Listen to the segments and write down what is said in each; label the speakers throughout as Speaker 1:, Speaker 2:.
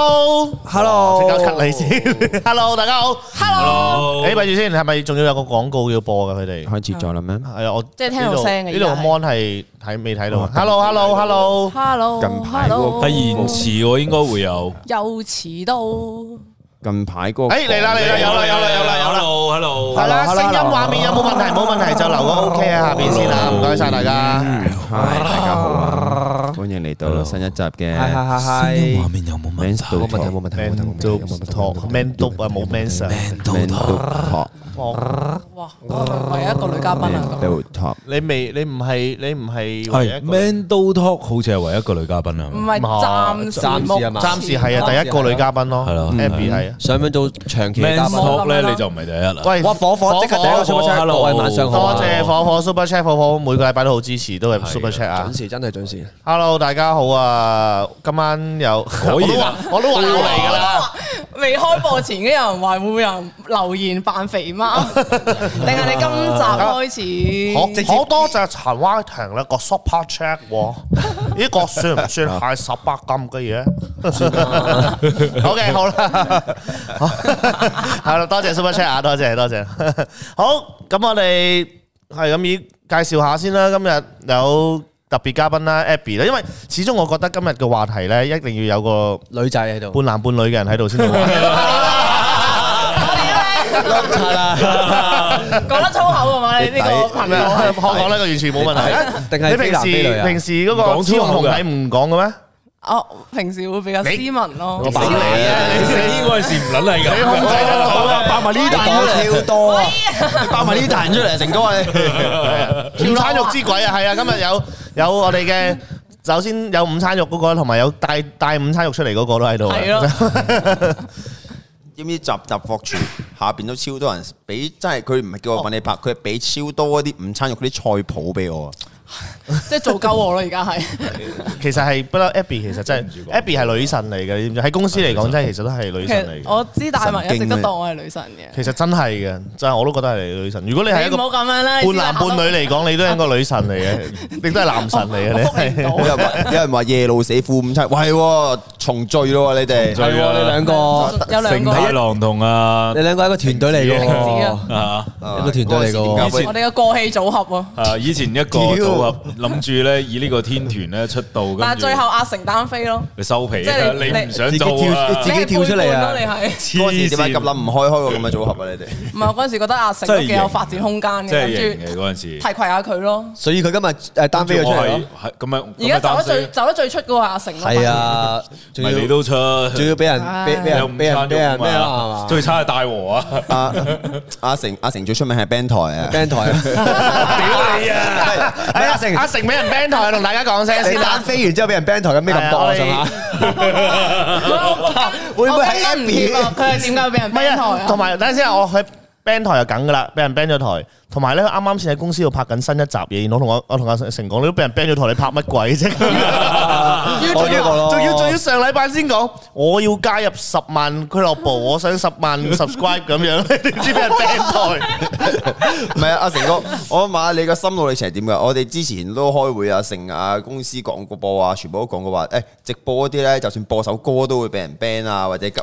Speaker 1: Hello，
Speaker 2: 即刻 cut 你先。Hello，大家好。Hello，誒，咪住先，係咪仲要有個廣告要播㗎？佢哋
Speaker 3: 開始咗啦咩？
Speaker 2: 係啊，我
Speaker 4: 即係聽到
Speaker 2: 呢度
Speaker 4: 聲嘅
Speaker 2: 呢度個
Speaker 4: 而家係
Speaker 2: mon 係睇未睇到？Hello，Hello，Hello。
Speaker 4: Hello，
Speaker 3: 近排嗰個
Speaker 4: hello
Speaker 3: 係
Speaker 5: 延遲喎，應該會有。
Speaker 4: 又遲到，唔
Speaker 3: 近排嗰個
Speaker 2: 誒嚟啦嚟啦，有啦有啦有啦有啦。
Speaker 5: Hello，Hello，
Speaker 2: 係啦，聲
Speaker 1: Hello，hello，
Speaker 2: 音畫面有冇問題？冇問題就留個 OK 喺下邊先啦，唔該晒大家。
Speaker 3: 嗨，大家好啊！歡迎嚟到新一集嘅
Speaker 1: 係係係，
Speaker 5: 面有冇
Speaker 3: Men's Talk
Speaker 1: 冇問題
Speaker 2: Man
Speaker 1: 冇問題
Speaker 2: do
Speaker 1: 冇問題
Speaker 2: talk, man do 啊，冇 man 上。
Speaker 3: Men's Talk
Speaker 4: 哇，我唯一一個女嘉賓啊，咁
Speaker 3: Men's Talk
Speaker 2: 你未，你唔係，你唔係唯一一
Speaker 5: 係
Speaker 2: 個女
Speaker 5: Man Do Talk 好似係唯一一個女嘉賓
Speaker 4: 唔
Speaker 5: 啊，
Speaker 4: 係暫時目
Speaker 1: 暫時係嘛
Speaker 2: 暫時係啊，第一個女嘉賓咯，
Speaker 5: 係咯
Speaker 2: ，Abby 係啊。
Speaker 1: 上唔上到長期
Speaker 5: Man
Speaker 1: 嘉賓？
Speaker 5: Talk 咧你就唔係第一啦。
Speaker 2: 喂，
Speaker 1: 哇，火火，即刻第一個
Speaker 5: 火火，
Speaker 1: super chat，
Speaker 5: hello。
Speaker 1: 各位晚上好啊。
Speaker 2: 多謝火火 Super Chat，火火每個禮拜都好支持，都係 Super Chat 啊。
Speaker 1: 準時，真係準時。
Speaker 2: Hello，大家好啊，今晚有
Speaker 5: 果然啊
Speaker 2: 我都話我都話要嚟㗎啦，
Speaker 4: 未開播前已經有人話會唔會有人留言扮肥 貓，定係你今集
Speaker 2: 好
Speaker 4: 開始？
Speaker 2: 好多謝陳威霆咧個 Super Chat 喎，呢個算唔算係十八禁嘅嘢？OK，好啦， 係啦，多謝 Super Chat 啊，多謝多謝。 好，咁我哋係咁以介紹下先啦，今日有。特別嘉賓啦，Abby 啦，因為始終我覺得今日嘅話題咧，一定要有個
Speaker 1: 女仔喺度。
Speaker 2: 半男半女嘅人喺度先好玩。
Speaker 4: 講得粗口㗎嘛？你呢個 朋
Speaker 2: 咩
Speaker 4: 友
Speaker 2: 啊？我講呢個完全冇問題。
Speaker 1: 定係
Speaker 2: 你
Speaker 1: 非
Speaker 2: 平
Speaker 1: 男非女
Speaker 2: 時
Speaker 1: 啊
Speaker 2: 平時嗰個
Speaker 5: 講粗
Speaker 2: 雌雄
Speaker 5: 口
Speaker 2: 同
Speaker 5: 㗎
Speaker 2: 體唔講嘅咩？
Speaker 4: 哦，平時會比較斯文咯，
Speaker 2: 爆你啊！你死
Speaker 5: 呢個係唔撚係
Speaker 2: 你控制
Speaker 5: 㗎。
Speaker 2: 得到啊！爆埋呢
Speaker 1: 你講超多啊。
Speaker 2: 午餐肉之鬼啊！係啊，今日有有我哋嘅。首先有午餐肉嗰個，同埋有帶帶午餐肉出嚟嗰個都喺度啊。
Speaker 4: 係咯，
Speaker 6: 知唔知集集貨全下邊都超多人俾，真係佢唔係叫我揾你拍，佢係俾超多嗰啲午餐肉嗰啲菜譜俾我啊！
Speaker 4: 即係做鳩我咯，而家係
Speaker 2: 其實係不嬲，Abby 其實真係 Abby 係女神嚟嘅，你知唔知？喺公司嚟講，真係其實都係女
Speaker 4: 其
Speaker 2: 神
Speaker 4: 實
Speaker 2: 嚟嘅。
Speaker 4: 我知大文一直都當我係女神嘅，
Speaker 2: 其實真係嘅，真係我都覺得係女神。如果你係一
Speaker 4: 你
Speaker 2: 個
Speaker 4: 唔好咁樣啦，
Speaker 2: 半男半女嚟講，你都係一個女神嚟嘅，你都係男神嚟嘅。你係
Speaker 4: 你
Speaker 6: 有人話有人話夜路死父午餐，喂喎重聚咯喎你哋，
Speaker 5: 係啊
Speaker 1: 係喎，你兩個-
Speaker 4: 有兩
Speaker 5: 成
Speaker 4: 個。
Speaker 5: 太郎同啊
Speaker 1: 你兩個係一個團隊嚟嘅喎。
Speaker 4: 停止啊。
Speaker 5: 啊
Speaker 1: 一個團隊嚟嘅喎。
Speaker 6: 嗰個
Speaker 4: 我哋嘅過氣組合喎，
Speaker 5: 啊！以前一個組合諗住咧以呢個天團咧出道，
Speaker 4: 但
Speaker 5: 跟
Speaker 4: 係
Speaker 5: 住
Speaker 4: 最後阿成單飛咯，
Speaker 5: 你收皮
Speaker 4: 即
Speaker 5: 啦，
Speaker 4: 係你
Speaker 5: 你唔
Speaker 4: 你
Speaker 5: 想做啊
Speaker 1: 自己？
Speaker 4: 你係
Speaker 1: 跳出嚟啊
Speaker 4: 背叛咯你係
Speaker 6: 嗰陣時
Speaker 5: 黐
Speaker 6: 點解咁
Speaker 5: 線
Speaker 6: 諗唔開開個咁嘅組合啊你哋？
Speaker 4: 唔係我嗰陣時覺得阿成都幾有發展空間嘅，
Speaker 5: 真
Speaker 4: 跟
Speaker 5: 係型
Speaker 4: 住
Speaker 5: 嘅嗰陣時
Speaker 4: 提。攜下佢咯。
Speaker 1: 所以佢今日，誒，單飛咗出嚟咯。
Speaker 5: 係咁樣，
Speaker 4: 而家走得最走得最出嗰個係阿成咯，
Speaker 1: à.
Speaker 5: 唔
Speaker 1: 係啊，仲要-
Speaker 5: 係你都出，
Speaker 1: 仲要俾人-俾-俾人-
Speaker 5: 有五
Speaker 1: 俾人-
Speaker 5: 餐
Speaker 1: 俾人-
Speaker 5: 肉嘛
Speaker 1: 咩啊，係嘛？
Speaker 5: 最差係大和啊！
Speaker 6: 阿阿成阿成最出名係 band 台啊！
Speaker 1: band台啊。
Speaker 2: 屌你啊！
Speaker 1: 係阿成
Speaker 2: 阿成俾人 ban 台，同大家講聲先啦。
Speaker 6: À,
Speaker 1: 你單飛完之後俾人band台，咁咩感覺啊，
Speaker 2: 係啊，我哋-
Speaker 1: 會唔會係
Speaker 4: 我跟得唔貼啊？佢係點解會俾人
Speaker 2: 唔係
Speaker 4: ban 台
Speaker 2: 啊，
Speaker 4: 啊？
Speaker 2: 同埋等陣先啊，我去 ban 台就梗噶啦，俾人 ban 咗台。同埋咧，啱啱先喺公司度拍緊新一集嘢，然後我同我我同阿成講，你都俾人 ban 咗台，你拍乜鬼啫？
Speaker 4: 要
Speaker 1: 我呢個咯
Speaker 2: 仲要仲要上禮拜先講，我要加入十萬俱樂部，我想十萬 subscribe 咁 樣，你知俾人 ban 台。
Speaker 6: 唔係啊，阿成哥，我問下你個心路歷程係點㗎？我哋之前都開會啊，成啊公司講過播啊，全部都講過話，誒直播嗰啲咧，就算播首歌都會俾人 ban 啊，或者急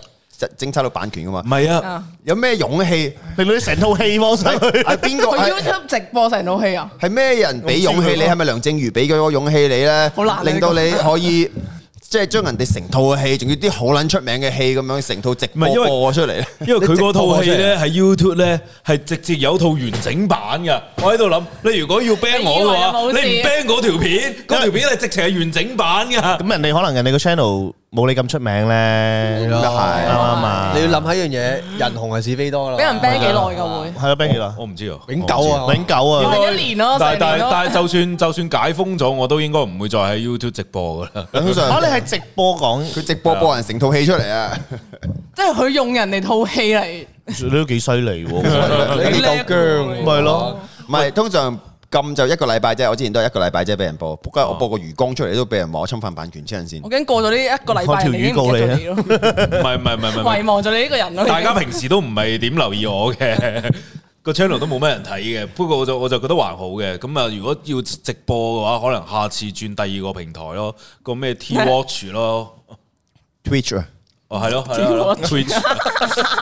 Speaker 6: 偵測到版權噶嘛
Speaker 1: 嗯
Speaker 5: 唔。係
Speaker 4: À.
Speaker 5: 啊，
Speaker 6: 有咩勇氣？
Speaker 2: 令到你成套戲放上去。
Speaker 6: 係邊個？
Speaker 4: 佢
Speaker 6: 係
Speaker 4: YouTube à? 直播成套戲啊！
Speaker 6: 係咩人俾勇氣你？係咪梁靜茹俾嗰個勇氣你咧
Speaker 4: 好難啊？
Speaker 6: 令到你可以 即係將人哋成套嘅戲，仲要啲好撚出名嘅戲咁樣成套直
Speaker 5: 唔係
Speaker 6: 播
Speaker 5: 因為
Speaker 6: 播出嚟咧。
Speaker 5: 因為佢嗰套戲咧喺 YouTube 咧係直接有套完整版嘅。我喺度諗，你如果要 ban 我嘅
Speaker 4: 你以
Speaker 5: 話，
Speaker 4: 為有冇事
Speaker 5: 你唔 ban 嗰條片，嗰條片係直情係完整版嘅。
Speaker 2: 咁人哋可能人哋個 channel 冇你咁出名咧，
Speaker 1: 係咯。
Speaker 2: 啱唔啱啊？
Speaker 1: 你要諗下一樣嘢，人紅係是非多㗎啦。
Speaker 4: 俾人 ban 幾耐㗎會？
Speaker 2: 係咯，ban 幾耐？
Speaker 5: 我唔知啊，
Speaker 1: 永久啊。
Speaker 2: 永久
Speaker 5: à?
Speaker 2: 啊！
Speaker 4: 一年咯
Speaker 5: 但
Speaker 4: 四
Speaker 5: 但
Speaker 4: 年咯
Speaker 5: 但就算就算解封咗，我都應該唔會再喺 YouTube 直播噶 啦。
Speaker 6: 通
Speaker 2: 啊，
Speaker 6: 常
Speaker 2: 你係直播講，
Speaker 6: 佢直播播人成套戲出嚟 啊！
Speaker 4: 即係佢用人哋套戲嚟，
Speaker 2: 你都幾犀利喎！
Speaker 1: 你幾夠薑喎。
Speaker 2: 咪係咯，
Speaker 6: 唔係通常禁就一個禮拜啫，我之前都係一個禮拜啫俾人播。仆街，
Speaker 5: 哦
Speaker 6: 我播個魚缸出嚟都俾人話我侵犯版權黐人線
Speaker 4: 我。驚過咗呢一個禮
Speaker 2: 我
Speaker 4: 拜，
Speaker 2: 條
Speaker 4: 人哋已
Speaker 2: 魚
Speaker 4: 經
Speaker 2: 告
Speaker 4: 唔
Speaker 2: 你
Speaker 4: 記
Speaker 2: 啊
Speaker 4: 得咗你咯，
Speaker 5: 唔係唔係唔係唔係
Speaker 4: 遺。忘咗你呢個人咯。
Speaker 5: 大家平時都唔係點留意我嘅，個 channel 都冇咩人睇嘅。不過我就我就覺得還好嘅。咁啊，如果要直播嘅話，可能下次轉第二個平台咯，個咩 T Watch 咯。
Speaker 6: Twitch 啊，
Speaker 5: 哦，係咯，係咯係咯，Twitch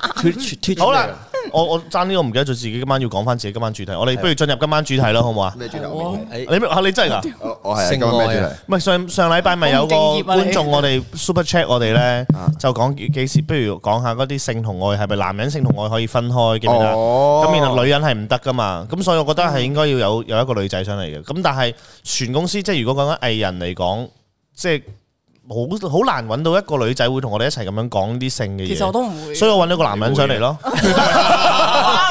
Speaker 2: 好啦，我我争呢個唔記得咗自己今晚要講翻自己今晚主題，我哋不如進入今晚主題啦，好唔好啊？
Speaker 6: 咩主題？
Speaker 2: 你啊你真係㗎？
Speaker 6: 我
Speaker 5: 哦
Speaker 6: 我係
Speaker 1: 性
Speaker 6: 今日咩主
Speaker 1: 愛
Speaker 6: 題
Speaker 1: 啊？
Speaker 2: 唔係上上禮拜咪有個
Speaker 4: 好唔敬業啊你
Speaker 2: 觀眾我哋 super chat 我哋咧，就講幾幾時，不如講下嗰啲性同愛係咪男人性同愛可以分開嘅？
Speaker 6: 哦
Speaker 2: 咁然後女人係唔得噶嘛，咁所以我覺得係應該要有有一個女仔上嚟嘅。咁但係全公司即係如果講緊藝人嚟講，即係好好難揾到一個女仔會同我哋一齊咁樣講啲性嘅嘢。
Speaker 4: 其實我都唔會
Speaker 2: 所以我揾咗個男人上嚟咯。
Speaker 4: 啊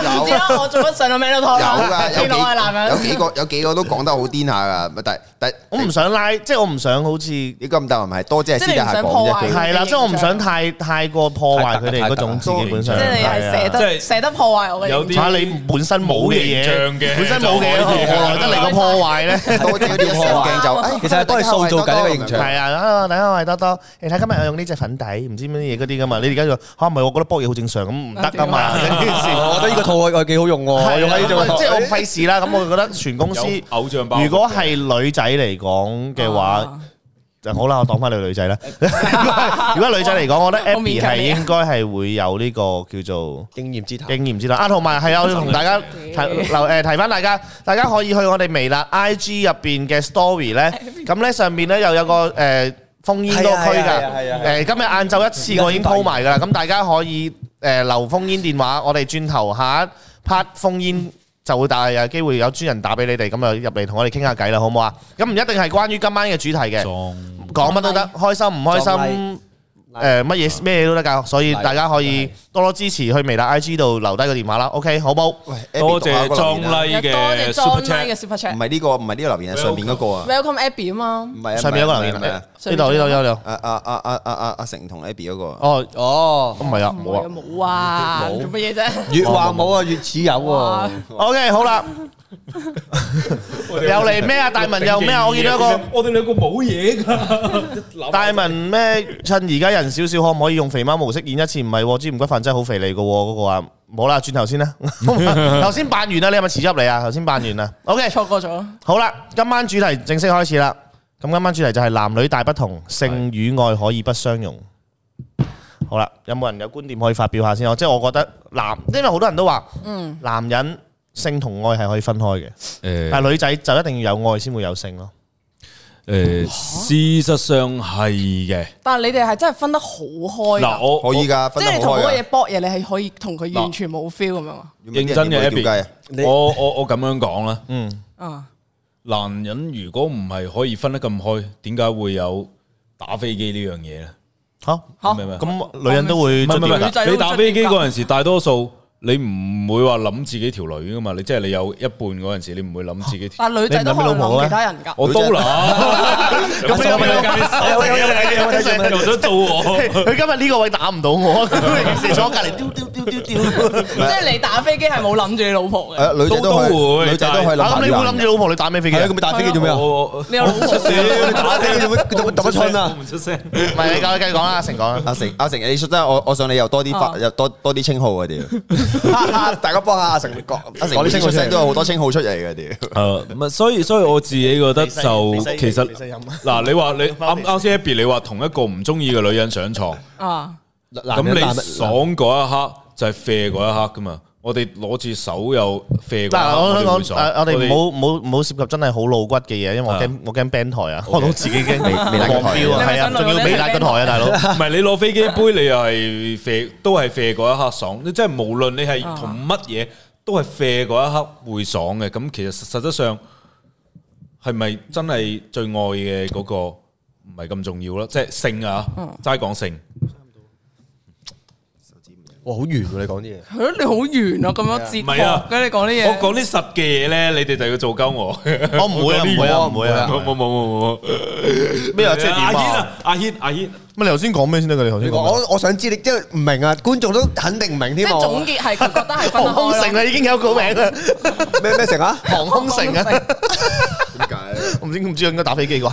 Speaker 4: 唔知啦，我做乜上到咩都拖啦
Speaker 6: 有啊噶，有
Speaker 4: 原 來我係啊男
Speaker 6: 幾有
Speaker 4: 人，
Speaker 6: 幾個有幾個都講得好癲下噶，但但
Speaker 2: 我唔想拉，即係我唔想好似。
Speaker 6: 呢個唔得唔係多，即係私底下
Speaker 4: 即係你唔想
Speaker 6: 講
Speaker 4: 破
Speaker 6: 啫。
Speaker 4: 壞啊
Speaker 6: 佢
Speaker 2: 係啦，即係我唔想太太過破壞佢哋嗰種自己本身，
Speaker 4: 即係你係
Speaker 2: 係啊
Speaker 4: 捨
Speaker 5: 即係
Speaker 4: 得捨得破壞我嘅
Speaker 5: 有
Speaker 4: 形
Speaker 5: 啲
Speaker 4: 象。
Speaker 2: 嚇你本身冇嘅嘢，
Speaker 5: 冇形象嘅
Speaker 2: 本身冇嘅嘢，
Speaker 5: 就可以
Speaker 2: 何來得嚟個破壞咧？
Speaker 6: 多啲嗰啲上鏡就，哎
Speaker 1: 其實係幫你塑造緊一個形 象
Speaker 2: 係啊，啊大家我係多多，你睇今日我用呢隻粉底，唔知乜嘢嗰啲噶嘛？你而家就嚇唔係，我覺得波嘢好正常咁，唔得噶 嘛？呢件事
Speaker 1: 我覺得呢個套我我幾好用喎，用喺呢種
Speaker 2: 即係我費事啦。咁我覺得全公司
Speaker 5: 有偶像包袱嘅
Speaker 2: 如果係女仔嚟講嘅話
Speaker 4: 啊。
Speaker 2: 就好啦，我當翻你女仔啦。 如果女仔嚟講，我覺得
Speaker 4: 我
Speaker 2: Abby
Speaker 4: 勉強
Speaker 2: 係
Speaker 4: 你啊
Speaker 2: 應該係會有呢個叫做
Speaker 1: 經驗之談。
Speaker 2: 經驗之啦。啊，同埋係啊，我要同大家提留誒提翻大家，大家可以去我哋微辣 IG 入邊嘅 story 咧，咁咧上面咧又有個誒封煙嗰個區
Speaker 1: 係啊係啊係啊係啊
Speaker 2: 㗎。誒今日晏晝一次我已經鋪埋㗎啦，咁大家可以誒留封煙電話，我哋轉頭下一 part 封煙。就會大有機會有專人打俾你哋，咁啊入嚟同我哋傾下偈啦，好唔好啊？咁唔一定係關於今晚嘅主題嘅，
Speaker 5: 裝
Speaker 2: 講乜都得，開心唔開
Speaker 1: 撞
Speaker 2: 心
Speaker 1: 例，
Speaker 2: 誒乜嘢咩嘢都得㗎，所以大家可以多多支持去微辣 IG 度留低個電話啦，OK 好冇？
Speaker 6: 喂
Speaker 5: 多謝裝
Speaker 6: 裝
Speaker 5: like
Speaker 4: 有多謝
Speaker 5: 嘅 Super
Speaker 4: John Lai 嘅
Speaker 5: Chat，
Speaker 4: Super
Speaker 6: 唔
Speaker 4: Chat。
Speaker 6: 係呢個唔係呢個留言，係上面嗰個啊，
Speaker 4: Welcome Abby 啊嘛
Speaker 6: 唔，係啊
Speaker 2: 上面有個留言，
Speaker 6: 唔
Speaker 2: 呢
Speaker 6: 係啊
Speaker 2: 度呢度呢度，
Speaker 6: 啊啊啊啊啊啊阿成同 Abby 嗰個，
Speaker 2: 哦，
Speaker 1: 哦，
Speaker 2: 唔係啊，冇啊。
Speaker 4: 冇啊，
Speaker 1: 冇
Speaker 4: 做乜嘢啫？
Speaker 1: 越話冇啊，越似有
Speaker 4: 哇
Speaker 1: 喎。
Speaker 2: OK 好啦， 又嚟咩啊？大文又咩啊？我見到一個
Speaker 5: 我哋兩個冇嘢㗎，
Speaker 2: 大文咩？趁而家人少少，可唔可以用肥貓模式演一次？唔係喎，豬唔骨飯真係好肥膩嘅喎，嗰個啊，冇啦，轉頭 先啦。頭先扮完啦，你係咪遲入嚟啊？頭先扮完啦。OK。
Speaker 4: 錯過咗。
Speaker 2: 好啦，今晚主題正式開始啦。咁今晚主題就係男女大不同，性與愛可以不相容。好啦，有冇人有觀點可以發表下先？我即係我覺得男，因為好多人都話，嗯，男人性同愛係可以分開嘅，
Speaker 5: 誒
Speaker 2: 但係女仔就一定要有愛先會有性咯。
Speaker 5: 誒，事實上係嘅。
Speaker 4: 但係你哋係真係分得好開㗎。
Speaker 5: 嗱，我
Speaker 6: 可以㗎，
Speaker 4: 即
Speaker 6: 分得
Speaker 4: 係你同
Speaker 6: 好
Speaker 4: 嗰
Speaker 6: 開
Speaker 4: 個
Speaker 6: 啊
Speaker 4: 嘢
Speaker 6: 㗎
Speaker 4: 搏嘢，你係可以同佢完全冇 feel 咁樣啊？
Speaker 6: 要唔然啲
Speaker 5: 認
Speaker 6: 人
Speaker 5: 真嘅
Speaker 6: 點會叫雞啊
Speaker 5: Abby，我我我咁樣講啦，
Speaker 4: 啊，
Speaker 5: 男人如果唔係可以分得咁開，點解會有打飛機呢樣嘢咧？
Speaker 2: 好，
Speaker 4: 好
Speaker 5: 明唔明啊？
Speaker 2: 咁女人都會
Speaker 5: 唔係唔係唔
Speaker 4: 女仔都
Speaker 5: 係，你
Speaker 4: 會
Speaker 5: 打
Speaker 4: 捽
Speaker 5: 飛機
Speaker 4: 點㗎
Speaker 5: 嗰陣時，大多數你唔會話諗自己條女噶嘛，你即係你有一半嗰陣時，你唔會諗自己條。
Speaker 4: 但係女仔都可能諗
Speaker 5: 啊
Speaker 4: 其他人㗎。
Speaker 5: 我都諗，咁
Speaker 2: 你有冇
Speaker 5: 你
Speaker 2: 有冇
Speaker 5: 又想做我？
Speaker 2: 佢今日呢個位打唔到我，平時坐我隔離丟丟丟丟丟。
Speaker 4: 即係你打飛機係冇諗住你老婆嘅，
Speaker 6: 誒女仔都可
Speaker 5: 都會
Speaker 6: 以，女仔都可以諗
Speaker 2: 啊
Speaker 6: 下
Speaker 2: 咁你
Speaker 6: 呢
Speaker 2: 會
Speaker 6: 個
Speaker 2: 諗住老婆你打咩飛機
Speaker 1: 係啊，
Speaker 2: 啊？
Speaker 1: 咁咪打飛機做咩啊？
Speaker 5: 我
Speaker 4: 你有老婆
Speaker 5: 屌
Speaker 1: 你打飛機做咩？佢做乜做乜春啊？
Speaker 5: 我唔出聲。
Speaker 2: 唔係，你繼續繼續講啦，阿成講啦。
Speaker 6: 阿成阿成，你真係我我想你又多啲發
Speaker 4: 啊
Speaker 6: 又多多啲稱號啊 屌！大家幫下阿成講，阿成
Speaker 1: 講啲稱號
Speaker 6: 出
Speaker 1: 出嚟
Speaker 6: 聲都有好多稱號出嚟嘅屌。
Speaker 5: 誒，唔係，所以所以我自己覺得就其實嗱，你話你啱啱先 Abby，你話同一個唔中意嘅女人上床。
Speaker 4: 啊，
Speaker 1: 男
Speaker 5: 咁
Speaker 1: 人男
Speaker 5: 你爽嗰一刻就係啡嗰一刻噶嘛？我哋攞住手又啡嗰一
Speaker 2: 嗱，
Speaker 5: 刻，
Speaker 2: 我
Speaker 5: 我哋
Speaker 2: 想
Speaker 5: 會
Speaker 2: 講，
Speaker 5: 爽。
Speaker 2: 誒，我哋唔好唔好唔好涉及真係好露骨嘅嘢，因為我驚我驚 band 台 啊，我都自己驚
Speaker 6: 微辣嘅台
Speaker 2: 狂飆啊，
Speaker 4: 你咪
Speaker 2: 係啊，
Speaker 4: 想
Speaker 2: 仲要
Speaker 4: 女
Speaker 2: 美辣個台啊，大佬。
Speaker 5: 唔係你攞飛機杯，你又係啡，都係啡嗰一刻爽。你即係無論你係同乜嘢，都係啡嗰一刻會爽嘅。咁其實實質上係咪真係最愛嘅嗰個唔係咁重要啦？即係性啊，齋講性。
Speaker 1: 哇，好圓喎！你講啲嘢，
Speaker 4: 係咯，你好圓啊，咁樣
Speaker 5: 唔係啊
Speaker 4: 折磨嘅你講
Speaker 5: 我
Speaker 4: 啲嘢。
Speaker 5: 講啲實嘅嘢咧，你哋就要做鳩我。
Speaker 2: 我唔會啊，唔會啊，唔會啊。
Speaker 5: 冇冇冇冇冇
Speaker 2: 咩啊即係點啊
Speaker 5: 阿軒啊，阿軒阿軒。
Speaker 2: 乜你頭先講咩先得㗎？你頭
Speaker 1: 你
Speaker 2: 先
Speaker 1: 講
Speaker 2: 講咩。
Speaker 1: 我我想知你即係唔明啊，觀眾都肯定唔明
Speaker 4: 即
Speaker 1: 添
Speaker 4: 係
Speaker 1: 喎
Speaker 4: 總。結係佢覺得係分得
Speaker 2: 航空
Speaker 4: 開
Speaker 2: 城
Speaker 4: 咯。
Speaker 2: 啊，已經有個名啦，
Speaker 1: 咩咩成啊？
Speaker 2: 航空城啊，
Speaker 6: 點解？
Speaker 2: 我唔知唔知應該打飛機 啩？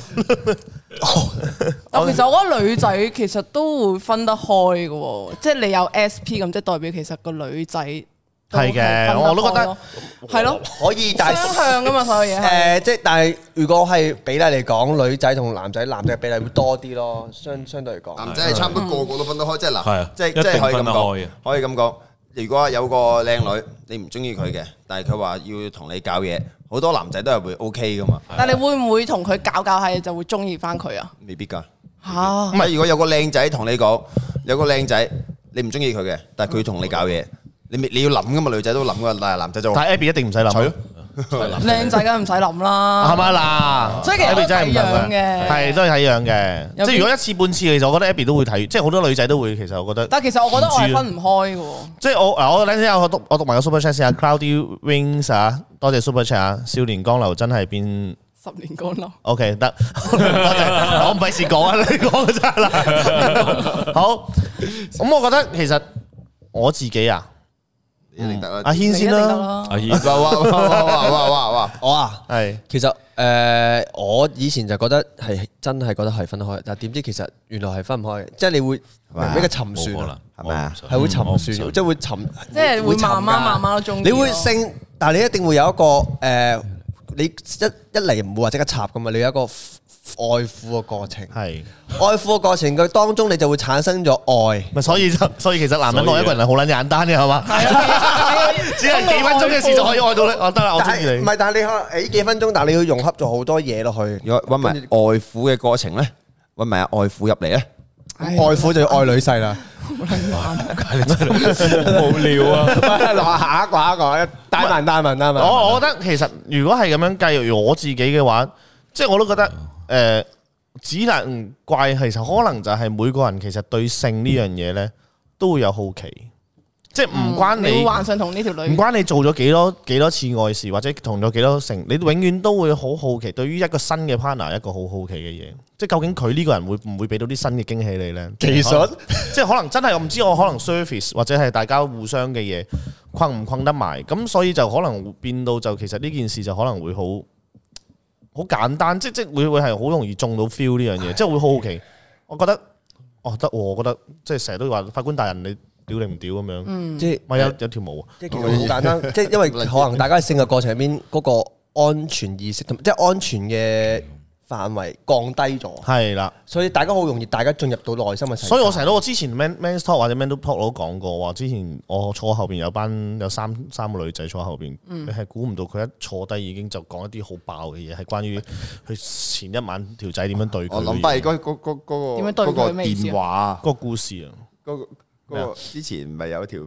Speaker 4: 但其實我覺得女仔其實都會分得開嘅喎，即係你有 SP 咁，即係代表其實個女仔
Speaker 2: 係嘅我都覺得
Speaker 4: 係咯，
Speaker 1: 可以，但係
Speaker 4: 雙向噶嘛，所有嘢係。
Speaker 1: 誒，即係但係如果係比例嚟講，女仔同男仔，男仔比例會多啲咯，相相對嚟講。
Speaker 6: 男仔係差唔多個個都分得開，即係
Speaker 5: 係
Speaker 6: 嗱
Speaker 5: 啊，
Speaker 6: 即係
Speaker 5: 一
Speaker 6: 即
Speaker 5: 定
Speaker 6: 係可以
Speaker 5: 分
Speaker 6: 咁
Speaker 5: 得開嘅
Speaker 6: 講，可以咁講。如果有個靚女，你唔中意佢嘅，但係佢話要同你搞嘢，好多男仔都係會 OK 噶嘛，
Speaker 4: 但你會唔會同佢搞搞下嘢就會中意翻佢啊？
Speaker 6: 未必㗎。
Speaker 4: 嚇
Speaker 6: 唔！係，如果有個靚仔同你講，有個靚仔你唔中意佢嘅，但係佢同你搞嘢，你咪你要諗㗎嘛，女仔都諗㗎，但係男仔就
Speaker 2: 但係 Abby 一定唔使諗，
Speaker 6: 係咯
Speaker 4: 靚仔梗係唔使諗啦
Speaker 2: 係，咪嗱？
Speaker 4: 所以其實
Speaker 2: Abby 真係唔
Speaker 4: 都睇樣嘅
Speaker 2: 係都係睇樣嘅。
Speaker 4: 有
Speaker 2: 即係
Speaker 4: 邊
Speaker 2: 如果一次半次，其實我覺得 Abby 都會睇，即係好多女仔都會。其實我覺得，
Speaker 4: 但其實我覺得我係分唔開嘅喎。
Speaker 2: 即係我嗱，我等陣先，我讀我讀埋個 super chat 先啊，Cloudy Wings 啊，多謝 super chat 啊，少年江流真係變。
Speaker 4: 十年光流，
Speaker 2: O K 得， 多謝我唔費事講啊，你講就得啦。 好，咁我覺得其實我自己啊，
Speaker 6: 一定得啦
Speaker 2: 阿。軒先
Speaker 4: 你一定得
Speaker 2: 啦，
Speaker 4: 啦。
Speaker 5: 阿軒
Speaker 6: 哇哇哇哇哇哇哇！
Speaker 1: 我啊，
Speaker 2: 係
Speaker 1: 其實誒、呃我以前就覺得係真係覺得係分開，但點知其實原來係分唔開嘅，即係你會明呢個沉船
Speaker 5: 冇可
Speaker 1: 啊
Speaker 5: 能，
Speaker 6: 係咪啊
Speaker 5: 我唔信
Speaker 1: 係會沉
Speaker 5: 我唔信
Speaker 1: 船，即係會沉，
Speaker 4: 即係會慢慢
Speaker 1: 㗎
Speaker 4: 慢慢都中意咯啊
Speaker 1: 你會升，但係你一定會有一個誒、呃你一一嚟唔會話即刻插噶嘛，你有一個愛撫嘅 過程，
Speaker 2: 係，
Speaker 1: 愛撫嘅過程佢當中你就會產生咗愛。
Speaker 2: 咪所以就所以其實男人
Speaker 5: 所以
Speaker 2: 愛一個人係好撚簡單嘅係嘛， 只係幾分鐘嘅事就可以愛到你，我得啦，我中
Speaker 1: 但
Speaker 2: 意
Speaker 1: 係唔
Speaker 2: 你。
Speaker 1: 係，但係你可能誒幾分鐘，但係你要融合咗好多嘢落去。
Speaker 6: 如果揾埋外父嘅過程咧，揾埋外父入嚟咧，
Speaker 1: 愛撫就要愛女婿啦。
Speaker 5: 無聊啊！
Speaker 1: 落下一個，下一個，單問單問單問。
Speaker 2: 我我覺得其啊實如果係咁樣計，如我自己嘅話，即係我都覺得誒、呃只能怪其實可能就係每個人其實對性呢樣嘢咧都會有好奇，即係唔關
Speaker 4: 嗯你
Speaker 2: 你
Speaker 4: 會幻想同呢條
Speaker 2: 唔
Speaker 4: 女
Speaker 2: 關你做咗幾多幾多次愛事，或者同咗幾多成，你永遠都會好好奇對於一個新嘅 partner 一個好好奇嘅嘢，即係究竟佢呢個人會唔會俾到啲新嘅驚喜你呢？
Speaker 1: 技術
Speaker 2: 即係可能真係我唔知，我可能 surface 或者係大家互相嘅嘢困唔困得埋，咁所以就可能變到就其實呢件事就可能會好好簡單，即即會會係好容易中到 feel 呢樣嘢，即係會好好奇。我覺得哦得喎，我覺得即係成日都話法官大人你屌定唔屌咁樣，
Speaker 1: 即係
Speaker 2: 咪有有條毛啊？
Speaker 1: 即係其實好簡單，即係因為可能大家喺性嘅過程入邊嗰個安全意識同即係安全嘅範圍降低咗，
Speaker 2: 係啦。
Speaker 1: 所以大家好容易大家進入到內心嘅世界。
Speaker 2: 所以我成日都我之前 man man talk 或者 man talk 我都講過話，之前我坐後邊有班有三三個女仔坐後邊，你係估唔到佢一坐低已經就講一啲好爆嘅嘢，係關於佢前一晚條仔點樣對佢嘅嘢。
Speaker 6: 哦我諗翻嗰嗰嗰嗰個
Speaker 4: 點樣對佢
Speaker 6: 嗰個
Speaker 4: 咩意思啊
Speaker 6: 電話啊，
Speaker 2: 個故事啊，
Speaker 6: 嗰個
Speaker 2: 咩
Speaker 6: 嗰
Speaker 2: 啊
Speaker 6: 個之前咪有條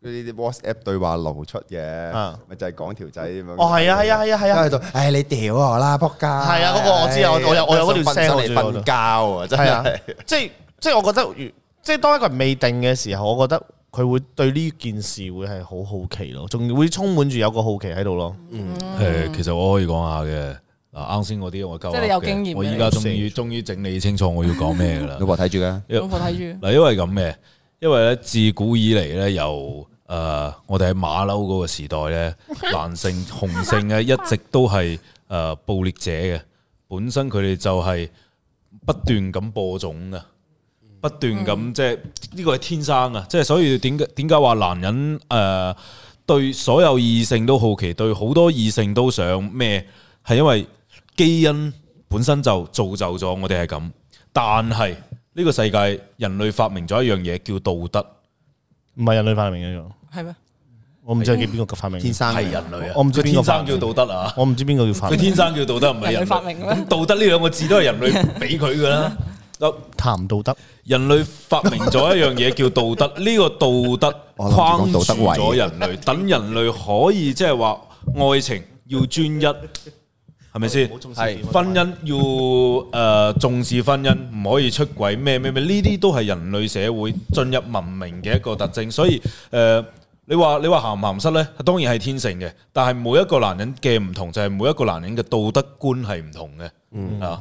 Speaker 6: 嗰啲 WhatsApp 對話流出嘅
Speaker 2: 啊，
Speaker 6: 咪就係講條仔咁樣。
Speaker 2: 哦係啊係啊係啊係啊，
Speaker 6: 喺度，唉你屌我啦，仆街！係
Speaker 2: 啊嗰個我知啊我有我有嗰條聲我知
Speaker 6: 嚟瞓覺啊，真
Speaker 2: 係啊
Speaker 6: 係。，
Speaker 2: 即係即係我覺得如，即係當一個人未定嘅時候，我覺得佢會對呢件事會係好好奇咯，仲會充滿住有個好奇喺度咯。
Speaker 5: 誒，其實我可以講下嘅。嗱，啱先嗰啲我夠，
Speaker 4: 嗯即係你有經驗嘅
Speaker 5: 我依家終於終於整理清楚我要講咩噶 啦。
Speaker 6: 婆睇住噶，
Speaker 4: 老婆睇住，
Speaker 5: 嗱，因為咁嘅，因為咧自古以嚟咧，由誒、呃我哋喺馬騮嗰個時代咧，男性雄性咧一直都係誒、呃捕獵者嘅，本身佢哋就係不斷咁播種嘅，不斷咁即係呢個係天生啊，即係所以點解點解話男人誒、呃、對所有異性都好奇，對好多異性都想咩？係因為基因本身就造就咗我哋係咁，但係呢個世界人類發明咗一樣嘢叫道德，
Speaker 2: 唔係人類發明嘅呢個，
Speaker 4: 係咩？
Speaker 2: 我唔知係邊個發明嘅，
Speaker 6: 天生
Speaker 5: 係人類啊，
Speaker 2: 我唔知邊個
Speaker 5: 天
Speaker 2: 發
Speaker 5: 生
Speaker 2: 明
Speaker 5: 叫道德啊。
Speaker 2: 我唔知邊個要發
Speaker 5: 佢
Speaker 2: 明。
Speaker 5: 天生叫道德，唔係人
Speaker 4: 人類發明咩
Speaker 5: 咁道德呢兩個字都係人類俾佢噶啦。嗱
Speaker 2: 談道德。
Speaker 5: 人類發明咗一樣嘢叫道德，呢個道德
Speaker 6: 我諗住講
Speaker 5: 框住
Speaker 6: 道德
Speaker 5: 咗
Speaker 6: 圍
Speaker 5: 人類，等人類可以即係話愛情要專一，係咪先？
Speaker 1: 係
Speaker 5: 婚姻要誒、呃重視婚姻，唔可以出軌咩咩咩，呢啲都係人類社會進入文明嘅一個特徵。所以誒、呃你話你話鹹唔鹹濕呢？當然係天性嘅，但係每一個男人嘅唔同就係每一個男人嘅道德觀係唔同嘅，啊，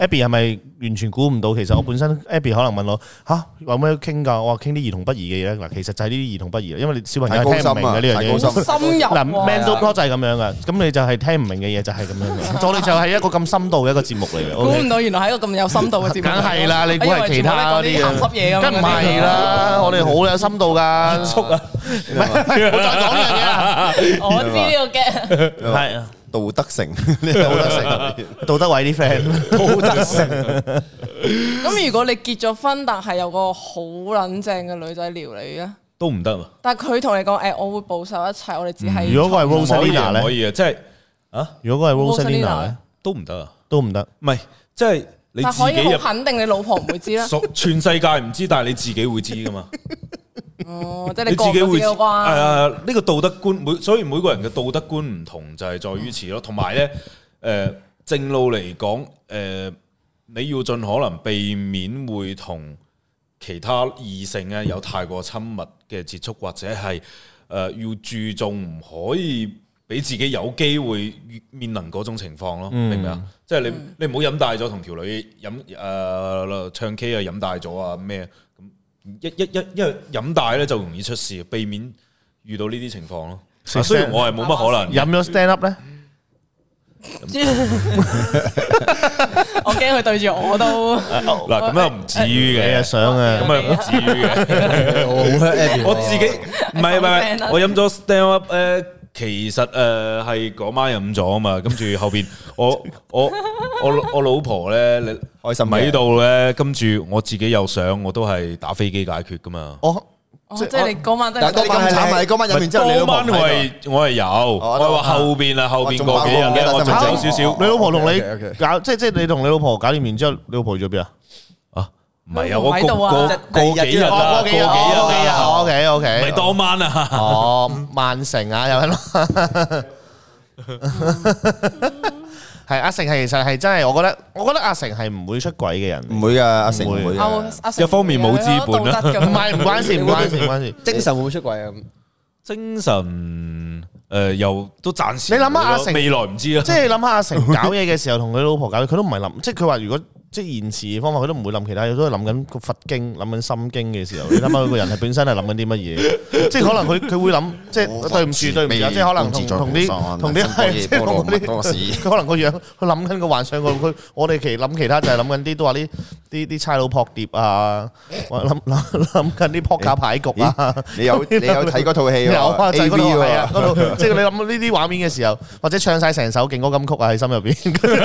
Speaker 2: Abby 係咪完全估唔到？其實我本身 Abby 可能問我吓有咩傾㗎？我話傾啲兒童不宜嘅嘢咧。嗱，其實就係呢啲兒童不宜，因為你小朋友係
Speaker 6: 太高
Speaker 2: 聽唔
Speaker 6: 深
Speaker 2: 明
Speaker 6: 啊，
Speaker 2: 嘅呢樣
Speaker 6: 太高
Speaker 2: 嘢。
Speaker 6: 深。
Speaker 4: 深入
Speaker 2: 嗱
Speaker 4: 喎
Speaker 2: ，mental block 就係咁樣嘅，咁你就係聽唔明嘅嘢就係咁樣 嘅。我哋就係一個咁深度嘅一個節目嚟嘅。
Speaker 4: 估
Speaker 2: OK
Speaker 4: 唔到原來係一個咁有深度嘅節目。
Speaker 2: 梗係啦，你估
Speaker 4: 我以
Speaker 2: 係
Speaker 4: 為
Speaker 2: 其他嗰
Speaker 4: 全部都係講啲鹹濕嘢
Speaker 2: 嘅，
Speaker 4: 咁。
Speaker 2: 梗唔係。啦，我哋好有深度噶。結束啊！唔係，我再講呢樣嘢啊，
Speaker 4: 我知呢個 get，
Speaker 2: 係啊，
Speaker 6: 道德城，道德城，
Speaker 2: 杜德偉啲 friend，
Speaker 6: 道德城，
Speaker 4: 咁如果你結咗婚，但係有個好撚正嘅女仔撩你咧，
Speaker 5: 都唔得啊！
Speaker 4: 但係佢同你講誒，我會保守一切，我哋只係
Speaker 2: 嗯如果我係
Speaker 5: 唔可以
Speaker 2: Rosalina
Speaker 5: 啊唔可
Speaker 2: 咧，
Speaker 5: 以啊！即係
Speaker 2: 如果我係 Rosalina
Speaker 4: Rosalina
Speaker 2: 咧
Speaker 4: 呢，
Speaker 5: 都唔得啊！
Speaker 2: 都唔得。
Speaker 5: 唔係，即係你
Speaker 4: 但
Speaker 5: 自
Speaker 4: 可以
Speaker 5: 己
Speaker 4: 好啊
Speaker 5: 入
Speaker 4: 肯定你老婆唔會 知啦。
Speaker 5: 所全世界唔知，但係你自己會知噶嘛？
Speaker 4: 哦，即係
Speaker 5: 你
Speaker 4: 你
Speaker 5: 自
Speaker 4: 過唔
Speaker 5: 己
Speaker 4: 到自
Speaker 5: 會
Speaker 4: 己
Speaker 5: 知
Speaker 4: 個
Speaker 5: 係
Speaker 4: 關。
Speaker 5: 啊，呢個道德觀每所以每個人嘅道德觀唔同，就係在於此咯。同 埋咧，誒正路嚟講，誒你要盡可能避免會同其他異性咧有太過親密嘅接觸，或者係誒呃要注重唔可以。俾自己有機會面臨嗰種情況咯，明唔明啊？即係你你唔好飲大咗同條女飲誒、呃唱 K 啊，飲大咗啊咩咁一一一因為飲大咧就容易出事，避免遇到呢啲情況咯。
Speaker 2: 食
Speaker 5: 啊雖然我係冇乜可能，
Speaker 2: 飲咗 stand up 咧，
Speaker 4: 我驚佢對住我都哦
Speaker 5: 嗱咁又唔至於
Speaker 2: 你啊
Speaker 5: 嘅，
Speaker 2: 想啊，
Speaker 5: 咁又唔至於嘅。
Speaker 1: 我好 happy
Speaker 5: 我自己唔係唔
Speaker 4: 講聲
Speaker 5: 係
Speaker 4: 啦，
Speaker 5: 我飲咗 stand up 誒，其實誒係嗰晚飲咗啊嘛，跟住後邊我我我我老婆咧，你
Speaker 6: 開心嘅
Speaker 5: 咪喺度咧，跟住我自己有相，我都係打飛機解決噶嘛。
Speaker 2: 我
Speaker 4: 哦即係你嗰晚真
Speaker 6: 但係你
Speaker 4: 係
Speaker 6: 咁慘啊！你嗰晚飲完之後，你
Speaker 5: 當
Speaker 6: 老婆
Speaker 5: 晚
Speaker 6: 唔睇
Speaker 5: 我係我係有，我係話後邊啊後邊
Speaker 6: 仲
Speaker 5: 過幾日
Speaker 6: 包過
Speaker 5: 咧，我
Speaker 6: 我記
Speaker 5: 仲
Speaker 6: 得
Speaker 5: 有少少
Speaker 2: 你老婆同你
Speaker 1: OK，OK，OK
Speaker 2: 搞，即係即係你同你老婆搞掂完之後，你老婆去咗邊啊？
Speaker 5: 啊，唔係啊，
Speaker 4: 唔
Speaker 5: 我
Speaker 4: 喺度啊
Speaker 5: 過過過幾日
Speaker 2: Ờ,
Speaker 5: 啊，過幾日啊，
Speaker 2: ，O K O
Speaker 5: 唔
Speaker 2: K，
Speaker 5: 係當晚啊。
Speaker 2: 哦，曼城啊，有人 話係阿成係其實係真係，我覺得我覺得阿成係唔會出軌嘅人，
Speaker 6: 唔會㗎，阿成唔會
Speaker 4: 阿
Speaker 6: 㗎。
Speaker 4: 阿成
Speaker 5: 一方面冇資本啦
Speaker 4: 有道德
Speaker 2: 唔
Speaker 4: 㗎嘛
Speaker 2: 係唔關事，唔關事，唔關事。
Speaker 1: 精神會唔會出軌啊？
Speaker 5: 精神誒又都暫時，
Speaker 2: 你諗下阿成
Speaker 5: 未來唔知啊
Speaker 2: 即。係你諗下阿成 搞嘢嘅時候，同佢老婆搞嘢，佢都唔係諗，即係佢話如果即係延遲嘅方法，佢都唔會諗其他嘢，都係諗緊個佛經，諗緊心經嘅時候，你諗下佢個人係本身係諗緊啲乜嘢？即係可能佢佢會諗，即係對唔住對唔住啊，即係可能同同啲同啲係即係同嗰啲。佢 可能個樣，佢諗緊個幻想個佢，我哋其諗其他就係諗緊啲都話啲啲啲差佬撲碟啊，或諗 諗諗緊啲撲架牌局啊，
Speaker 6: 你有你有睇嗰套戲
Speaker 2: 有啊，
Speaker 6: 喎
Speaker 2: 就係嗰度係 啊，
Speaker 6: 喎，
Speaker 2: 嗰度即係你諗到呢啲畫面嘅時候，或者唱晒成首勁歌金曲啊喺心入邊，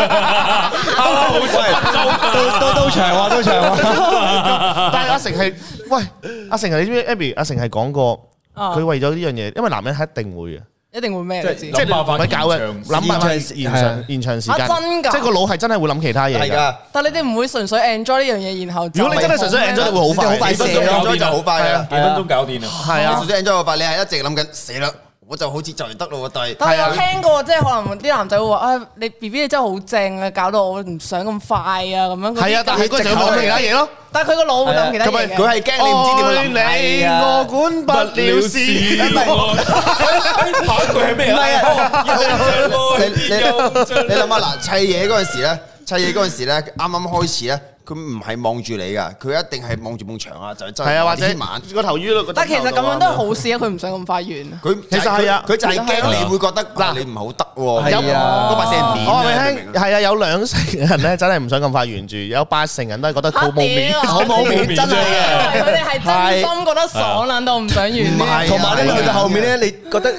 Speaker 5: 好
Speaker 1: 都都都長喎，都長喎。
Speaker 2: 但係阿成係喂阿成係你知唔知 Abby 阿成係講過，
Speaker 4: 啊
Speaker 2: 佢為咗呢樣嘢，因為男人係一定會嘅。
Speaker 4: 一定會咩嚟知
Speaker 5: 即
Speaker 2: 即係你
Speaker 5: 諗辦法
Speaker 2: 唔使搞嘅，
Speaker 5: 延長
Speaker 2: 諗辦法
Speaker 1: 延長
Speaker 2: 延
Speaker 1: 係啊
Speaker 2: 長延長時間，
Speaker 4: 啊真㗎
Speaker 2: 即係個腦係真係會諗其他嘢
Speaker 6: 係
Speaker 2: 㗎。
Speaker 6: 㗎。
Speaker 4: 但你哋唔會純粹 enjoy 呢樣嘢，然後就
Speaker 2: 如果你真係純粹 enjoy，你會好快，
Speaker 1: 好快
Speaker 6: 你
Speaker 1: 死
Speaker 6: 分
Speaker 1: 咯
Speaker 6: 鐘咗就好快
Speaker 2: 係
Speaker 6: 啦
Speaker 2: 啊。
Speaker 5: 幾分鐘搞掂啊！
Speaker 2: 係啊
Speaker 6: 你純粹 enjoy 個快，你係一直諗緊死啦，我就好似就嚟得咯喎，但係
Speaker 4: 但係
Speaker 2: 係
Speaker 4: 我
Speaker 2: 啊
Speaker 4: 聽過，即係可能啲男仔會話：，啊，你 B B 你真係好正啊，搞到我唔想咁快啊，咁樣。嗰啲
Speaker 2: 係啊，但係佢就會諗其他嘢咯。
Speaker 4: 但係佢個腦會諗其他嘢嘅。
Speaker 6: 佢係驚你唔知點樣諗。
Speaker 2: 愛你我管不了事。
Speaker 5: 下一句係咩啊？
Speaker 6: 你你 你諗下嗱，砌嘢嗰陣時咧，砌嘢嗰陣時咧，啱啱開始咧，佢唔係望住你㗎，佢一定係望住埲牆啊，就係真
Speaker 2: 係啊，或者
Speaker 6: 晚。
Speaker 2: 個頭淤咯。
Speaker 4: 但係其實咁樣都係好事啊，佢唔想咁快完。
Speaker 6: 佢
Speaker 2: 其實係啊
Speaker 6: 佢就係驚你會覺得嗱你唔好得喎，
Speaker 1: 係啊
Speaker 6: 嗰把聲面
Speaker 2: 我話俾你
Speaker 6: 明唔
Speaker 2: 聽，
Speaker 6: 明啊
Speaker 2: 係啊，有兩成人咧真係唔想咁快完住，有八成人都係覺得好冇面，
Speaker 4: 啊屌
Speaker 2: 好冇面， 真係嘅。
Speaker 4: 係佢哋係真心覺得爽撚到唔想完
Speaker 6: 唔 係
Speaker 4: 呢。
Speaker 1: 同埋咧，去到後面咧，你覺得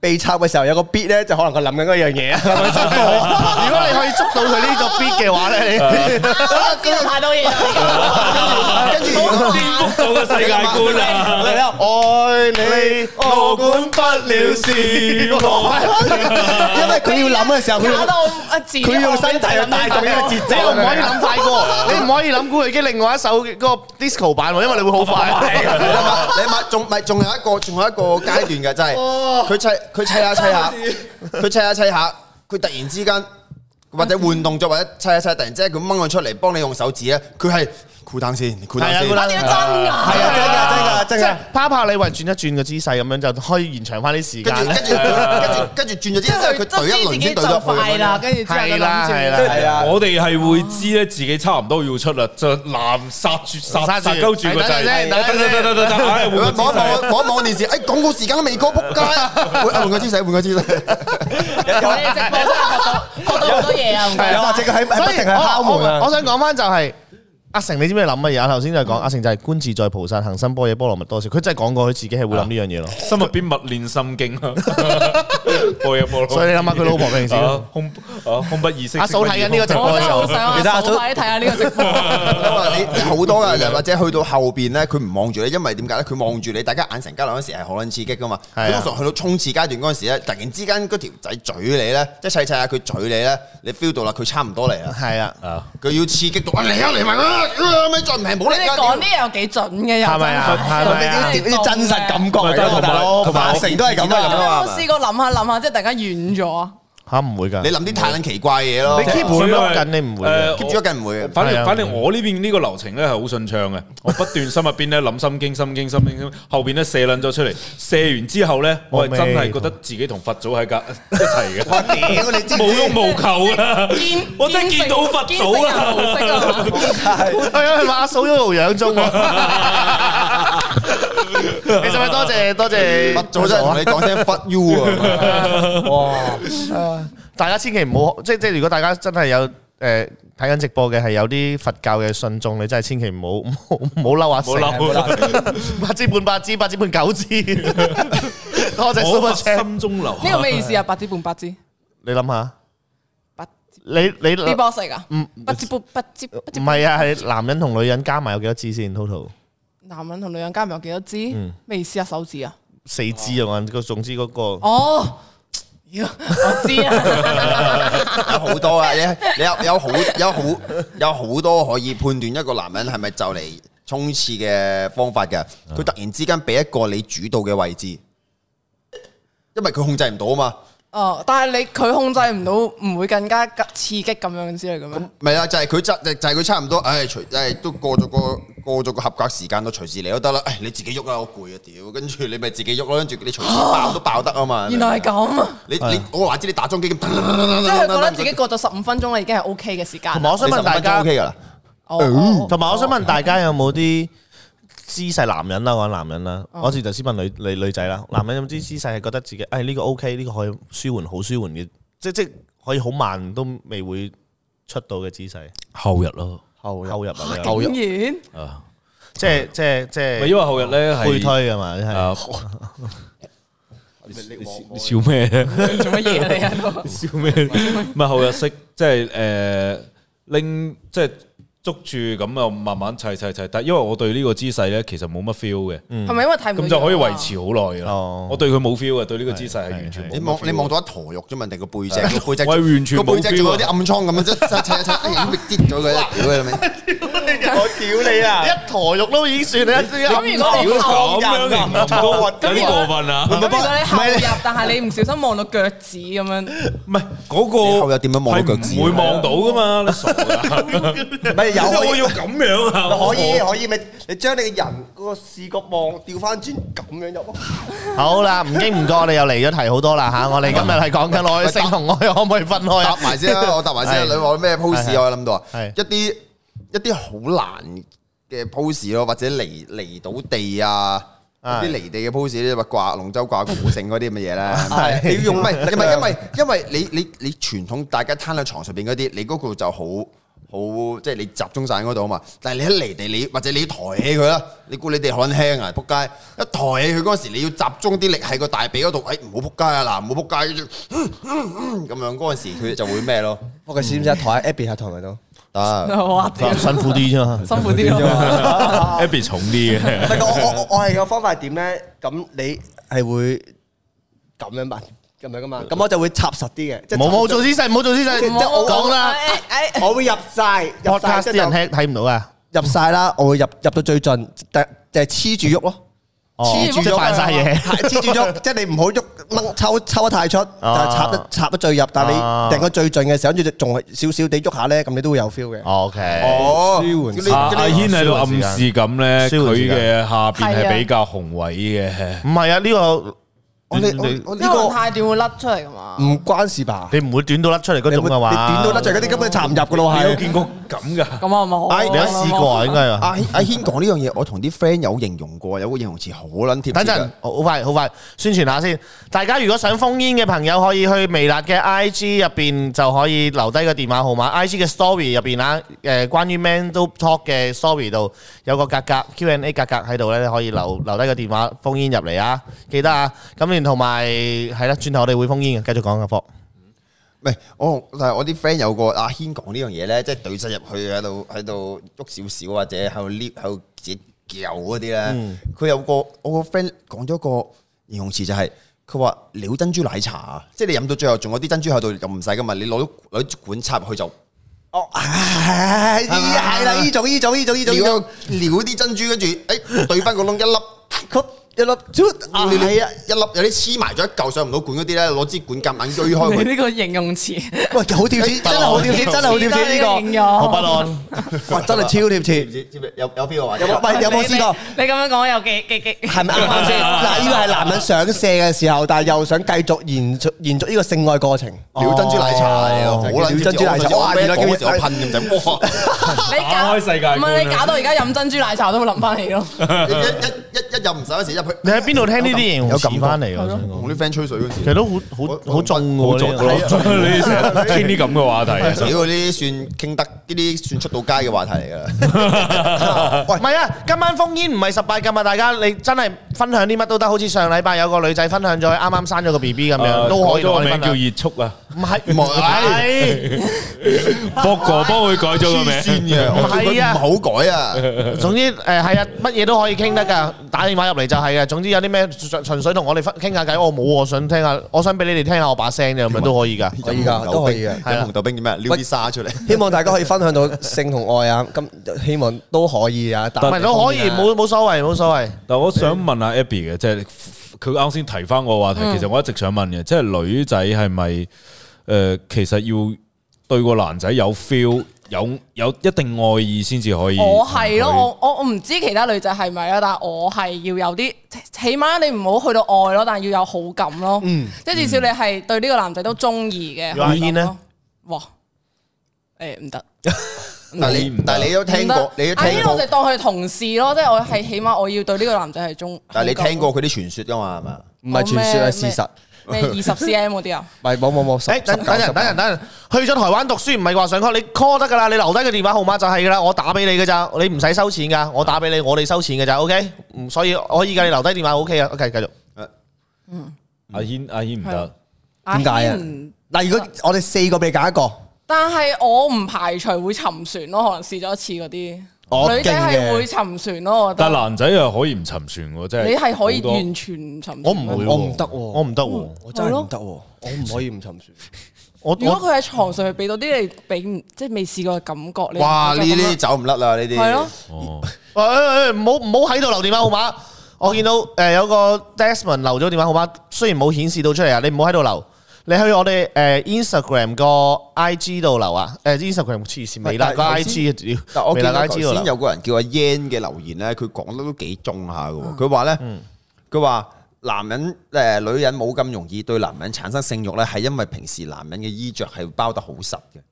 Speaker 1: 被插嘅時候有個 beat 咧，就可能佢諗緊嗰樣嘢啊。
Speaker 2: 如果你可以捉到佢呢個 beat 嘅話咧，你
Speaker 4: 知道太多嘢 啦。
Speaker 6: 跟住
Speaker 5: 顛覆咗個世界觀啊！
Speaker 2: 愛你
Speaker 5: 我管不了事，
Speaker 1: 因為佢要諗嘅時
Speaker 6: Dạ,
Speaker 1: 候，佢
Speaker 4: 搞
Speaker 1: 要
Speaker 4: 到啊自己
Speaker 1: 佢用身體去帶動呢個節奏。
Speaker 2: 你唔可以諗快過，你唔可以諗古巨基另外一首嗰個 disco 版喎，因為你會好快。
Speaker 6: 你諗下，你諗下，仲咪仲有一個，仲有一個階段嘅，真係佢砌佢砌下砌下，佢砌下砌下，佢突然之間或者換動作，或者砌下砌，突然之間佢掹佢出嚟，幫你用手指咧，佢係酷彈先，酷彈
Speaker 2: 係啊
Speaker 6: 先，
Speaker 2: cool down
Speaker 6: 係
Speaker 4: 我哋真㗎。
Speaker 6: 啊，真㗎真㗎
Speaker 2: 即
Speaker 6: 正
Speaker 2: 係
Speaker 6: 啊！
Speaker 2: 拋拋你為轉一轉個姿勢咁樣就可以延長翻啲時
Speaker 6: 跟
Speaker 2: 間
Speaker 6: 住跟
Speaker 2: 咧。
Speaker 6: 住跟住跟住轉咗之後，佢
Speaker 4: 都
Speaker 6: 懟
Speaker 4: 知
Speaker 6: 一
Speaker 4: 自
Speaker 6: 輪
Speaker 4: 己
Speaker 6: 先
Speaker 4: 就
Speaker 6: 懟得
Speaker 4: 快啦，跟住之後就
Speaker 2: 係啦係
Speaker 4: 諗
Speaker 2: 啦
Speaker 4: 住。
Speaker 1: 係啊
Speaker 5: 我哋係會知咧，自己差唔多要出啦，就男殺住殺
Speaker 2: 殺
Speaker 5: 殺
Speaker 2: 住
Speaker 5: 鳩住個
Speaker 2: 係等陣
Speaker 5: 掣，
Speaker 2: 先
Speaker 5: 得
Speaker 2: 等陣先
Speaker 5: 得得得得得，唉，換
Speaker 6: 望
Speaker 5: 個
Speaker 6: 一
Speaker 5: 姿
Speaker 6: 望
Speaker 5: 勢
Speaker 6: 望一望電視，哎，廣告時間都未過，仆街！換換個姿勢，換個姿勢。
Speaker 4: 我哋直播真係學到學到好多嘢啊！唔該
Speaker 1: 又或者佢喺喺不停係敲
Speaker 2: 我
Speaker 1: 門
Speaker 2: 我我
Speaker 1: 啊，
Speaker 2: 想講翻就係阿成，你知唔知諗乜嘢？頭先就講阿成就係觀自在菩薩，行深般若波羅蜜多時，佢真係講過佢自己係會諗呢樣嘢咯。
Speaker 5: 心入邊默練心經啊，冇嘢冇。
Speaker 2: 所以你諗下佢老婆平時
Speaker 5: 啊空啊空不意識。
Speaker 2: 阿嫂睇緊呢個直播嘅
Speaker 4: 我真
Speaker 2: 時
Speaker 4: 係
Speaker 2: 候
Speaker 4: 好，想阿
Speaker 1: 其實阿
Speaker 4: 嫂
Speaker 1: 嫂
Speaker 4: 快啲睇下呢個 直播。
Speaker 6: 你好多噶，或者去到後邊咧，佢唔望住你，因為點解咧？佢望住你，大家眼神交流嗰時係好撚刺激噶嘛。
Speaker 2: 係
Speaker 6: 佢
Speaker 2: 啊
Speaker 6: 通常去到衝刺階段嗰陣時咧，突然之間嗰條仔嘴你咧，即係砌砌下佢嘴你咧，你 feel 到啦，佢差唔多嚟啦。
Speaker 2: 係啊，
Speaker 6: 佢要刺激到啊嚟啊嚟埋啊，啊咪再唔係冇
Speaker 4: 你
Speaker 6: 力
Speaker 4: 哋
Speaker 6: 㗎
Speaker 4: 講啲嘢有幾準嘅又
Speaker 2: 係咪啊
Speaker 4: 真係
Speaker 2: 係咪啊
Speaker 1: 呢啲真實感覺嚟
Speaker 6: 啊
Speaker 1: 㗎嘛大佬，
Speaker 5: 同埋
Speaker 1: 八成都係咁啊，
Speaker 4: 你
Speaker 1: 咁
Speaker 4: 有
Speaker 1: 啊
Speaker 4: 冇
Speaker 1: 嘛
Speaker 4: 試過諗下諗下，即係突然間軟咗啊？
Speaker 2: 嚇唔會㗎。
Speaker 6: 你諗啲太撚奇怪嘢咯
Speaker 2: 你 keep 住喐緊你唔會嘅
Speaker 5: 誒
Speaker 6: keep 住一緊唔會嘅。
Speaker 5: 反
Speaker 2: 係啊
Speaker 5: 正反正我呢邊呢個流程咧係好順暢嘅， 我不斷心入邊咧諗心經心經心經，後邊咧射撚咗出嚟，射完之後咧，我係真係覺得自己同佛祖喺隔 一齊嘅，
Speaker 6: 屌你知唔
Speaker 5: 無
Speaker 6: 知
Speaker 5: 欲？無求啦，我真係見到佛祖啊
Speaker 4: 啊
Speaker 5: 啦，
Speaker 2: 係啊，佢話阿嫂一路養中喎。你使唔使多謝多謝啊
Speaker 6: 佛祖真係同你講聲 fuck you 啊！
Speaker 2: 大家千祈唔好，即即如果大家真係有誒睇緊直播嘅係有啲佛教嘅信眾，你真係千祈唔好唔好唔好嬲啊！
Speaker 5: 冇嬲，
Speaker 2: 八支半八支，八支半九支，多謝
Speaker 5: 我
Speaker 2: Super
Speaker 5: 佛
Speaker 2: Chat。
Speaker 5: 心中流
Speaker 4: 呢個咩意思啊？八支半八支，
Speaker 2: 你諗下，
Speaker 4: 八支
Speaker 2: 你你
Speaker 4: 呢
Speaker 2: 唔
Speaker 4: 波食啊？
Speaker 2: 嗯
Speaker 4: 八支半八支八支，
Speaker 2: 係啊？係男人同女人加埋有幾多支先？total
Speaker 4: 男人同女人加埋有幾多
Speaker 2: 嗯
Speaker 4: 支？咩意思啊？手指啊？
Speaker 2: 四支啊嘛。個總之嗰個
Speaker 4: 哦，妖我知 啊，
Speaker 6: 有好多啊，你你有有好有好有好多可以判斷一個男人係咪就嚟衝刺嘅方法
Speaker 4: 啊
Speaker 6: 嘅。佢突然之間俾一個你主導嘅位置，因為佢控制唔到啊嘛。
Speaker 4: 哦，但係你佢控制唔到，唔會更加刺激咁樣之類嘅咩？
Speaker 6: 咪啦，就係佢就就係佢差唔多，唉，隨唉都過咗個過咗個合格時間都隨時嚟都得啦。唉，你自己喐啦，我攰啊屌！跟住你咪自己喐咯，跟住你隨時爆都爆得啊 嘛。
Speaker 4: 原來係咁啊！
Speaker 6: 你你我話知你打樁機咁，
Speaker 4: 即
Speaker 6: 即
Speaker 4: 係佢覺得自己過咗十五分鐘啦，已經係 O K 嘅時間啦。
Speaker 2: 同埋我想問大家
Speaker 6: O。K 噶啦，
Speaker 4: 哦哦哦
Speaker 2: 嗯同埋我想問大家有冇啲姿勢男人啦，我講男人啦，我先頭先問女女女仔啦，男人有冇啲姿勢係覺得自己，誒呢個 O K，呢個可以舒緩，好舒緩嘅，即即可以好慢都未會出到嘅姿勢，
Speaker 5: 後日咯，
Speaker 2: 後後入啊，
Speaker 1: 後
Speaker 4: 竟
Speaker 1: 入
Speaker 4: 然
Speaker 2: 即係即係即係
Speaker 5: 咪因為後日咧係
Speaker 2: 背推啊嘛，你 係
Speaker 5: 啊！你笑咩咧？
Speaker 4: 做乜嘢啊你喺度？
Speaker 5: 笑 咩？唔係後日識，即係誒拎，即係捉住咁啊，慢慢砌砌砌。但因為我對呢個姿勢咧，其實冇乜 feel 嘅，
Speaker 4: 係咪因為睇唔到
Speaker 5: 咁就可以維
Speaker 4: 嘢
Speaker 5: 持好耐啦
Speaker 2: 哦。
Speaker 5: 我對佢冇 feel 嘅，對呢個姿勢係完全
Speaker 6: 你
Speaker 5: 冇。
Speaker 6: 望你望到一坨肉啫嘛，定個背脊個背脊，
Speaker 5: 我係完全
Speaker 6: 個
Speaker 5: 冇
Speaker 6: 背脊
Speaker 5: feel
Speaker 6: 仲
Speaker 5: 啊
Speaker 6: 有啲暗瘡咁樣，即係砌一砌，哎呀跌咗 佢啦，屌你咪！我屌你啊！
Speaker 2: 一坨肉都已經算啦，
Speaker 4: 咁如果你後
Speaker 5: 咁啊樣形容都有啲過分啊！
Speaker 4: 咁如果你後入，但係你唔小心望到腳趾咁樣，
Speaker 5: 唔係嗰
Speaker 6: 你
Speaker 5: 個
Speaker 6: 後日點樣望到腳趾
Speaker 5: 係唔會望到噶嘛？你傻 噶？
Speaker 1: 唔係
Speaker 5: 即係我
Speaker 1: 有
Speaker 5: 要咁樣啊！
Speaker 1: 可以可以咪你將你嘅人嗰個視覺望調翻轉咁樣入咯。
Speaker 2: 好啦，唔經唔覺我哋又嚟咗題好多啦嚇，我哋今日係講緊愛性同愛可唔可以分開
Speaker 6: 答
Speaker 2: 啊？
Speaker 6: 埋先啦，我答埋先啦。
Speaker 2: 係
Speaker 6: 你話咩 pose
Speaker 2: 係
Speaker 6: 啊我諗到啊，
Speaker 2: 係
Speaker 6: 一啲一啲好難嘅 pose 咯，或者離離到地啊。
Speaker 2: 係
Speaker 6: 啲離地嘅 pose 咧，話掛龍舟掛古繩嗰啲咁嘅嘢咧，
Speaker 2: 係
Speaker 6: 你要用唔係唔係因為因為你你你傳統大家攤喺床上邊嗰啲，你嗰個就好好即係你集中晒喺嗰度啊嘛。但係你一離地，你或者你抬起佢啦，你估你哋好撚輕啊？仆街！一抬起佢嗰時，你要集中啲力喺個大髀嗰度，哎唔好仆街啊嗱，唔好仆街跟住咁樣嗰陣時，佢就會咩咯？
Speaker 1: 我嘅知唔知啊？台 Abby 喺台咪都？
Speaker 6: 啊，
Speaker 4: 哇，
Speaker 2: 辛苦啲啫嘛，
Speaker 4: 辛苦啲咯。
Speaker 5: Abby 重 啲嘅
Speaker 1: 唔。係我我我我係個方法係點咧？咁你係會咁樣問咁樣噶嘛？咁我就會插實啲嘅，即係
Speaker 2: 冇冇做姿勢，冇做姿勢，
Speaker 1: 即係我
Speaker 2: 講啦。
Speaker 4: 誒誒
Speaker 1: 我會入晒入晒
Speaker 2: podcast
Speaker 1: 即
Speaker 2: 啲人
Speaker 1: 係
Speaker 2: 聽睇唔到啊！
Speaker 1: 就入晒啦，我會入入到最盡，但就係黐住喐咯。黐住
Speaker 2: 即係
Speaker 1: 咗啊
Speaker 2: 扮晒嘢。
Speaker 1: 係黐住 咗，即係你唔好喐掹抽抽得太出，但係插得插得最入，但係
Speaker 2: 啊
Speaker 1: 你定個最盡嘅時候，跟住仲係少少地喐下咧，咁你都會有 feel 嘅。
Speaker 2: O K，
Speaker 6: 哦，
Speaker 1: 舒緩
Speaker 6: 嗰啲-
Speaker 5: 阿
Speaker 6: 嗰啲-
Speaker 5: 阿軒喺度暗示咁咧，
Speaker 2: 消
Speaker 5: 佢
Speaker 2: 耗時間
Speaker 5: 嘅下邊
Speaker 4: 係啊
Speaker 5: 係比較雄偉嘅。
Speaker 2: 唔係啊，呢個
Speaker 1: 我
Speaker 2: 你
Speaker 1: 哋
Speaker 2: 你
Speaker 1: 哦我我呢
Speaker 4: 因為
Speaker 1: 個
Speaker 4: 太短會甩出嚟噶嘛。
Speaker 1: 唔關事吧？
Speaker 2: 你唔會短到甩出嚟嗰
Speaker 1: 你
Speaker 2: 種
Speaker 1: 會
Speaker 2: 啊嘛？
Speaker 1: 你短到甩就嗰啲根本插唔入噶咯，
Speaker 5: 你有
Speaker 1: 係。
Speaker 5: 見過咁噶？
Speaker 4: 咁啊冇。
Speaker 6: 哎
Speaker 2: 你有試過啊？應該啊。
Speaker 6: 阿-阿軒講呢樣嘢，我同啲friend有形容過，有個形容詞好撚貼切㗎。
Speaker 2: 等陣，好好快好快宣傳下先。大家如果想封煙嘅朋友，可以去微辣嘅 I G 入邊就可以留低個電話號碼，I G 嘅 Story 入邊啦。誒，關於 Man Do Talk 嘅 Story 度有個格格 Q and A 格格喺度咧，你可以
Speaker 1: 嗯
Speaker 2: 留留低個電話封煙入嚟啊！記得啊，咁然同埋係啦，轉頭我哋會封煙嘅，繼續講嘅啊課。
Speaker 6: 唔係，我-但係我啲friend有個阿軒講呢樣嘢呢，即係對身入去喺度-喺度喐少少，或者喺度捏-喺度自己撬嗰啲呢，佢有個-啊我個friend講咗個形容詞就係，佢話撩珍珠奶茶，即係你飲到最後仲有啲珍珠喺度，又唔使㗎嘛，你攞-哦 哎
Speaker 1: 係係
Speaker 6: 啊
Speaker 1: 啦，呢種呢種呢種呢種呢種，
Speaker 6: 攞支管插佢就，哦，撩一撩啲珍珠，跟住，哎，對返個窿，一粒
Speaker 1: 佢一粒
Speaker 6: 啊，
Speaker 1: 超
Speaker 6: 係啊，一粒有啲黐埋咗一嚿上唔到管嗰啲咧，攞支管夾硬鋸開
Speaker 4: 你
Speaker 6: 佢。
Speaker 4: 呢個形容詞，
Speaker 1: 喂，好貼
Speaker 6: 哎
Speaker 1: 切，真係好貼切，真係好貼切呢
Speaker 2: 好不
Speaker 4: 個。
Speaker 2: 安，
Speaker 1: 個，哇，真係超貼
Speaker 6: 唔
Speaker 1: 切。
Speaker 6: 知知唔知有有邊個話？
Speaker 1: 有冇唔係有冇試過？
Speaker 4: 你咁樣講有幾幾幾？
Speaker 1: 係咪啱啱先？嗱，呢個係男人想射嘅時候，但係又想繼續延續延續呢個性愛過程。
Speaker 6: 撩珍珠奶茶嚟啊！好撚
Speaker 1: 撩珍珠奶茶
Speaker 6: 哇！
Speaker 1: 哇原
Speaker 6: 原來
Speaker 1: 來
Speaker 6: 叫
Speaker 1: 叫
Speaker 6: 我噴咁就哇！
Speaker 4: 你搞
Speaker 5: 打開世界觀啊
Speaker 4: 唔係你搞到而家飲珍珠奶茶都會諗翻起咯。
Speaker 6: 一一一一入唔使嗰時入去，
Speaker 2: 你喺邊度聽呢啲形容
Speaker 6: 有感
Speaker 2: 詞
Speaker 6: 覺
Speaker 2: 翻嚟㗎？我想講
Speaker 6: 同啲 friend 吹水嗰時
Speaker 2: 其實，都好好好中
Speaker 6: 好
Speaker 2: 喎
Speaker 6: 中
Speaker 2: 呢個。
Speaker 5: 你成日傾啲咁嘅話題，
Speaker 6: 屌呢啲算傾得，呢啲算出到街嘅話題嚟㗎啦。
Speaker 2: 唔係啊，今晚封煙唔係十八禁啊！大家你真係分享啲乜都得，好似上禮拜有個女仔分享咗啱啱生咗個 B B 咁樣，啊都可以
Speaker 5: 啊改咗個
Speaker 2: 攞嚟
Speaker 5: 名
Speaker 2: 分
Speaker 5: 叫
Speaker 2: 享。
Speaker 5: 熱速啊！
Speaker 2: 唔係
Speaker 6: 唔
Speaker 2: 唔
Speaker 6: 係
Speaker 2: 係，
Speaker 5: 霍哥幫佢改咗個
Speaker 6: 黐線
Speaker 5: 名，
Speaker 6: 嘅，我叫佢
Speaker 2: 係啊
Speaker 6: 唔好改啊！
Speaker 2: 總之誒係啊，乜嘢都可以傾得㗎，打電話入嚟就係嘅。總之有啲咩純純粹同我哋分傾下偈，我冇我想聽下，我想俾你哋聽下我把聲啫，咁樣都可以㗎。
Speaker 1: 可以㗎都可以嘅
Speaker 6: 飲紅豆冰點咩？撩啲沙出嚟。
Speaker 1: 希望大家可以分享到性同愛啊，咁希望都可以啊，但
Speaker 2: 唔係都可以，冇冇所謂，冇所謂。
Speaker 5: 但我想問下 Abby 嘅，即係佢啱先提翻我話題，其實我一直想問嘅，即係女仔係咪誒其實要對個男仔有 feel，有有一定愛意先至可以？
Speaker 4: 我哦係咯，我我我唔知其他女仔係咪啦，啊但係我係要有啲，起起碼你唔好去到愛咯，但係要有好感咯。
Speaker 6: 嗯
Speaker 4: 即係至少你係對呢個男仔都中意嘅。
Speaker 2: 如果阿燕呢
Speaker 4: 好感咯？哇！誒唔得，
Speaker 6: 但係你但係你都聽過，你都
Speaker 4: 阿
Speaker 6: 聽
Speaker 4: 燕我
Speaker 6: 過嗯
Speaker 4: 就，當佢同事咯，即係我係起碼我要對呢個男仔係中。
Speaker 6: 但係你
Speaker 4: 好感
Speaker 6: 聽過佢啲傳說㗎嘛？係嘛？
Speaker 1: 唔係傳說啊係事實，
Speaker 4: 咩二十 cm 嗰啲啊？
Speaker 1: 唔係冇冇冇，十
Speaker 2: 誒，
Speaker 1: 十
Speaker 2: 等
Speaker 1: 九
Speaker 2: 等
Speaker 1: 十
Speaker 2: 陣，等
Speaker 1: 九
Speaker 2: 陣，等陣，去咗台灣讀書唔係話上 call，你 call 得㗎啦，你留低個電話號碼就係㗎啦，我打俾你㗎咋，你唔使收錢㗎，我打俾你，我哋收錢㗎咋，OK？嗯，所以可以㗎，你留低電話 OK 啊，OK，繼續。
Speaker 5: 阿軒阿軒唔
Speaker 4: 係
Speaker 5: 得，
Speaker 4: 阿
Speaker 1: 點解啊
Speaker 4: 軒唔？
Speaker 1: 嗱，如果我哋四個俾你揀一個，
Speaker 4: 但係我唔排除會沉船咯，可能試咗一次嗰
Speaker 1: 我
Speaker 6: 哦
Speaker 4: 啲女仔
Speaker 1: 勁嘅
Speaker 4: 係會沉船咯，我覺
Speaker 5: 但
Speaker 4: 得。
Speaker 5: 男仔又可以唔沉船喎，即係
Speaker 4: 你係可以
Speaker 5: 好多
Speaker 4: 完全唔沉船。
Speaker 2: 我唔會喎，
Speaker 1: 我唔得喎
Speaker 2: 我唔得喎，
Speaker 1: 我真係唔得喎，我唔可以唔沉船。
Speaker 2: 我
Speaker 4: 如果
Speaker 2: 我
Speaker 4: 佢喺床上面俾到啲你俾唔即係未試過嘅感覺，你
Speaker 6: 哇！呢啲
Speaker 4: 係
Speaker 6: 走唔甩啦，呢啲
Speaker 4: 咯，
Speaker 5: 哦
Speaker 2: 喂喂喂唔好唔好喺度留電話號碼，我見到誒有個 Desmond 留咗電話號碼，雖然冇顯示到出嚟啊，你唔好喺度留。你去我哋誒 Instagram 個 IG 度留啊，誒 Instagram 黐線，微辣個
Speaker 6: 但係
Speaker 2: IG 啊屌
Speaker 6: 但我
Speaker 2: 微
Speaker 6: 見
Speaker 2: 辣個
Speaker 6: 到
Speaker 2: IG 度
Speaker 6: 頭
Speaker 2: 留
Speaker 6: 先有個人叫阿 Yan 嘅留言咧，佢講得都幾中下嘅喎。佢話咧，佢話男人誒女人冇咁容易對男人產生性慾咧，係因為平時男人嘅衣着係包得好實嘅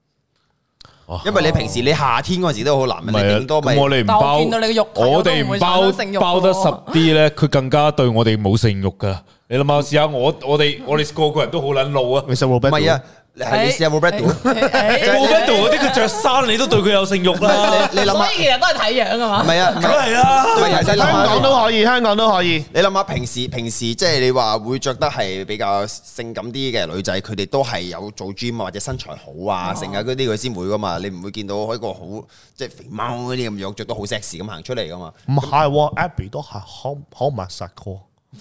Speaker 5: 哦。
Speaker 6: 因為你平時你夏天嗰陣時都好，男
Speaker 5: 唔
Speaker 6: 人
Speaker 5: 係啊
Speaker 6: 你頂多咪
Speaker 5: 咁我哋唔
Speaker 4: 但我
Speaker 5: 包，
Speaker 4: 見到你嘅肉體
Speaker 5: 我
Speaker 4: 我都
Speaker 5: 哋
Speaker 4: 唔會
Speaker 5: 唔
Speaker 4: 產
Speaker 5: 包
Speaker 4: 生性慾
Speaker 5: 包得
Speaker 4: 喎
Speaker 5: 十啲咧，佢更加對我哋冇性慾噶。你諗下試下，我我哋我哋個個人都好撚老啊。
Speaker 2: 其實
Speaker 6: 唔
Speaker 2: Robert
Speaker 6: 係啊？你係你試下 Roberto，
Speaker 5: 冇
Speaker 4: Roberto
Speaker 5: 咩道嗰啲，佢着衫你都對佢有性慾啦，
Speaker 6: 你你諗
Speaker 4: 所
Speaker 6: 下
Speaker 4: 以，其實都係睇樣啊
Speaker 6: 唔
Speaker 4: 嘛。
Speaker 6: 係啊，唔
Speaker 5: 梗
Speaker 6: 係
Speaker 5: 係啦。
Speaker 6: 對其實你諗下
Speaker 2: 香港都可以，香港都可以。
Speaker 6: 你諗下平時平時即係你話會着得係比較性感啲嘅女仔，佢哋都係有做 gym 啊或者身材好啊，成啊嗰啲佢先會噶嘛。你唔會見到一個好即係肥貓嗰啲咁樣着得好 sexy 咁行出嚟噶嘛？
Speaker 2: 唔係喎，Abby 都係好好密實個。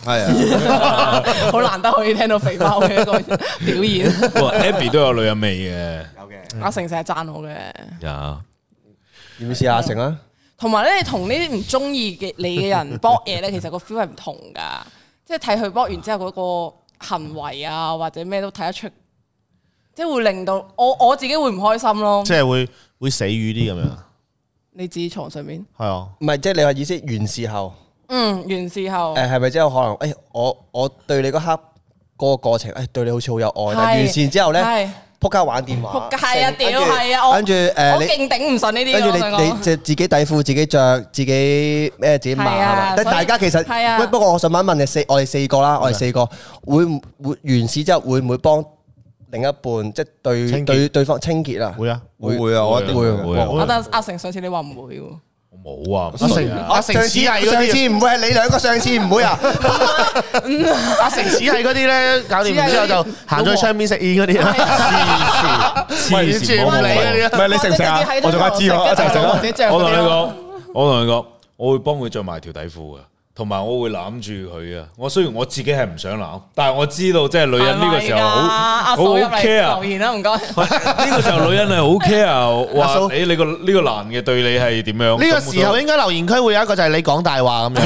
Speaker 6: 係啊，
Speaker 4: 好難得可以聽到肥貓嘅一個表 演。
Speaker 5: 哇，Abby 都有女人味嘅，
Speaker 4: 阿成成日讚我嘅，
Speaker 5: 呀，
Speaker 1: 要唔要試下阿成啊？
Speaker 4: 同埋咧，你同呢啲唔中意嘅你嘅人搏嘢咧，其實個 feel 係唔同噶，即係睇佢搏完之後嗰個行為啊，或者咩都睇得出，即係會令到我我自己會唔開心咯。
Speaker 2: 即係會會死魚啲咁樣，
Speaker 4: 你自己床上面，
Speaker 2: 係啊，
Speaker 1: 唔係即係你話意思完事後，
Speaker 4: 嗯，完事後
Speaker 1: 誒係咪之後可能誒、我我對你嗰刻嗰個過程，誒、對你好似好有愛，但係完事之後咧，
Speaker 4: 係
Speaker 1: 撲街玩電話，
Speaker 4: 仆街係啊，
Speaker 1: 成
Speaker 4: 屌
Speaker 1: 跟住
Speaker 4: 係啊，我
Speaker 1: 跟住
Speaker 4: 我
Speaker 1: 誒你。
Speaker 4: 勁頂唔順呢啲
Speaker 1: 跟
Speaker 4: 嘅，
Speaker 1: 住
Speaker 4: 我
Speaker 1: 你
Speaker 4: 想
Speaker 1: 你
Speaker 4: 講。
Speaker 1: 就自己底褲自己着，自己咩自己買
Speaker 4: 係啊
Speaker 1: 係嘛？但
Speaker 4: 所以
Speaker 1: 大家其
Speaker 4: 係啊
Speaker 1: 實，喂，不過我想問一問你四，我哋四個啦，我哋四個會唔會完事之後會唔會幫另一半即係對
Speaker 2: 清潔
Speaker 1: 對對方清潔啊？
Speaker 2: 會啊，
Speaker 1: 會
Speaker 6: 會啊，我一定
Speaker 1: 會
Speaker 6: 會
Speaker 1: 啊
Speaker 6: 啊。
Speaker 5: 會啊，
Speaker 4: 阿阿成上次你話唔會喎，
Speaker 5: 我冇啊，
Speaker 2: 阿成阿成
Speaker 1: 上
Speaker 2: 只
Speaker 1: 次
Speaker 2: 係嗰
Speaker 1: 上
Speaker 2: 啲
Speaker 1: 次唔會係你兩個，上次唔會 啊？
Speaker 2: 阿成只係嗰啲咧，搞掂完之後就行咗去窗邊食煙嗰啲啊啦，
Speaker 5: 黐線，
Speaker 2: 完
Speaker 5: 冇
Speaker 2: 全唔理嗰啲
Speaker 5: 冇
Speaker 2: 啦。
Speaker 7: 唔係你食唔食啊？我仲加知我一齊食啊！
Speaker 5: 冇我同你講，我同你講，我會幫佢着埋條底褲噶。同埋我會攬住佢啊！我雖然我自己係唔想攬，但係我知道即係女人呢個時候好
Speaker 4: 阿
Speaker 5: 好
Speaker 4: 嫂入嚟
Speaker 5: care 啊
Speaker 4: 留。言啦，唔該。
Speaker 5: 呢個時候女人係好 care，
Speaker 1: 阿嫂
Speaker 5: 話你你個呢個男嘅對你係點樣？
Speaker 2: 呢個時候應該留言區會有一個就係你講大話咁樣，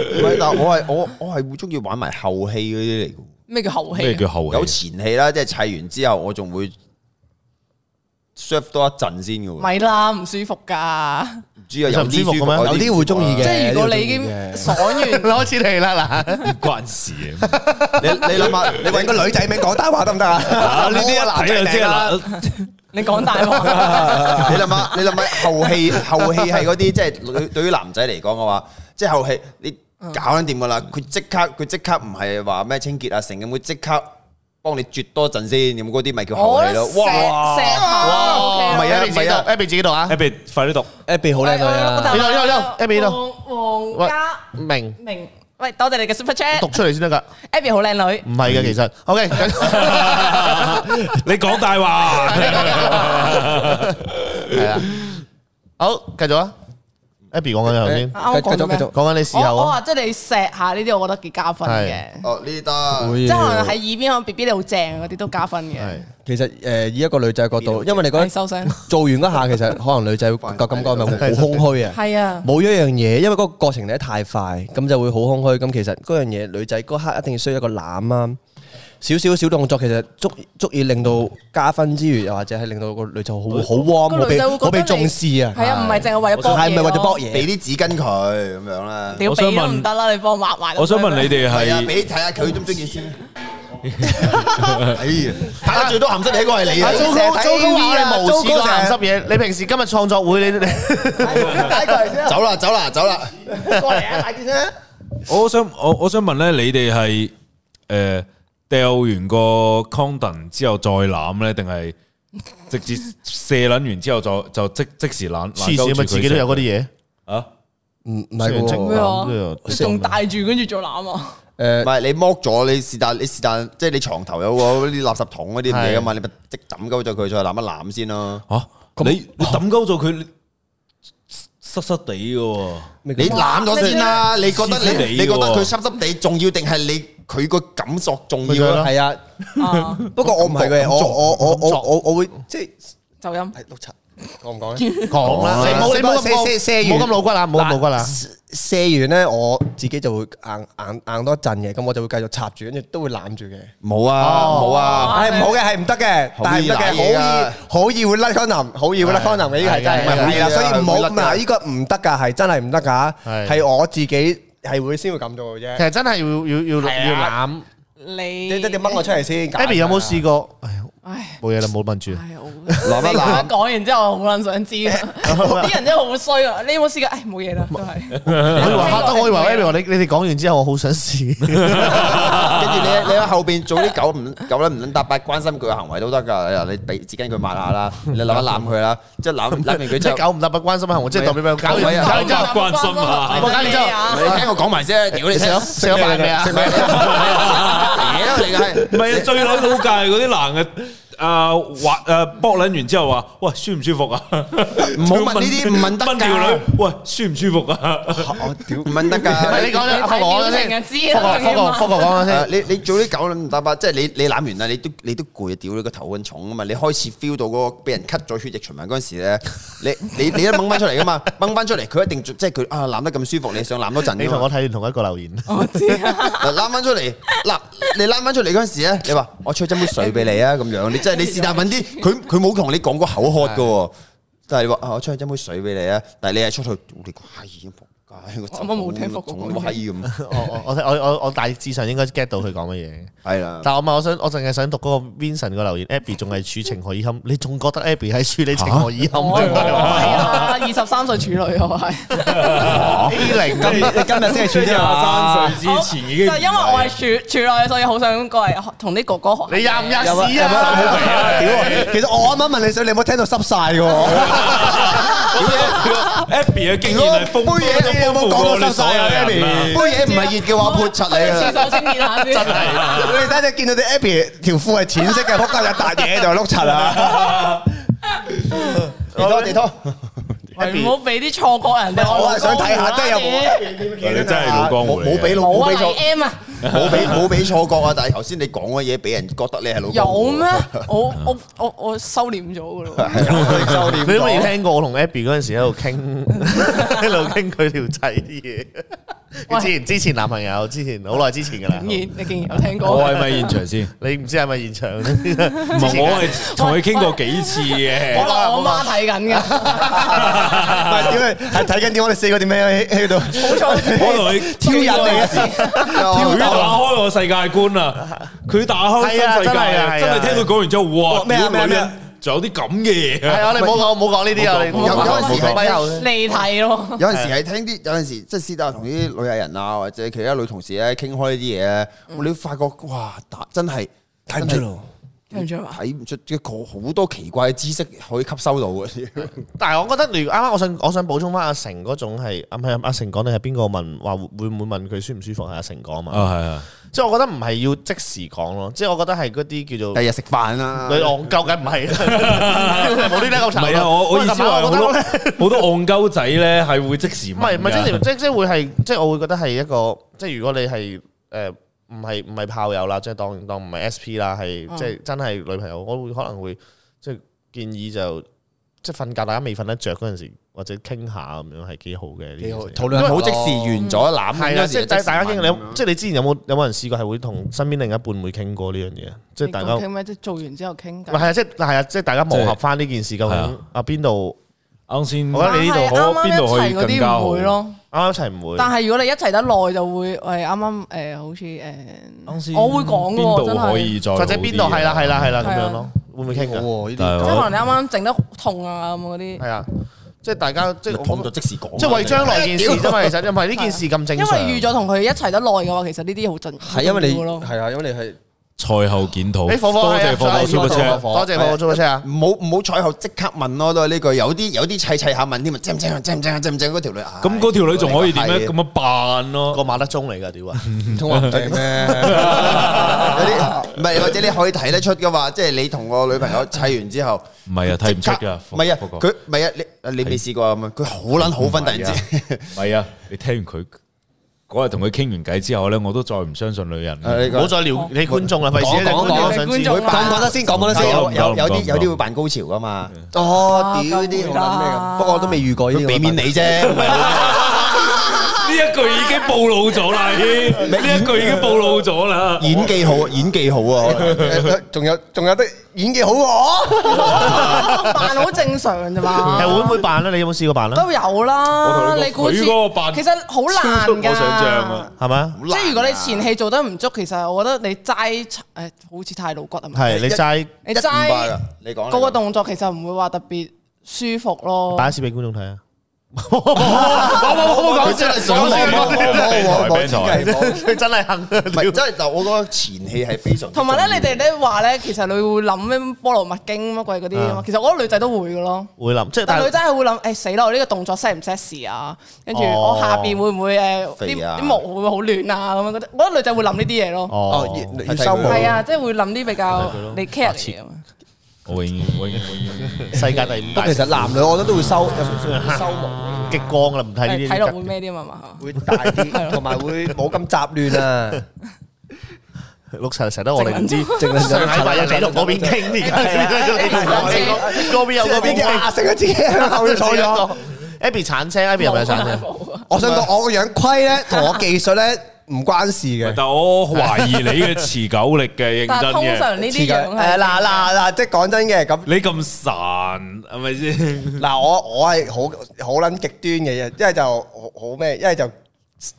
Speaker 6: 唔係，但我係我我係會中意玩埋後戲嗰啲嚟嘅。
Speaker 4: 咩叫後
Speaker 5: 咩
Speaker 4: 氣
Speaker 5: 叫？後
Speaker 6: 有
Speaker 5: 戲？
Speaker 6: 前戲啦，即係砌完之後，我仲會 serve 多一陣先嘅喎。
Speaker 4: 咪啦，唔舒服噶。
Speaker 6: 唔知啊，有
Speaker 2: 唔舒
Speaker 6: 啲
Speaker 2: 服嘅
Speaker 6: 舒服
Speaker 2: 咩
Speaker 1: 有啲會中意嘅，
Speaker 4: 即係如果
Speaker 1: 有啲會鍾
Speaker 4: 你已
Speaker 1: 意嘅
Speaker 4: 經爽完，
Speaker 2: 攞錢嚟啦嗱。
Speaker 5: 唔關事嘅。
Speaker 2: 啊
Speaker 6: 你你諗下，你
Speaker 1: 你
Speaker 6: 搵
Speaker 1: 揾
Speaker 6: 個
Speaker 1: 個女仔名講大話得唔得啊？
Speaker 5: 啊！呢啲一
Speaker 1: 男
Speaker 5: 睇
Speaker 1: 仔
Speaker 5: 就知啦，
Speaker 4: 你講大 話，
Speaker 6: 你諗下，你諗下後 戲後戲係嗰啲即係對對於男仔嚟講嘅話，即係後戲你搞緊掂㗎啦，佢即刻佢即刻唔係話咩清潔啊成咁，佢即刻幫你啜多陣先，咁嗰啲咪叫後
Speaker 4: 我
Speaker 6: 戲
Speaker 4: 咧
Speaker 6: 咯。
Speaker 4: 錫
Speaker 6: 哇！
Speaker 4: 錫
Speaker 2: 唔
Speaker 4: 下哦 OK 咯
Speaker 2: 係啊，唔
Speaker 6: Abby 自己
Speaker 2: 係啊
Speaker 6: 讀
Speaker 2: ，Abby 自己度啊
Speaker 5: a，b 快 啲讀，
Speaker 1: Abby 好靚女
Speaker 4: 我
Speaker 1: 啊！
Speaker 4: 答
Speaker 2: 呢度呢度呢度，Abby 呢度
Speaker 4: 度黃家
Speaker 2: 明
Speaker 4: 明，喂，多謝你嘅 super
Speaker 2: 讀
Speaker 4: chat。
Speaker 2: 出嚟先得㗎，
Speaker 4: Abby 好靚女，
Speaker 2: 唔係嘅其實。OK，
Speaker 5: 你講 大話。
Speaker 2: 係啊，好，繼續啊，Abby 講緊頭先，
Speaker 4: 啊我
Speaker 1: 繼
Speaker 4: 講
Speaker 1: 繼
Speaker 4: 咗
Speaker 1: 續
Speaker 4: 咩
Speaker 1: 繼續。
Speaker 2: 講緊你事
Speaker 4: 我
Speaker 2: 後
Speaker 4: 我
Speaker 2: 啊，
Speaker 4: 話即係你錫下呢啲，我覺得幾加分嘅。
Speaker 6: 哦呢啲得。
Speaker 1: 會
Speaker 4: 即係可能喺耳邊講 B B 你好正啊嗰啲都加分嘅
Speaker 2: 係。
Speaker 1: 其實誒以一個女仔角度，因為你覺
Speaker 4: 你
Speaker 1: 得
Speaker 4: 收聲。
Speaker 1: 做完嗰下，其實可能女仔個感覺咪會好空虛啊。
Speaker 4: 係啊，
Speaker 1: 冇一樣嘢，因為嗰個過程嚟得太快，咁就會好空虛。咁其實嗰樣嘢，女仔嗰刻一定要需要一個攬啊，少少小動作其實足足以令到加分之餘，又或者係令到個女仔好好 warm，
Speaker 4: 個
Speaker 1: 好
Speaker 4: 女
Speaker 1: 被
Speaker 4: 仔會覺
Speaker 1: 好
Speaker 4: 得
Speaker 1: 被
Speaker 4: 你
Speaker 1: 重視啊。
Speaker 4: 係啊，唔係淨係為咗
Speaker 1: 係
Speaker 4: 搏嘢
Speaker 1: 係咪為咗搏
Speaker 4: 嘢？
Speaker 1: 嘢？
Speaker 6: 俾啲紙巾佢咁樣啦，
Speaker 4: 屌
Speaker 5: 我想
Speaker 4: 俾都
Speaker 5: 問
Speaker 4: 唔得啦，你幫我抹埋。
Speaker 5: 我想問你哋
Speaker 6: 係啊，
Speaker 5: 係
Speaker 6: 俾睇下佢中唔中 意先。哎呀，睇下最多鹹濕嘢嗰個係你啊！
Speaker 2: 阿糟糕，糟糕話我哋無恥過鹹濕
Speaker 6: 成日
Speaker 2: 嘢，你平時今日創作會你你
Speaker 6: 睇過嚟先。走啦，走啦，走啦！
Speaker 2: 過嚟啊，大件啫。
Speaker 5: 我想我我想問咧，你哋係誒掉完個 condom 之後再攬咧，定係直接射撚完之後就就即即時攬？
Speaker 2: 黐線啊咪自己都有嗰啲嘢，
Speaker 5: 嘢啊！
Speaker 1: 唔唔係嘅
Speaker 4: 咩
Speaker 1: 喎，
Speaker 4: 啊
Speaker 2: 呢個？
Speaker 4: 你仲戴住跟住再攬啊？
Speaker 6: 唔係你剝咗，你是但，你是但，即係你床頭有個嗰啲垃圾桶嗰啲嘢噶嘛，你咪即抌鳩咗佢，再攬一攬先咯。
Speaker 5: 嚇啊你你
Speaker 2: 啊
Speaker 5: 抌鳩咗佢，你濕濕地嘅喎。
Speaker 1: 咩叫
Speaker 6: 你攬咗先啦，你覺得
Speaker 5: 黐黐
Speaker 6: 你
Speaker 5: 地喎
Speaker 6: 你覺得佢濕濕地重要定係你佢個感覺重
Speaker 2: 咪就係
Speaker 6: 要
Speaker 2: 咯
Speaker 6: 啊？
Speaker 1: 係啊？
Speaker 4: 啊，
Speaker 1: 不過我唔係嘅，我我我我我我會即係
Speaker 4: 就咁。
Speaker 1: 係六七講唔講咧？
Speaker 2: 講啦，你冇你冇咁
Speaker 1: 射射射
Speaker 2: 冇
Speaker 1: 完
Speaker 2: 咁老骨啦，冇咁老骨啦。
Speaker 1: 射完咧，我自己就會硬硬硬多一陣嘅，咁我就會繼續插住，跟住都會攬住嘅。
Speaker 6: 冇啊，冇啊，
Speaker 1: 係唔好嘅，係唔得嘅，但
Speaker 6: 好易
Speaker 1: 係唔得嘅，
Speaker 6: 賴嘢
Speaker 1: 好
Speaker 6: 㗎
Speaker 1: 易好易會甩 condom，好易會甩 condom 嘅呢個係
Speaker 2: 係
Speaker 1: 真係，
Speaker 6: 係
Speaker 1: 係啦，
Speaker 6: 係
Speaker 1: 所以唔
Speaker 6: 會甩
Speaker 1: 好
Speaker 6: 㗎
Speaker 1: 嗱，呢個唔得㗎，係真係唔得㗎，
Speaker 2: 係
Speaker 1: 係我自己係會先會咁做嘅
Speaker 2: 其
Speaker 1: 啫。
Speaker 2: 實真係啊要要要要攬。
Speaker 4: 你
Speaker 1: 你一定要掹我出嚟先。
Speaker 2: Abby 有冇試過？唉
Speaker 4: 唉，
Speaker 2: 冇嘢啦，冇問住。
Speaker 4: 唉，我
Speaker 6: 攬一
Speaker 4: 你咁樣
Speaker 6: 攬。
Speaker 4: 講完之後，我好撚想知，啊啲人真係好衰啊！你有冇試過？唉，冇嘢啦，都係。
Speaker 2: 我以為嚇得，我以為
Speaker 4: 我
Speaker 2: Abby 話你你哋講完之後，我好想試。
Speaker 6: 跟住你你喺後邊做啲狗唔狗咧唔撚搭八關心佢嘅行為都得㗎，你俾紙巾佢抹下啦，你攬一攬佢啦，即係攬攬完 佢
Speaker 2: 即
Speaker 6: 之後
Speaker 2: 係，狗唔搭不關心啊！我即係代表咩？搞
Speaker 6: 唔係
Speaker 2: 完
Speaker 6: 啊
Speaker 2: 搞完之後，
Speaker 5: 關心啊
Speaker 2: 我搞完之後
Speaker 6: 你聽我講埋先，屌你
Speaker 2: 食
Speaker 6: 聽
Speaker 2: 咗食咗飯未啊？
Speaker 6: 食埋，屌你係
Speaker 5: 唔係啊，最撚好介係嗰啲男嘅啊滑诶搏捻完之後話，喂舒唔舒服啊？唔
Speaker 6: 好問呢啲唔問得㗎
Speaker 5: 問條女，喂舒唔舒服啊？
Speaker 6: 我屌，唔問得㗎。
Speaker 2: 你講咗，
Speaker 4: 你睇
Speaker 2: 福哥講咗
Speaker 4: 表
Speaker 2: 先，
Speaker 4: 情就知啦
Speaker 2: 福哥，福哥，福哥講咗
Speaker 6: 誒
Speaker 2: 先。
Speaker 6: 啊你你做啲狗撚唔得吧？即係你你攬完啦，你都你都攰，屌你個頭咁重啊嘛！你開始 feel 到嗰個俾人 cut 咗血液循環嗰陣時咧， 你你你都掹翻出嚟噶嘛？ 掹翻出嚟，佢一定即係佢啊攬得咁舒服，你想攬多陣
Speaker 2: 你
Speaker 6: 㗎
Speaker 2: 同
Speaker 6: 嘛
Speaker 2: 我睇完同一個留言，
Speaker 4: 我知 啊，
Speaker 6: 嗱 攬翻出嚟，嗱你攬翻出嚟嗰陣時咧，你話我吹斟杯水俾你啊咁樣，你即係你是但揾啲，佢佢冇同你講過口渴嘅喎，但係你話啊我吹斟杯水俾你啊，但係你係出去，屌你個閪咁仆街，個
Speaker 4: 我冇聽過
Speaker 6: 腫到閪咁，
Speaker 2: 我我我我我我大致上應該 get 到佢講乜嘢。
Speaker 6: 係啦。
Speaker 2: 但我咪我想，我淨係想讀嗰個 Vincent 個留言，Abby 仲係處情何以堪？你仲覺得 Abby 係處你情何以堪
Speaker 4: 我我係啊，二十三歲處女我係，
Speaker 2: ？A 零咁
Speaker 3: 你今日先係處啫嘛，
Speaker 5: 三歲之前已經
Speaker 4: 就係因為我係處處女，所以好想過嚟同啲哥哥學。
Speaker 2: 你吔唔
Speaker 3: 有冇
Speaker 2: 吔屎
Speaker 3: 有冇諗好味
Speaker 2: 啊？
Speaker 3: 啊？屌啊！其實我啱啱問你想，你有冇聽到濕晒嘅喎？
Speaker 5: Abby 嘅經
Speaker 6: 如果
Speaker 5: 驗係豐富
Speaker 6: 杯嘢你有冇講到濕晒啊
Speaker 5: 豐富過你所有人
Speaker 6: 杯嘢唔係熱嘅話，潑柒你
Speaker 4: 去
Speaker 6: 啊
Speaker 4: 廁！所清潔下先。
Speaker 3: 你等陣見到啲 Abby 條褲係淺色嘅，仆街有笪嘢就碌
Speaker 5: 啊
Speaker 3: 柒
Speaker 6: 啊
Speaker 3: 啦！
Speaker 6: 地拖地拖，
Speaker 4: 喂唔好俾啲錯覺人哋。
Speaker 3: 我係想睇下，即係有冇
Speaker 5: 你真係老江湖
Speaker 6: 冇
Speaker 5: 嚟嘅
Speaker 6: 冇俾老冇
Speaker 4: 冇啊
Speaker 6: 俾錯
Speaker 4: 係 M 啊，
Speaker 6: 冇俾冇俾錯覺啊！但係頭先你講嘅嘢，俾人覺得你係老
Speaker 4: 有咩？我我我我收斂咗 噶咯。
Speaker 6: 啊收
Speaker 2: 你都未聽過我同 Abby 嗰陣時喺度傾， 喺度傾佢條仔啲嘢。佢之前之前男朋友，之前好耐之前噶啦
Speaker 4: 竟。然你竟然有聽
Speaker 5: 我
Speaker 4: 過？
Speaker 5: 係咪現場先？唔
Speaker 2: 你唔知係咪現場？
Speaker 5: 係，我係同佢傾過幾次嘅。
Speaker 4: 我我媽睇緊㗎，
Speaker 3: 唔係屌你係睇緊點？我哋四個點樣喺喺度？好彩
Speaker 5: 我同佢挑
Speaker 3: 挑人嚟
Speaker 5: 嘅，佢打開我世界觀啦，佢打開新世界
Speaker 2: 係啊
Speaker 5: 啊！
Speaker 2: 真係
Speaker 5: 真
Speaker 2: 啊
Speaker 5: 係聽佢講完之後，哇！
Speaker 3: 咩啊
Speaker 5: 屌
Speaker 3: 咩啊
Speaker 5: 女
Speaker 3: 咩
Speaker 5: 人
Speaker 3: 啊
Speaker 5: 仲有啲咁嘅嘢
Speaker 2: 係
Speaker 5: 啊！
Speaker 2: 啊，你唔好講，唔好講呢啲啊！你
Speaker 6: 有有陣時係
Speaker 2: 咪後
Speaker 4: 離題咯。
Speaker 6: 有陣時係聽啲，有陣時即係私底下同啲女藝人啊，或者其他女同事啊咧傾開呢啲嘢咧，你會發覺哇，打真係
Speaker 1: 睇唔出咯。
Speaker 4: 聽唔啊出嘛？
Speaker 6: 睇唔出一個好多奇怪嘅知識可以吸收到 嘅。
Speaker 2: 但係我覺得，例如啱啱我想我想補充翻阿成嗰種係，啊唔係阿成講定係邊個問話會唔會問佢舒唔舒服係阿成講啊嘛，
Speaker 5: 係啊，
Speaker 2: 即係我覺得唔係要即時講咯，即係我覺得係嗰啲叫做
Speaker 6: 第日食飯啊啦，
Speaker 2: 你戇鳩梗唔係 啦，冇呢啲咁
Speaker 5: 唔
Speaker 2: 殘
Speaker 5: 係
Speaker 2: 忍
Speaker 5: 啊！我我意思
Speaker 2: 琴晚
Speaker 5: 話
Speaker 2: 我
Speaker 5: 好
Speaker 2: 覺
Speaker 5: 多
Speaker 2: 得咧
Speaker 5: 好多戇鳩仔咧係會即時
Speaker 2: 唔係唔
Speaker 5: 問㗎
Speaker 2: 係即係即即會係即係我會覺得係一個即係如果你係誒唔係唔係炮友啦，即係當當唔係 SP 啦，係
Speaker 4: 嗯
Speaker 2: 即係真係女朋友，我會可能會即係建議就即係瞓覺大家未瞓得着嗰陣時，或者傾下咁樣係幾好
Speaker 1: 啊
Speaker 2: 嘅呢件事。
Speaker 1: 討論
Speaker 6: 唔好即時完咗攬
Speaker 2: 係啊
Speaker 5: 哦
Speaker 2: 啦，即係大家傾，
Speaker 6: 傾
Speaker 2: 你即係你之前有冇有冇人試過係會同身邊另一半會傾過呢樣嘢？即係大家
Speaker 4: 嗯你講傾咩？即係做完之後傾
Speaker 2: 唔係
Speaker 4: 偈。
Speaker 2: 啊，即係係啊，即係大家磨合翻呢件事究
Speaker 5: 係
Speaker 2: 竟
Speaker 5: 啊
Speaker 2: 啊邊度
Speaker 5: 啱先，
Speaker 2: 我覺得你呢度
Speaker 5: 好
Speaker 4: 但係啱啱
Speaker 5: 邊度可以
Speaker 4: 一齊嗰啲
Speaker 5: 更加好
Speaker 4: 唔會咯。
Speaker 2: 啊啱啱一齊唔會。
Speaker 4: 但係如果你一齊得耐就會，喂啱啱誒好似誒，
Speaker 5: 啱先
Speaker 4: 我會講嘅
Speaker 5: 邊
Speaker 4: 喎，真
Speaker 5: 度可
Speaker 4: 係。
Speaker 5: 以再
Speaker 2: 或者邊度係啦係啦係啦
Speaker 4: 係
Speaker 2: 咁
Speaker 4: 啊
Speaker 2: 樣咯，會唔會傾㗎？
Speaker 1: 喎，呢
Speaker 5: 但
Speaker 4: 即
Speaker 5: 係
Speaker 4: 係
Speaker 5: 我
Speaker 4: 可能你啱啱整得痛啊咁嗰啲
Speaker 2: 係。啊，即係大家即係我
Speaker 6: 碰
Speaker 2: 覺
Speaker 6: 就
Speaker 2: 得
Speaker 6: 即時
Speaker 1: 啊
Speaker 6: 講啦，
Speaker 2: 即係為將來件事啫嘛。其實因為呢件事咁正
Speaker 4: 因
Speaker 2: 常，
Speaker 4: 為預咗同佢一齊得耐嘅話，其實呢啲好重
Speaker 1: 係因為你
Speaker 4: 好重要咯
Speaker 1: 係啊，因為你係
Speaker 5: 賽後檢討。
Speaker 2: 誒火火
Speaker 5: 多
Speaker 2: 係啊
Speaker 5: 謝火火
Speaker 2: 係
Speaker 5: Super
Speaker 2: 火
Speaker 5: Chat，
Speaker 2: 火多謝火火 super chat 啊！
Speaker 6: 唔好唔好彩後即刻問咯，都係呢句。有啲有啲砌砌下問添啊，正唔正啊？正唔正啊？正唔正啊？嗰條女唉
Speaker 5: 咁嗰條女仲可以點咧？咁樣扮咯。
Speaker 2: 個馬德鐘嚟㗎，屌啊！
Speaker 1: 唔通話 唔正咩？
Speaker 6: 有啲唔係，或者你可以睇得出噶嘛？即係你同個女朋友砌完之後，
Speaker 5: 唔係啊，睇唔
Speaker 6: 即
Speaker 5: 出㗎
Speaker 6: 刻。唔係啊，
Speaker 5: 福哥
Speaker 6: 佢唔係啊，你你未試過啊嘛？佢好撚好分，突然之 間，
Speaker 5: 唔係啊，你聽完佢嗰日同佢傾完偈之後咧，我都再唔相信女人。
Speaker 6: 啊你
Speaker 2: 唔好
Speaker 6: 講
Speaker 2: 再撩你觀眾啦，費事
Speaker 3: 講
Speaker 2: 你觀眾
Speaker 4: 講
Speaker 2: 想
Speaker 4: 觀
Speaker 2: 知
Speaker 4: 眾
Speaker 3: 講講得先，講講得先。
Speaker 6: 有
Speaker 5: 唔夠
Speaker 6: 有有
Speaker 5: 唔夠
Speaker 6: 啲
Speaker 5: 唔夠
Speaker 6: 有啲會扮高潮噶嘛？
Speaker 1: 哦，
Speaker 4: 啊
Speaker 1: 屌呢
Speaker 4: 梗
Speaker 1: 啲
Speaker 4: 會
Speaker 1: 我諗咩
Speaker 4: 啦
Speaker 1: 咁？不過我都未遇過呢啲。
Speaker 6: 佢俾面你 啫，唔係
Speaker 5: 呢一句已經暴露咗啦，已經呢一句已經暴露咗啦。
Speaker 6: 演技好，演 技好啊！可能
Speaker 1: 誒，仲有仲有得演技好喎，哦
Speaker 4: 扮好正常啫嘛。
Speaker 2: 係會唔會扮咧？你有冇試過扮咧？
Speaker 4: 都有啦
Speaker 5: 我同，你講
Speaker 4: 你估
Speaker 5: 佢嗰個扮
Speaker 4: 其實好難
Speaker 5: 超出
Speaker 4: 㗎。
Speaker 5: 我想象啊！
Speaker 2: 係咪啊？
Speaker 4: 即係如果你前戲做得唔足，其實我覺得你齋誒好似太露骨係咪？
Speaker 2: 係你齋
Speaker 4: 你
Speaker 6: 一五八啊
Speaker 4: 齋
Speaker 6: 你講
Speaker 4: 嗰個動作其實唔會話特別舒服咯。
Speaker 2: 擺一次俾觀眾睇啊！
Speaker 6: 佢真係想望望望望望演 技好。
Speaker 2: 佢真係肯
Speaker 6: 唔係，真係嗱，我覺得前戲係非常
Speaker 4: 同埋咧，你哋咧話咧，其實你會諗咩菠蘿蜜經乜鬼嗰啲啊嘛。其實我覺得女仔都會嘅咯，
Speaker 2: 會諗，即係但
Speaker 4: 但係女
Speaker 2: 係
Speaker 4: 仔係會諗，誒死啦！我呢個動作 sex 唔 sex 啊？跟住
Speaker 2: 哦
Speaker 4: 我下邊會唔會誒
Speaker 6: 肥
Speaker 4: 啲
Speaker 6: 啊
Speaker 4: 啲毛會唔會好亂啊？咁樣嗰啲，我覺得女仔會諗呢啲嘢咯。
Speaker 1: 哦
Speaker 2: 哦，
Speaker 1: 要要收
Speaker 6: 係
Speaker 1: 冇
Speaker 4: 係啊，即係會諗啲比較你 care 嘅嘢啊嘛。
Speaker 5: 我永遠永遠永遠
Speaker 2: 世界第五大
Speaker 1: 不過其實男女我覺得都會收收毛，
Speaker 2: 激光啦，唔睇呢啲
Speaker 4: 睇落會咩啲啊嘛？
Speaker 1: 會大啲，同埋會冇咁雜亂啊。
Speaker 2: 六成
Speaker 6: 哦
Speaker 2: 成得我哋唔知。
Speaker 1: 正能
Speaker 2: 上禮拜有你同嗰邊傾，而家嗰邊有嗰邊傾。
Speaker 1: 食咗自己 喺後面坐咗。
Speaker 2: Abby 鏟聲，Abby 有冇鏟 聲？
Speaker 1: 我想講我個樣虧咧，同我技術咧唔關事嘅。
Speaker 5: 但我懷疑你嘅持久力嘅，認
Speaker 4: 但
Speaker 5: 真
Speaker 4: 係通
Speaker 5: 嘅。
Speaker 4: 常呢啲
Speaker 1: 誒
Speaker 4: 樣
Speaker 1: 嗱
Speaker 4: 係
Speaker 1: 嗱嗱，即係講真嘅咁
Speaker 5: 你咁神係咪先？
Speaker 1: 嗱，我我係好好撚極端嘅嘢，一係就好好咩，一係就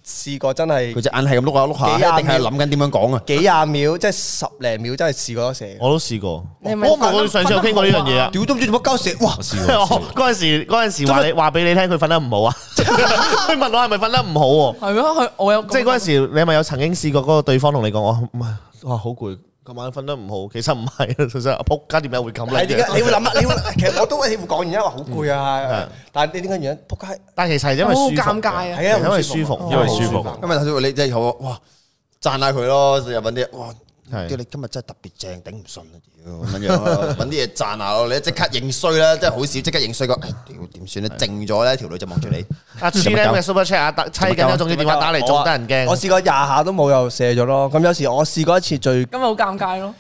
Speaker 1: 試過真係
Speaker 6: 佢隻眼係咁碌下碌
Speaker 1: 幾廿
Speaker 6: 下，一定係諗緊點樣講啊！
Speaker 1: 幾廿秒，即係十零秒，真係試過一射。
Speaker 2: 我都試過，
Speaker 4: 你
Speaker 2: 我
Speaker 4: 咪
Speaker 2: 唔係我哋上次有傾過呢樣嘢啊。
Speaker 1: 屌都唔知做乜鳩射，哇！
Speaker 5: 我試過，
Speaker 4: 啊
Speaker 2: 我嗰陣時嗰陣時話你話俾你聽佢瞓得唔好啊， 佢問我係咪瞓得唔好喎？
Speaker 4: 係咯，佢我有
Speaker 2: 即係嗰陣時，你係咪有曾經試過嗰個對方同你講我唔係哇好攰，琴晚瞓得唔好，其實唔係， 其實仆街點解會咁
Speaker 1: 係 點
Speaker 2: 咧？
Speaker 1: 解？你會諗啊？你會其實我都係會講原因話好攰啊，但係你點解原因仆街？
Speaker 2: 但其實係因為
Speaker 4: 好
Speaker 2: 舒服
Speaker 4: 尷
Speaker 2: 嘅，
Speaker 4: 尬啊！
Speaker 1: 係啊，
Speaker 2: 因為舒服
Speaker 5: 因為舒服
Speaker 6: 因為頭先啊你真係好哇，讚下佢咯，又揾啲哇。
Speaker 2: 係
Speaker 6: 屌你今日真係特別正，頂唔順啊！屌咁樣 樣，揾啲嘢讚下咯，你即刻認衰啦，真係好少即刻認衰個。唉屌點算咧？靜咗咧，條女就望住你。
Speaker 2: 阿 G M 嘅 Super Chat 啊，妻緊有種嘅電話打嚟，仲得人驚。
Speaker 1: 我試過廿下都冇又射咗咯。咁有時我試過一次最
Speaker 4: 咁咪好尷尬咯。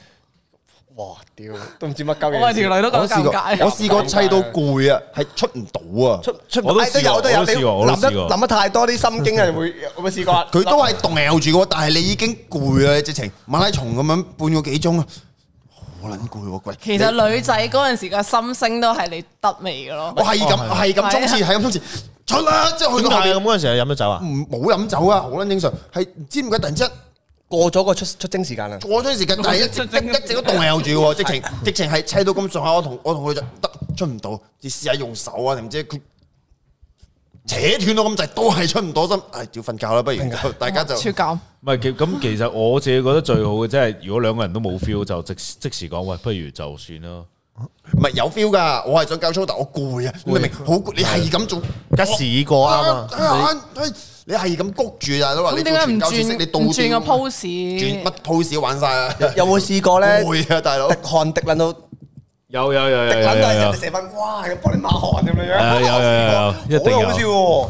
Speaker 1: 哇屌，都唔知乜鳩
Speaker 4: 我係條女都
Speaker 6: 我
Speaker 4: 咁
Speaker 6: 試
Speaker 4: 尷
Speaker 6: 過，
Speaker 4: 尬。啊
Speaker 6: 我試過 砌到攰啊，係出唔到啊。
Speaker 1: 出出
Speaker 5: 我都
Speaker 1: 哎
Speaker 5: 試過
Speaker 1: 有都
Speaker 5: 我
Speaker 1: 有，
Speaker 5: 都
Speaker 1: 你
Speaker 5: 試過我都
Speaker 1: 諗得
Speaker 5: 試過
Speaker 1: 諗得太多啲心經係會有冇試過啊？
Speaker 6: 佢都係棟咬住嘅喎，但係你已經攰啦，你直情馬拉松咁樣半個幾鐘啊，好撚攰喎，鬼！
Speaker 4: 其實女仔嗰陣時嘅心聲都係你得味嘅咯。
Speaker 6: 我係咁係咁衝刺，係咁衝刺，出啦！即係去
Speaker 2: 點
Speaker 6: 到
Speaker 2: 解
Speaker 6: 後
Speaker 2: 啊
Speaker 6: 面
Speaker 2: 咁嗰陣時係飲咗酒
Speaker 1: 嗯
Speaker 2: 啊？
Speaker 6: 唔冇諗走啊，好撚正常。係唔知點解突然之間
Speaker 1: 過咗個出出精時間啦。
Speaker 6: 過 咗時間，但係一直一直都棟咬住嘅喎，直情直情係砌到咁上下，我同我同佢就得出唔到，你試下用手啊，定唔知佢扯斷到咁滯，都係出唔到心，唉，照瞓覺啦，不如大家就
Speaker 4: 哦超尷，
Speaker 6: 哦
Speaker 5: 唔係其咁其實我自己覺得最好嘅，即係如果兩個人都冇 feel 就即即時講喂，不如就算啦。
Speaker 6: 唔係有 feel 㗎，我係想教操，但我攰啊，你明唔明？好攰，你係咁做。
Speaker 2: 吉時過啱啊！
Speaker 6: 你係咁谷住啊！都話
Speaker 4: 咁
Speaker 6: 你
Speaker 4: 點解
Speaker 6: 做全
Speaker 4: 唔
Speaker 6: 交知識你
Speaker 4: 轉
Speaker 6: 倒
Speaker 4: 唔轉個
Speaker 6: 轉
Speaker 4: pose？
Speaker 6: 啊轉乜 pose 都玩晒啦，
Speaker 1: 有冇試過咧？
Speaker 6: 攰啊，大佬
Speaker 1: 滴！汗滴撚到滴
Speaker 5: 有有有有有有
Speaker 1: 撚到人
Speaker 5: 有
Speaker 1: 哋射翻，哇！幫你抹汗咁樣
Speaker 5: 啊
Speaker 1: 樣。
Speaker 5: 有有有有一定有
Speaker 1: 好有笑喎，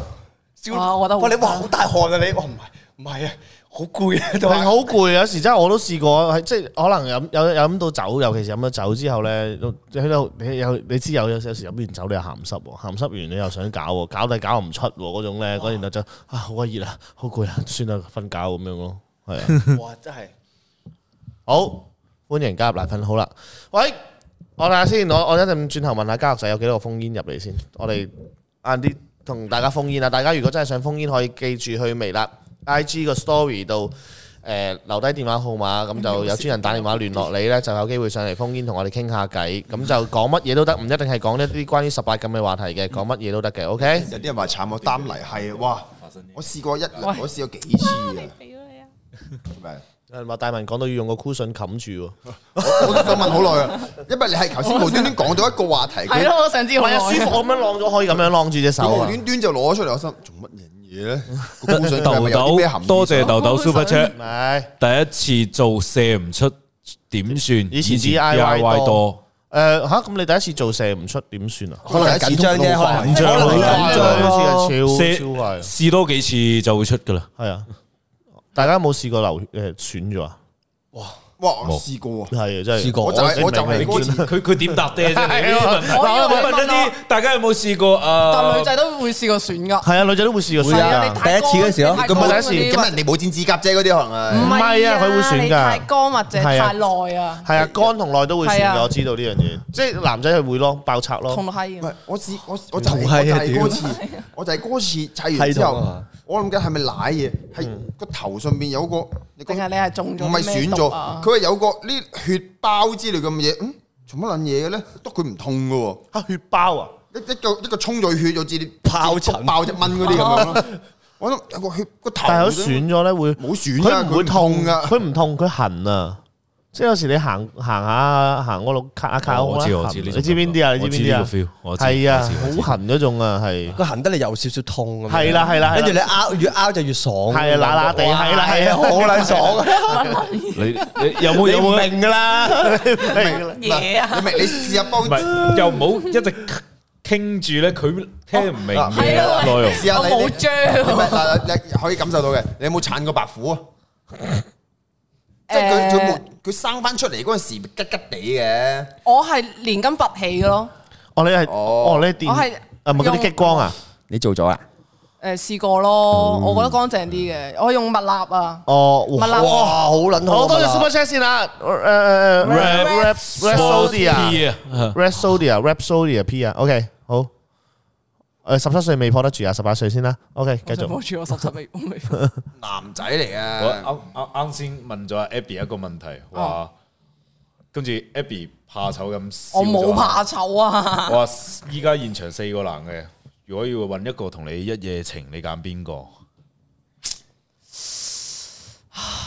Speaker 1: 笑
Speaker 4: 啊我覺得好
Speaker 1: 哇！你哇好大汗啊你，哇唔係唔係啊，好攰啊都
Speaker 2: 係
Speaker 1: 係
Speaker 2: 好攰，有時真係我都試過，係即係可能飲有有飲到酒，尤其是飲咗酒之後咧，都喺度你有你知有有有時飲完酒你又鹹濕喎，鹹濕完你又想搞喎，搞都係搞唔出喎嗰種咧，嗰然後就啊好鬼熱啊，好攰啊，算啦瞓覺咁樣咯，係啊。
Speaker 1: 哇真係。
Speaker 2: 好，歡迎加入奶粉好啦。喂，我睇下先，我我一陣轉頭問下家樂仔有幾多個封煙入嚟先。我哋晏啲同大家封煙啦。大家如果真係想封煙，可以記住去微辣 I G 個 story 度。誒、留低電話號碼，咁就有專人打電話聯絡你呢，就有機會上嚟封煙同我哋傾下偈，咁就講乜嘢都得，唔一定係講一啲關於十八禁嘅話題嘅，講乜嘢都得嘅，OK？
Speaker 6: 有啲人話慘我擔泥係啊，哇！我試過一，我試過幾次啊，係咪
Speaker 2: 有人話大文講到要用個 cushion 冚住喎，
Speaker 6: 我我都想問好耐啊，因為你係頭先無端端講到一個話題，
Speaker 4: 係
Speaker 6: 佢
Speaker 4: 咯，我想知
Speaker 2: 唔
Speaker 4: 好
Speaker 2: 係啊，舒
Speaker 4: 耐。
Speaker 2: 服咁樣晾咗可以咁樣晾住隻手
Speaker 6: 佢無
Speaker 2: 啊。
Speaker 6: 端端就攞出嚟，我心做乜嘢咧？個高水
Speaker 5: 豆
Speaker 6: 咪有啲咩含
Speaker 5: 豆
Speaker 6: 義
Speaker 5: 多謝豆豆 Super Chat，
Speaker 2: 唔係
Speaker 5: 第一次做射唔出點算？
Speaker 2: 以前 DIY
Speaker 5: 多，
Speaker 2: 誒嚇，呃咁你第一次做射唔出點算啊？
Speaker 1: 可能係緊張啫，可能
Speaker 5: 緊張咯
Speaker 1: 可能係
Speaker 5: 緊
Speaker 1: 緊
Speaker 5: 張啊
Speaker 1: 張咯。
Speaker 2: 一次係
Speaker 5: 射
Speaker 2: 超超快，
Speaker 5: 試多幾次就會出噶啦。
Speaker 2: 係啊！大家有冇試過流誒損咗啊？
Speaker 6: 哇！我試過啊，
Speaker 2: 係啊，真係
Speaker 1: 試過
Speaker 6: 我就係我就係嗰次。
Speaker 5: 佢佢點 答啫？
Speaker 2: 係啊
Speaker 5: 嗱我問一啲，大家有冇試過
Speaker 4: 但
Speaker 5: 啊
Speaker 4: 女？仔都會試過選噶。
Speaker 2: 係啊，女仔都會試過
Speaker 4: 係
Speaker 2: 損
Speaker 4: 啊，
Speaker 2: 㗎
Speaker 4: 你。
Speaker 1: 第一
Speaker 4: 太乾
Speaker 1: 次嗰時咯
Speaker 4: 你太乾
Speaker 2: 咁咪第一次
Speaker 4: 嗰啲
Speaker 6: 咁人哋冇剪指甲啫，嗰啲可能係
Speaker 4: 唔係啊，
Speaker 2: 唔係啊佢會選㗎
Speaker 4: 你太乾或者
Speaker 2: 係啊
Speaker 4: 太耐啊，
Speaker 2: 係啊，肝同內都會損
Speaker 4: 係啊
Speaker 2: 㗎，我知道呢樣嘢。即係男仔係會咯，爆拆咯。
Speaker 4: 痛到
Speaker 6: 唔
Speaker 4: 閪
Speaker 6: 係
Speaker 4: 啊！，
Speaker 6: 我試我我就係
Speaker 1: 唔
Speaker 6: 我
Speaker 1: 係啊
Speaker 6: 就係
Speaker 1: 屌
Speaker 6: 嗰次，我就係嗰次砌完之
Speaker 1: 系統啊
Speaker 6: 後
Speaker 1: 嘛，
Speaker 6: 我諗緊係咪舐嘢，係個頭上邊有個，你覺
Speaker 4: 定
Speaker 6: 得
Speaker 4: 係你係中咗
Speaker 6: 唔係
Speaker 4: 咩
Speaker 6: 損
Speaker 4: 毒
Speaker 6: 咗，
Speaker 4: 啊
Speaker 6: 佢？係有個呢血包之類咁嘅嘢，嗯，做乜撚嘢嘅咧？得佢唔痛嘅喎。
Speaker 2: 啊，血包啊！
Speaker 6: 一一個一個衝咗血，好似啲
Speaker 1: 疱疹
Speaker 6: 篤爆只蚊嗰啲咁樣咯。我諗有個血個頭，
Speaker 2: 但係佢損咗咧會
Speaker 6: 冇損㗎
Speaker 2: 佢唔會
Speaker 6: 佢唔痛㗎
Speaker 2: 佢唔痛，佢痕啊！即係有時你行行下行嗰路卡下卡下
Speaker 5: 哦我知
Speaker 2: 好啦
Speaker 5: 我知呢
Speaker 2: 痕
Speaker 5: 種
Speaker 2: 你知邊啲啊？你
Speaker 5: 感覺
Speaker 2: 知邊啲
Speaker 5: 我知呢個 feel，我
Speaker 2: 啊？
Speaker 5: 知
Speaker 2: 係啊，
Speaker 5: 我知我知
Speaker 2: 好痕嗰種啊，係
Speaker 1: 佢行得你有少少痛咁樣。
Speaker 2: 係啦係啦，
Speaker 1: 跟住
Speaker 2: 係
Speaker 1: 你
Speaker 2: 啦
Speaker 1: 拗越拗就越爽。
Speaker 2: 係啊，嗱嗱地係啦係啊，
Speaker 3: 好撚爽 啊！
Speaker 5: 你你有冇有冇
Speaker 2: 明㗎啦，明啦。
Speaker 4: 嘢啊！
Speaker 6: 你明你試下幫
Speaker 5: 唔係又唔好一直傾住咧，佢聽唔明嘅
Speaker 4: 係啊
Speaker 5: 內容。
Speaker 6: 試下
Speaker 4: 我
Speaker 6: 你
Speaker 4: 冇
Speaker 6: 你
Speaker 4: 張
Speaker 6: 唔係嗱嗱你可以感受到嘅，你有冇撐過白虎啊？即係佢
Speaker 4: 誒
Speaker 6: 佢冇佢生翻出嚟嗰陣時，吉吉地嘅。
Speaker 4: 我係連根拔起嘅咯，
Speaker 2: 哦，你係
Speaker 6: 哦
Speaker 2: 哦，你係電
Speaker 4: 我係
Speaker 2: 啊，唔係嗰啲
Speaker 4: 用
Speaker 2: 激光啊？
Speaker 6: 你做咗啦？
Speaker 4: 誒試過咯，我覺得乾淨啲嘅，我用蜜蠟啊，
Speaker 2: 哦，
Speaker 4: 蜜
Speaker 2: 哇
Speaker 4: 蠟
Speaker 1: 哇，好撚好。
Speaker 2: 好多謝 Super Chat 先啦，誒誒
Speaker 4: Rap-
Speaker 2: Rap Rap Sodia
Speaker 5: P 啊，
Speaker 2: Rap Sodia Rap Sodia P 啊，OK 好。誒十七歲未破得住啊，十八歲先啦。OK，繼續。
Speaker 4: 我住我十七未未。
Speaker 6: 男仔嚟
Speaker 5: 我
Speaker 6: 啊！
Speaker 5: 啱啱啱先問咗阿 Abby 一個問題，話跟住 Abby 怕醜咁笑咗，
Speaker 4: 我冇怕醜啊！
Speaker 5: 我話依家現場四個男嘅，如果要揾一個同你一夜情，你揀邊個？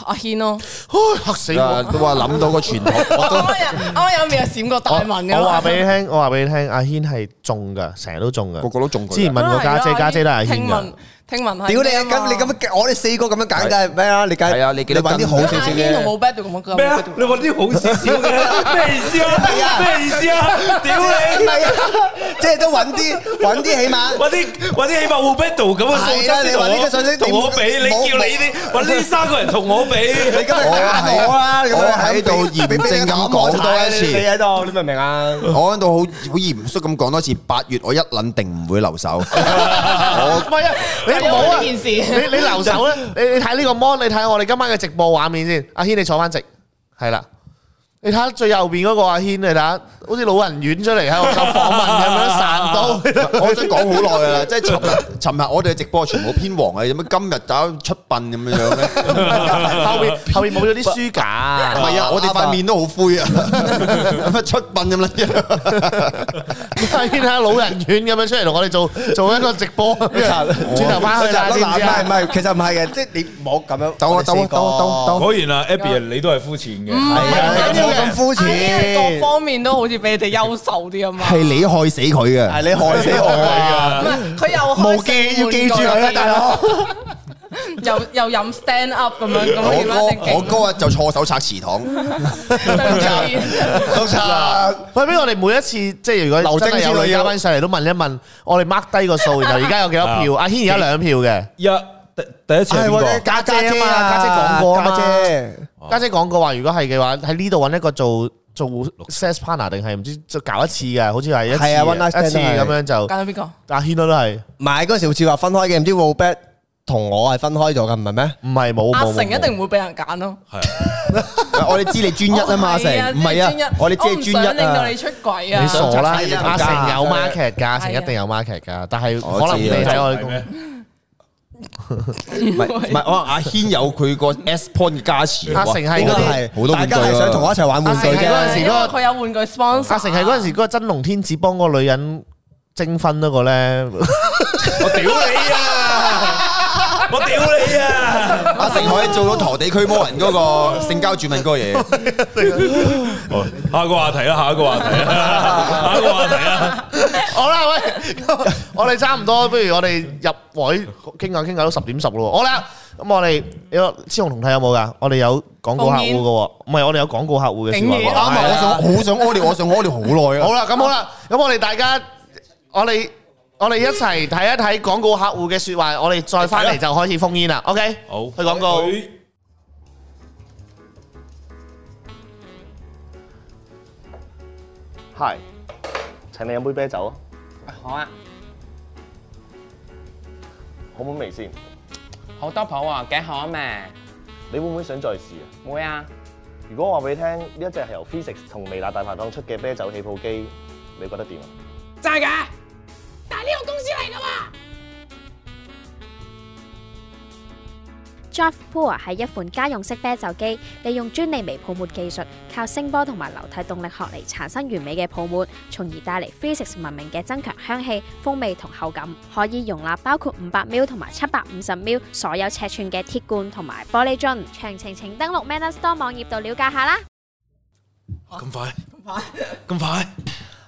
Speaker 4: 阿軒咯，
Speaker 2: 唉嚇死我！
Speaker 6: 都話諗到個傳統，我
Speaker 4: 啱啱有啱啱有面有閃過大文嘅
Speaker 2: 我話俾你聽，我話俾你聽，阿軒係中噶，成日都中噶。
Speaker 6: 個個都中佢㗎
Speaker 2: 之前問過家姐，家姐都係阿軒噶。
Speaker 4: 啊聽聞係
Speaker 1: 屌你
Speaker 4: 咩
Speaker 1: 啊！
Speaker 4: 啊嘛
Speaker 1: 咁你咁我哋四個咁樣揀，梗係咩啊？你梗
Speaker 6: 係啊你記得
Speaker 1: 揾啲好少少
Speaker 4: 阿軒
Speaker 1: 嘅。
Speaker 4: 同冇 bad 咁樣
Speaker 5: 咩啊？你揾啲好少少嘅，咩意思啊？咩意思啊？屌
Speaker 1: 唔
Speaker 5: 你！
Speaker 1: 係啊，即係都揾 啲揾啲起碼。
Speaker 5: 揾啲揾啲起碼互 battle 咁嘅素
Speaker 1: 係啦
Speaker 5: 質
Speaker 1: 你
Speaker 5: 同
Speaker 1: 揾呢個
Speaker 5: 我
Speaker 1: 信息
Speaker 5: 同我比，
Speaker 1: 你
Speaker 5: 你叫你啲揾呢三個人同我
Speaker 1: 你
Speaker 5: 比，
Speaker 1: 今日揀我啦，
Speaker 6: 我喺度嚴正咁講多一次
Speaker 1: 你喺度，你明唔明 啊？
Speaker 6: 我喺度好好嚴肅咁講多次，八月我一撚定唔 會留手。我
Speaker 2: 唔係啊，你唔好啊！
Speaker 4: 呢
Speaker 2: 你
Speaker 4: 件事
Speaker 2: 你留守咧，你你睇呢個 mon，你睇我哋今晚嘅直播畫面先。阿軒你坐翻直，係啦。你睇下最右邊嗰個阿軒，你睇下，好似老人院出嚟喺度做訪問咁樣散到。
Speaker 6: 我想講好耐噶啦，即係尋日尋日我哋嘅直播全部偏黃嘅，有乜今日搞出殯咁樣樣咧？
Speaker 2: 後面後面冇咗啲書架啊
Speaker 6: 唔。係啊，我哋塊面都好灰啊，乜出殯 咁樣？
Speaker 2: 阿軒喺老人院咁樣出嚟同我哋做做一個直播，轉頭翻去啦，知唔知啊
Speaker 1: 唔係唔？係，其實唔係嘅，即係你唔好咁樣。
Speaker 6: 鬥啊鬥啊鬥啊鬥啊鬥啊！
Speaker 5: 果然啊，Abby 你都係膚淺嘅。
Speaker 6: 啊
Speaker 1: 冇咁膚
Speaker 4: 阿軒係各
Speaker 1: 淺，
Speaker 4: 方面都好似比你哋優秀啲啊嘛。
Speaker 6: 係你害死佢嘅，
Speaker 1: 係你害死我啊！
Speaker 4: 唔係佢又
Speaker 1: 無記要記住佢啊，大佬。
Speaker 4: 又又飲 stand up 咁樣，咁
Speaker 6: 我
Speaker 4: 點一定
Speaker 6: 哥我
Speaker 4: 勁？
Speaker 6: 哥啊就錯手拆祠 堂，
Speaker 4: 對唔住
Speaker 1: 督察，
Speaker 2: 喂，不如我哋每一次即係如果
Speaker 1: 劉晶
Speaker 2: 真係
Speaker 1: 之
Speaker 2: 有
Speaker 1: 類
Speaker 2: 女嘉賓上嚟都問一問，我哋 mark 低個數，然後而家有幾多票？
Speaker 5: 啊
Speaker 2: 阿軒而家兩票嘅，
Speaker 5: 一第第一次係邊個？
Speaker 2: 家姐啊嘛，家姐講過啊嘛，
Speaker 1: 姐
Speaker 2: 家姐講過話，如果係嘅話，喺呢度揾一個做做 sex partner 定係唔知就搞一次嘅，好似係一次
Speaker 1: 係啊，one night
Speaker 2: 嘅
Speaker 1: stand
Speaker 2: 一次咁樣就
Speaker 4: 揀咗邊個？
Speaker 2: 阿軒都係
Speaker 1: 唔係嗰時好似話分開嘅，唔知 Robert 同我係分開咗嘅，唔係 咩？
Speaker 2: 唔係冇
Speaker 4: 阿
Speaker 2: 冇
Speaker 4: 成一
Speaker 2: 冇
Speaker 4: 定唔會俾人揀咯。
Speaker 6: 我哋知你專一啊嘛，阿成唔係啊，我哋知你
Speaker 4: 我唔想
Speaker 6: 專一
Speaker 4: 令到
Speaker 6: 啊
Speaker 4: 你。出軌啊！
Speaker 2: 傻啦
Speaker 1: 你想，
Speaker 2: 阿成有
Speaker 1: 真係啊
Speaker 2: market 㗎，阿成一定有 market 㗎，但係可能你睇我哋
Speaker 5: 係
Speaker 2: 公
Speaker 5: 咩？
Speaker 6: 唔係唔係，我話阿軒有佢個 S point 嘅加持喎。
Speaker 2: 阿成係嗰啲
Speaker 1: 係
Speaker 6: 好多
Speaker 1: 大
Speaker 6: 玩具
Speaker 1: 家
Speaker 6: 啊
Speaker 1: 係想同我一齊玩玩具
Speaker 2: 阿成係嗰
Speaker 1: 啫
Speaker 2: 陣。時
Speaker 4: 因為佢有玩具 sponsor。
Speaker 2: 阿成係 嗰陣時嗰個真龍天子幫嗰個女人徵婚嗰個咧，
Speaker 5: 我屌你啊！我屌你啊！
Speaker 6: 阿成可以做到陀地驅魔人嗰個性交轉運嗰個嘢，
Speaker 5: 下一個話題啦，下一個話 題啦，下一個話題啦。
Speaker 2: 好啦喂，咁我哋差唔多，不如我哋入位傾下傾下都十點十咯喎，好啦，咁我哋有雌雄同體有冇噶？我哋有廣告客戶噶喎，唔係我哋有廣告客戶嘅
Speaker 4: 竟
Speaker 2: 說
Speaker 4: 然
Speaker 2: 話喎。
Speaker 6: 啱啊！我想好想屙尿，我想屙尿好耐啊！
Speaker 2: 好啦，咁好啦，咁我哋大家，我哋我哋一齊睇一睇廣告客戶嘅説話，我哋再翻嚟就開始封煙啦。OK，
Speaker 5: 好，
Speaker 2: 去廣告。Hi，請你飲杯啤酒啊！
Speaker 8: 好啊，
Speaker 2: 好唔好味先？
Speaker 8: 好多鋪喎，幾好啊嘛，
Speaker 2: 你會唔會想再試啊？
Speaker 8: 會啊，
Speaker 2: 如果我話俾你聽，呢一隻係由 Physics 同微辣大排檔出嘅啤酒起泡機，你覺得點啊？
Speaker 8: 真係㗎，但係呢個公司嚟㗎嘛。
Speaker 9: Draft Pour 係一款家用式啤酒機，利用專利微泡沫技術，靠聲波同埋流體動力學嚟產生完美嘅泡沫，從而帶嚟 Physics 文明嘅增強香氣、風味同口感。可以容納包括五百 ml 同埋七百五十 ml 所有尺寸嘅鐵罐同埋玻璃樽。詳情請登錄 Manner Store 網頁度了解下啦。
Speaker 5: 咁快，咁快，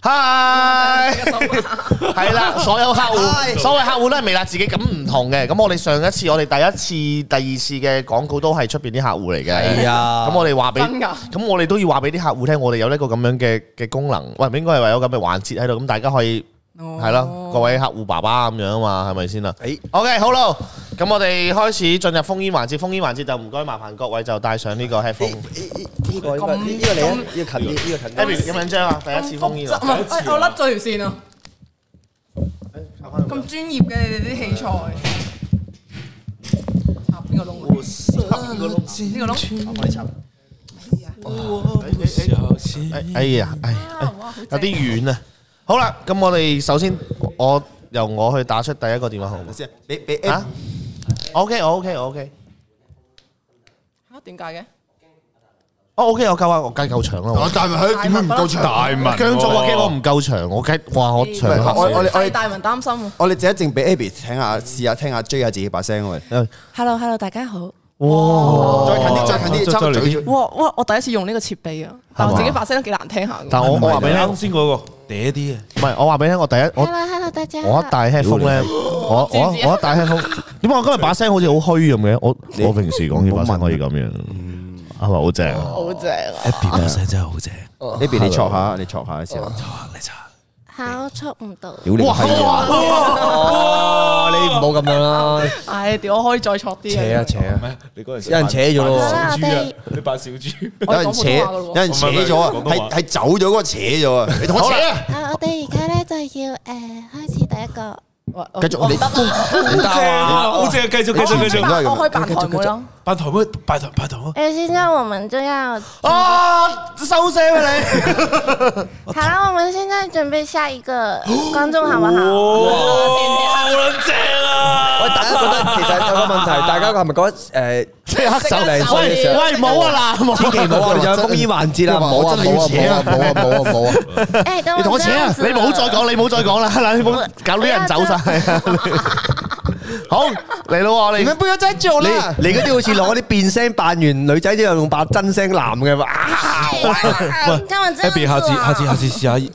Speaker 2: Hi，係 啦，所有客户，所謂客户都係微辣自己咁唔同嘅。咁我哋上一次，我哋第一次、第二次嘅廣告都係出邊啲客户嚟嘅。
Speaker 1: 係啊
Speaker 2: 咁我哋話俾，
Speaker 4: 真㗎
Speaker 2: 咁我哋都要話俾啲客户聽，我哋有呢個咁樣嘅嘅功能，喂，唔應該係有咁嘅環節喺度，咁大家可以
Speaker 4: 哦
Speaker 2: 係咯，各位客户爸爸咁樣啊嘛，係咪先啦？
Speaker 1: 誒
Speaker 2: OK，好咯，咁我哋開始進入封煙環節，封煙環節就唔該麻煩各位就戴上呢個
Speaker 1: 哎
Speaker 2: headphone。
Speaker 1: 呢個呢個呢個嚟，呢個近啲，呢個近
Speaker 2: Abby
Speaker 1: 啲。
Speaker 2: 有冇緊張啊？第一次封煙啊！
Speaker 4: 唔係我甩咗條線啊！
Speaker 2: 插返去
Speaker 4: 咁專業嘅你哋啲器材，插邊個窿啊？呢個窿，
Speaker 2: 哎呀，哎哎，有啲遠啊！好啦，咁我哋首先我由我去打出第一個電話號碼
Speaker 6: 先，俾俾
Speaker 2: 啊！OK，我 OK，我 OK，
Speaker 4: 嚇點解嘅？
Speaker 2: 我 OK，我夠啊，我計夠長啦！我
Speaker 3: 但係佢點解唔夠長？
Speaker 5: 大文
Speaker 2: 姜總話驚我唔夠長，我計哇我長
Speaker 6: 喂我我
Speaker 2: 下
Speaker 6: 哋
Speaker 4: 係大文擔心啊
Speaker 6: 我哋靜一靜俾 Abby 聽下，試下聽下追下自己把聲啊喂。
Speaker 4: ！Hello Hello，大家好。
Speaker 2: 哇！
Speaker 6: 再近啲，再近啲，
Speaker 5: 再
Speaker 6: 揸
Speaker 5: 嚟
Speaker 6: 嘴
Speaker 5: 啲
Speaker 6: 嘴。
Speaker 4: 哇哇！我第一次用呢個設備啊，但我自己把聲都幾難聽下㗎。
Speaker 2: 但我我話俾你聽，
Speaker 5: 啱先嗰個嗲啲啊，
Speaker 2: 唔係我話俾你聽，我第一我
Speaker 8: hello，大家
Speaker 2: 我一戴 headphone 咧，我我我一戴 headphone，點解我今日把聲好似好虛咁嘅？我我平時講嘢把聲可以咁樣，係咪好正啊？
Speaker 4: 好正啊！
Speaker 5: 把聲真係好正，
Speaker 6: Abby 你戳下，你戳下試下。
Speaker 8: 吓我出唔到，
Speaker 6: 屌你個閪啊！
Speaker 1: 哦，你唔好咁樣啦，
Speaker 4: 唉，屌，我可以再錯啲
Speaker 1: 扯啊
Speaker 4: 啊！
Speaker 1: 扯啊，
Speaker 5: 你嗰陣時
Speaker 1: 有人扯咗咯
Speaker 5: 小豬
Speaker 8: 哋
Speaker 5: 啊，你扮小豬，
Speaker 4: 我
Speaker 6: 有
Speaker 4: 哋
Speaker 6: 人
Speaker 4: 講普
Speaker 6: 扯，
Speaker 4: 通
Speaker 6: 有
Speaker 4: 話㗎咯喎
Speaker 6: 人扯咗啊
Speaker 5: 唔係唔係！廣東話
Speaker 6: 係係走咗嗰個扯咗啊！ 你同我扯啊！
Speaker 8: 啊我哋而家咧就要誒開始第一個，
Speaker 4: 哇
Speaker 6: 繼續你
Speaker 1: 唔得啊！
Speaker 5: 好正，繼續繼續繼
Speaker 6: 全部
Speaker 5: 續，
Speaker 6: 都係
Speaker 4: 我可以
Speaker 6: 咁。
Speaker 4: 扮台妹咯，
Speaker 5: 拜堂妹，拜堂拜堂啊！
Speaker 8: 誒呃先生，我們就
Speaker 2: 哦
Speaker 8: 要
Speaker 2: 啊，收聲啊你！哦
Speaker 8: 好了，我们现在准备下一个观众好不
Speaker 2: 哦
Speaker 8: 好？
Speaker 5: 哇，好撚正啊！
Speaker 1: 喂，大家覺得其實有 個問題，大家係咪覺得誒
Speaker 2: 即刻手
Speaker 1: 零歲嘅時候，
Speaker 2: 喂，冇啊嗱，
Speaker 1: 千祈唔好啊！仲有封煙環節啦，冇啊冇啊冇啊冇啊冇啊冇啊！
Speaker 8: 哎，等
Speaker 2: 你同我
Speaker 8: 我
Speaker 2: 扯
Speaker 8: 这
Speaker 2: 啊
Speaker 8: 样！子，
Speaker 2: 你唔好再講，你唔好再講啦，嗱，你唔好搞啲人走晒。好嚟咯喎，你
Speaker 1: 杯咗真做啦！你嗰啲好似攞啲變聲扮完女仔之後，用把真聲男嘅啊！
Speaker 8: 喂，他们这
Speaker 5: Abby，下
Speaker 4: 아,
Speaker 8: 样
Speaker 5: 次
Speaker 8: 子啊
Speaker 5: 下次下次試下誒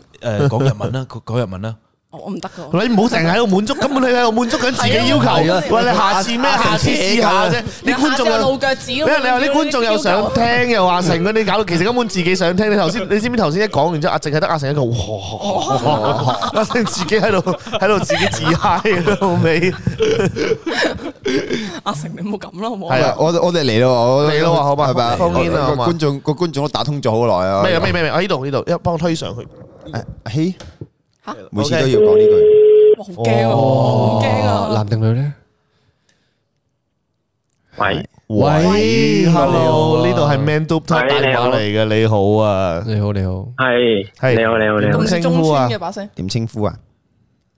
Speaker 5: 講日文啦，講講日文啦。
Speaker 4: 我我唔得㗎。
Speaker 2: 你唔好成日喺度滿足，根本你喺度滿足緊自己要
Speaker 1: 係啊
Speaker 2: 求。喂，你下次咩？
Speaker 1: 阿
Speaker 2: 下次試下啫，啲觀眾
Speaker 4: 下次有露
Speaker 2: 又。
Speaker 4: 腳趾
Speaker 2: 因
Speaker 4: 咁樣
Speaker 2: 為你話啲觀眾又想聽又話成嗰啲搞到，其實根本自己想聽。你頭先你知唔知頭先一講完之後，阿淨係得阿成一個哇，阿成自己喺度喺度自己自嗨嘅到尾。
Speaker 4: 阿成，你唔好咁啦，好唔好
Speaker 2: 係？啊
Speaker 6: 我我哋嚟咯，我
Speaker 2: 嚟咯好嘛
Speaker 6: 係咪啊
Speaker 2: 封煙啦好嘛
Speaker 6: 個觀眾個觀眾都打通咗好耐啊！
Speaker 2: 咩咩咩咩，我呢度呢度，一幫我推上去。
Speaker 6: 誒？嘿
Speaker 4: 嚇，
Speaker 6: 每次都要講呢句。
Speaker 4: 哇好驚啊！
Speaker 2: 哦
Speaker 4: 好驚啊！
Speaker 1: 定女咧？
Speaker 10: 喂，
Speaker 2: 喂，hello，呢度係 Man Dope 大
Speaker 10: 喂你好
Speaker 2: 馬嚟嘅，你好啊，
Speaker 1: 你好你好，
Speaker 10: 係，
Speaker 2: 係。
Speaker 10: 你好，你好，你好，
Speaker 4: 咁似中村嘅把聲，
Speaker 6: 點稱呼啊？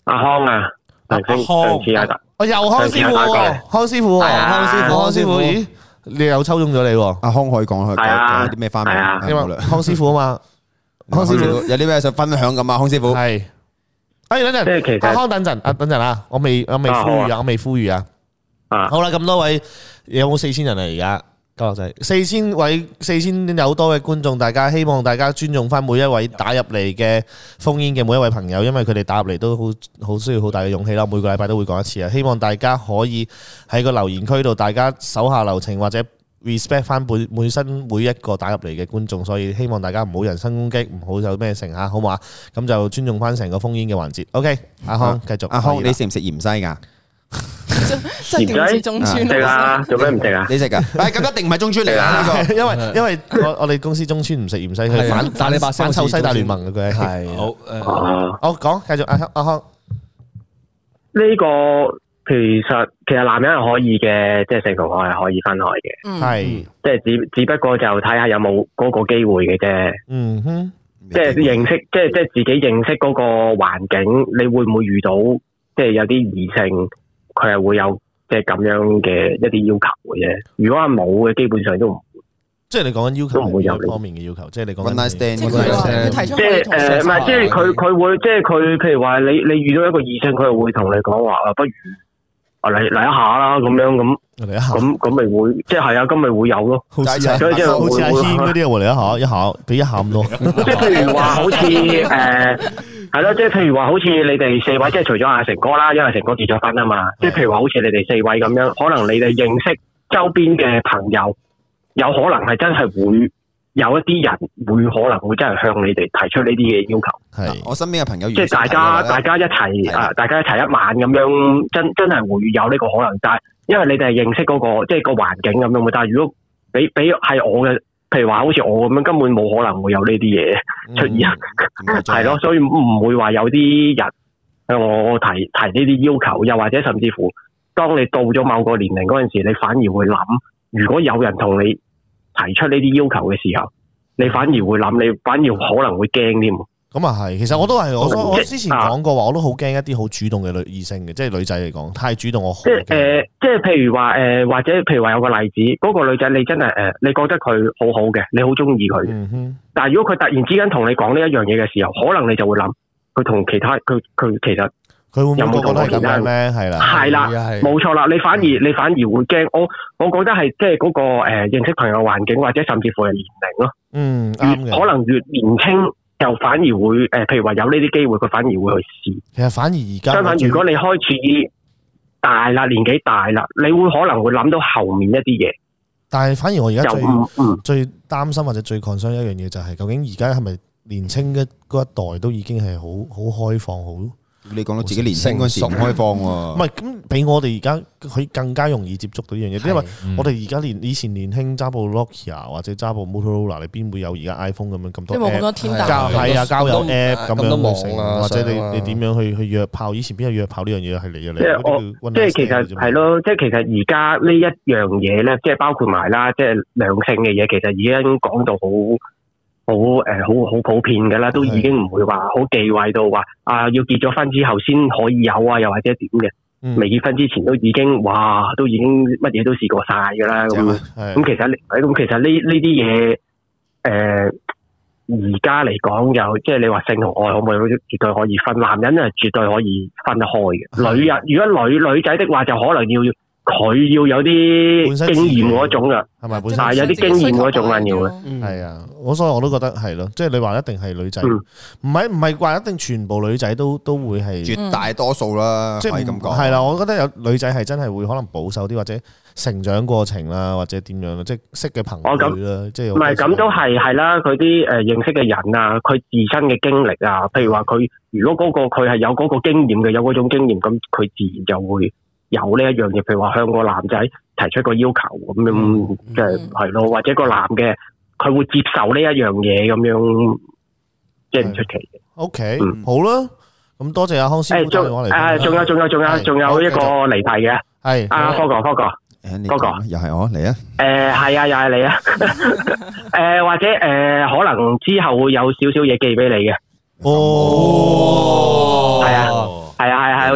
Speaker 10: 阿康啊，上
Speaker 5: 阿
Speaker 10: 次
Speaker 5: 康
Speaker 10: 上次阿達，
Speaker 2: 我哦又康師傅
Speaker 10: 上次有打過
Speaker 2: 喎，
Speaker 10: 嚟
Speaker 2: 康師傅喎，
Speaker 10: 係啊
Speaker 2: 康師傅，康師傅，咦，你又抽中咗你喎？
Speaker 6: 阿康可以講佢
Speaker 10: 係啊
Speaker 6: 講啲咩花名
Speaker 10: 係啊
Speaker 6: 啊？
Speaker 2: 因
Speaker 6: 冇
Speaker 2: 為
Speaker 6: 啦
Speaker 2: 康師傅啊 嘛，康
Speaker 6: 康
Speaker 2: 師
Speaker 6: 師
Speaker 2: 傅
Speaker 6: 傅有啲咩想分享咁啊？康師傅，
Speaker 2: 係。哎，等
Speaker 10: 即係其
Speaker 2: 陣，
Speaker 10: 實
Speaker 2: 阿康等陣，啊等陣啊，我未我未呼
Speaker 10: 啊好
Speaker 2: 籲啊，
Speaker 10: 啊
Speaker 2: 我未呼籲啊。
Speaker 10: 啊
Speaker 2: 好啦，咁多位有冇四千人啊？而家交流仔四千位四千有多嘅觀眾，大家希望大家尊重翻每一位打入嚟嘅封煙嘅每一位朋友，因為佢哋打入嚟都好好需要好大嘅勇氣啦。每個禮拜都會講一次啊，希望大家可以喺個留言區度，大家手下留情或者。respect 翻本本身每一個打入嚟嘅觀眾，所以希望大家唔好人身攻擊，唔好有咩成嚇，好嘛？咁就尊重翻成個封煙嘅環節。OK，阿康繼續。
Speaker 6: 阿
Speaker 2: 可
Speaker 6: 康
Speaker 2: 以啦
Speaker 6: 你食唔食芫荽㗎？
Speaker 4: 真係勁似中村
Speaker 10: 食
Speaker 4: 啊！
Speaker 10: 啊，做咩唔食啊？
Speaker 6: 你 食㗎？誒咁一定唔係中村嚟啦呢
Speaker 2: 因 為因為我我哋公司中村唔食芫荽，佢
Speaker 1: 係啊
Speaker 2: 反
Speaker 1: 但你把聲
Speaker 2: 反
Speaker 1: 好似
Speaker 2: 臭西大聯
Speaker 1: 中村
Speaker 2: 盟嘅佢係。
Speaker 1: 係
Speaker 5: 好誒，
Speaker 10: 哦，
Speaker 2: 我講繼續阿康阿康，
Speaker 10: 呢個其實其實男人係可以嘅，即係性同愛係可以分開嘅，
Speaker 4: 嗯
Speaker 2: 係
Speaker 10: 即係只只不過就睇下有冇嗰個機會嘅啫，
Speaker 2: 嗯哼
Speaker 10: 即係
Speaker 6: 個。
Speaker 10: 認識，即係即係自己認識嗰個環境，你會唔會遇到即係有啲異性佢係會有即係咁樣嘅一啲要求嘅啫？如果係冇嘅，基本上都唔。
Speaker 2: 即係你講緊要求
Speaker 10: 都唔會有
Speaker 2: 係邊方面嘅要求，即係你講
Speaker 6: One night
Speaker 2: 緊
Speaker 6: stand，
Speaker 4: 即係佢話要提出
Speaker 10: 即係
Speaker 4: 可以同
Speaker 10: 誒，唔係即係佢佢會即係佢，譬如話你你遇到一個異性，佢係會同你講話啊，不如啊嚟嚟一下啦咁樣咁，
Speaker 2: 嚟一下，
Speaker 10: 咁啊咁咪會即係啊，咁咪會有咯。
Speaker 2: 好似
Speaker 10: 所以即係
Speaker 2: 好似阿
Speaker 10: 會會
Speaker 2: 軒嗰啲喎，嚟一下一下，俾一下咁多。
Speaker 10: 即係譬如話好似誒係咯，即係譬如話好似你哋四位，即係除咗阿成哥啦，因為成哥結咗婚啊嘛，即係譬如話好似你哋四位咁樣，可能你哋認識周邊嘅朋友，有可能係真係會有一啲人會可能會真係向你哋提出呢啲嘅要求。
Speaker 2: 係
Speaker 6: 我身邊嘅朋友，
Speaker 10: 即係大家大家一齊啊，大家一齊一晚咁樣，真真係會有呢個可能。但係因為你哋係認識嗰、個即係個環境咁樣嘛，但係如果俾俾係我嘅，譬如話好似我咁樣，根本冇可能會有呢啲嘢
Speaker 2: 嗯
Speaker 10: 出現，啊係咯、所以唔會話有啲人向我提提呢啲要求，又或者甚至乎當你到咗某個年齡嗰陣時，你反而會諗，如果有人同你提出呢啲要求嘅時候，你反而會諗，你反而可能會驚添。
Speaker 2: 咁啊係，其實我都係，我
Speaker 10: 好啊
Speaker 2: 我
Speaker 10: 即係
Speaker 2: 之前講過話，我都好驚一啲好主動嘅女異性嘅，即係女仔嚟講，太主動我好
Speaker 10: 即係誒、呃即係譬如話誒、呃或者譬如話有個例子，嗰、個女仔你真係誒、呃你覺得佢好好嘅，你好中意佢。
Speaker 2: 嗯
Speaker 10: 但係如果佢突然之間同你講呢一樣嘢嘅時候，可能你就會諗，佢同其他佢佢其實
Speaker 2: 佢會唔
Speaker 10: 有
Speaker 2: 會
Speaker 10: 冇
Speaker 2: 個個
Speaker 10: 同
Speaker 2: 都
Speaker 10: 我
Speaker 2: 係
Speaker 10: 其
Speaker 2: 咁
Speaker 10: 他
Speaker 2: 樣
Speaker 10: 人？
Speaker 2: 咧？係啦，
Speaker 10: 啊係啦，冇錯啦，你反而你反而會驚。我我覺得係即係嗰個誒、呃、認識朋友環境，或者甚至乎係年齡咯。
Speaker 2: 嗯，啱
Speaker 10: 越
Speaker 2: 嘅。
Speaker 10: 可能越年輕，就反而會誒、呃譬如話有呢啲機會，佢反而會去試。
Speaker 2: 其實反而而家
Speaker 10: 相反，
Speaker 2: 我最
Speaker 10: 如果你開始大啦，年紀大啦，你會可能會諗到後面一啲嘢。
Speaker 2: 但係反而我而家最
Speaker 10: 就唔嗯
Speaker 2: 最擔心或者最 concern 一樣嘢就係，究竟而家係咪年青嘅嗰一代都已經係好好開放好？
Speaker 6: 你講到自己年青嗰時唔開放
Speaker 1: 啊
Speaker 6: 喎
Speaker 2: 唔係咁比我哋而家佢更加容易接觸到呢樣嘢，因為
Speaker 1: 嗯
Speaker 2: 我哋而家年以前年輕揸部 Nokia 或者揸部 Motorola，你邊會有而家 iPhone 咁樣咁多
Speaker 4: 即係冇咁
Speaker 2: app？
Speaker 4: 多 Tinder
Speaker 2: 交係啊，
Speaker 1: 咁
Speaker 2: 交
Speaker 1: 多
Speaker 2: 友 app 咁
Speaker 1: 咁多
Speaker 2: 樣
Speaker 1: 網
Speaker 2: 去成
Speaker 1: 啊
Speaker 2: 或者
Speaker 1: 上
Speaker 2: 你
Speaker 1: 啊
Speaker 2: 你點樣去去約炮？以前邊有約炮呢樣嘢係你嘅
Speaker 10: 即係我
Speaker 2: 你嗰啲叫 one
Speaker 10: 哦即
Speaker 2: night
Speaker 10: 係其
Speaker 2: stand
Speaker 10: 實
Speaker 2: 啫嘛
Speaker 10: 係咯，即係其實而家呢一樣嘢咧，即係包括埋啦，即係兩性嘅嘢，其實已經講到好好誒，好好普遍㗎啦，都已經唔會話好忌諱到話啊，要結咗婚之後先可以有啊，又或者點嘅。
Speaker 2: 嗯
Speaker 10: 未結婚之前都已經哇，都已經乜嘢都試過晒㗎啦。咁
Speaker 2: 係
Speaker 10: 咁其實呢咁其實呢呢啲嘢誒。而家嚟講，又即係你話性同愛可唔可以絕對可以分？男人啊，絕對可以分得開嘅。女人如果女女仔的話，就可能要佢要有
Speaker 2: 本
Speaker 10: 啲
Speaker 2: 身自
Speaker 10: 經
Speaker 2: 己
Speaker 10: 驗嗰種啦，
Speaker 2: 係咪本身
Speaker 10: 啊有啲經驗嗰種緊要嘅。
Speaker 4: 嗯
Speaker 2: 係啊，我所以我都覺得係咯，即係你話一定係女仔，唔係唔係話一定全部女仔都都會係
Speaker 6: 絕大多數啦，
Speaker 2: 即
Speaker 6: 可以
Speaker 2: 係
Speaker 6: 咁
Speaker 2: 唔
Speaker 6: 講。
Speaker 2: 係啦，我覺得有女仔係真係會可能保守啲，或者成長過程啦，或者點樣啦，即係識嘅朋
Speaker 10: 哦咁
Speaker 2: 友啦，即係
Speaker 10: 唔係咁都係係啦，佢啲誒認識嘅人啊，佢自身嘅經歷啊，譬如話佢如果嗰個佢係有嗰個經驗嘅，有嗰種經驗，咁佢自然就會有呢一樣嘢。譬如話向個男仔提出個要求咁
Speaker 2: 嗯
Speaker 10: 樣，嗯即係係咯，或者個男嘅佢會接受呢一樣嘢咁樣，即係唔出奇。
Speaker 2: OK 好啦。咁多謝阿康師
Speaker 10: 誒，
Speaker 2: 傅打
Speaker 10: 仲
Speaker 2: 電話嚟
Speaker 10: 誒，
Speaker 2: 分享。
Speaker 10: 仲有仲有仲有
Speaker 2: 嗯係
Speaker 10: 仲有一個
Speaker 2: 好
Speaker 10: 離題嘅，啊
Speaker 2: 係
Speaker 10: 阿科哥科哥。
Speaker 6: 嗰個又係我嚟啊！
Speaker 10: 诶，系啊，又係你 啊，诶，或者诶，可能之後會有少少嘢寄俾你嘅。哦，係啊，係啊，係啊，係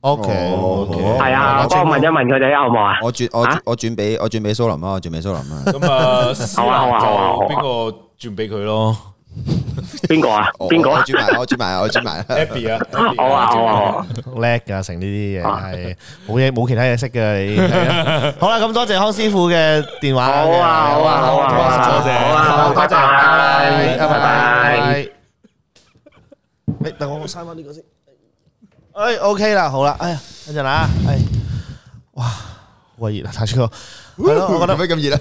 Speaker 2: OK，OK，
Speaker 10: 係啊，幫我問一問佢哋好唔好啊？
Speaker 6: 我轉我我轉俾我轉俾蘇林啦，啊我轉俾蘇林 啦。
Speaker 5: 咁啊，思
Speaker 10: 好啊好
Speaker 5: 南
Speaker 10: 啊
Speaker 5: 就
Speaker 10: 好啊好啊
Speaker 5: 邊個轉俾佢咯
Speaker 10: 邊個啊？邊個
Speaker 6: 我
Speaker 10: 啊？
Speaker 6: 轉埋，我轉埋，我轉埋。
Speaker 5: ？Happy 啊，
Speaker 10: 好啊好啊好啊！
Speaker 2: 叻噶，成呢啲嘢係冇嘢冇其他嘢識嘅你。 係啊好啦，咁多謝康師傅嘅電話。
Speaker 10: 好啊好啊好啊好啊
Speaker 2: 多謝，
Speaker 10: 好啊好啊
Speaker 2: 多謝，
Speaker 10: 拜
Speaker 2: 拜拜
Speaker 10: 拜拜
Speaker 2: 拜。你等我刪翻呢個先。哎，OK 啦，好啦，哎呀，等陣啦，哎，哇，好鬼熱啊，太出個。係咯，我覺得
Speaker 6: 咩咁熱啊？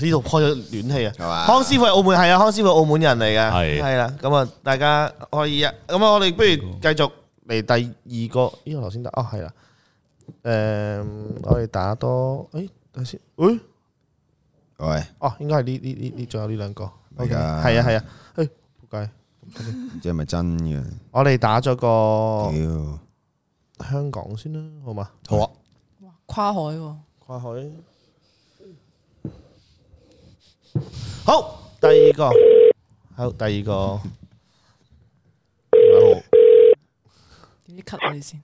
Speaker 2: 呢度開咗暖氣啊！
Speaker 6: 係嘛？
Speaker 2: 康師傅係澳門係啊，康師傅係澳門人嚟嘅，
Speaker 5: 係
Speaker 2: 係啦。咁啊，大家可以啊。咁啊，我哋不如繼續嚟第二個。呢個頭先打哦，係啦。誒，嗯我哋打多誒，等下先。誒，
Speaker 6: 喂，
Speaker 2: 哦，應該係呢呢呢呢，仲有呢兩個。
Speaker 6: 係
Speaker 2: O K，係
Speaker 6: 㗎
Speaker 2: 啊係啊。誒，仆街！
Speaker 6: 唔知係咪真嘅？
Speaker 2: 我哋打咗個
Speaker 6: 屌，
Speaker 2: 香港先啦，好嘛？
Speaker 1: 好啊，
Speaker 4: 跨海喎，
Speaker 2: 跨海。好，第二個，好，第二個，
Speaker 4: 點知 cut 我
Speaker 2: 嗯
Speaker 4: 哋先？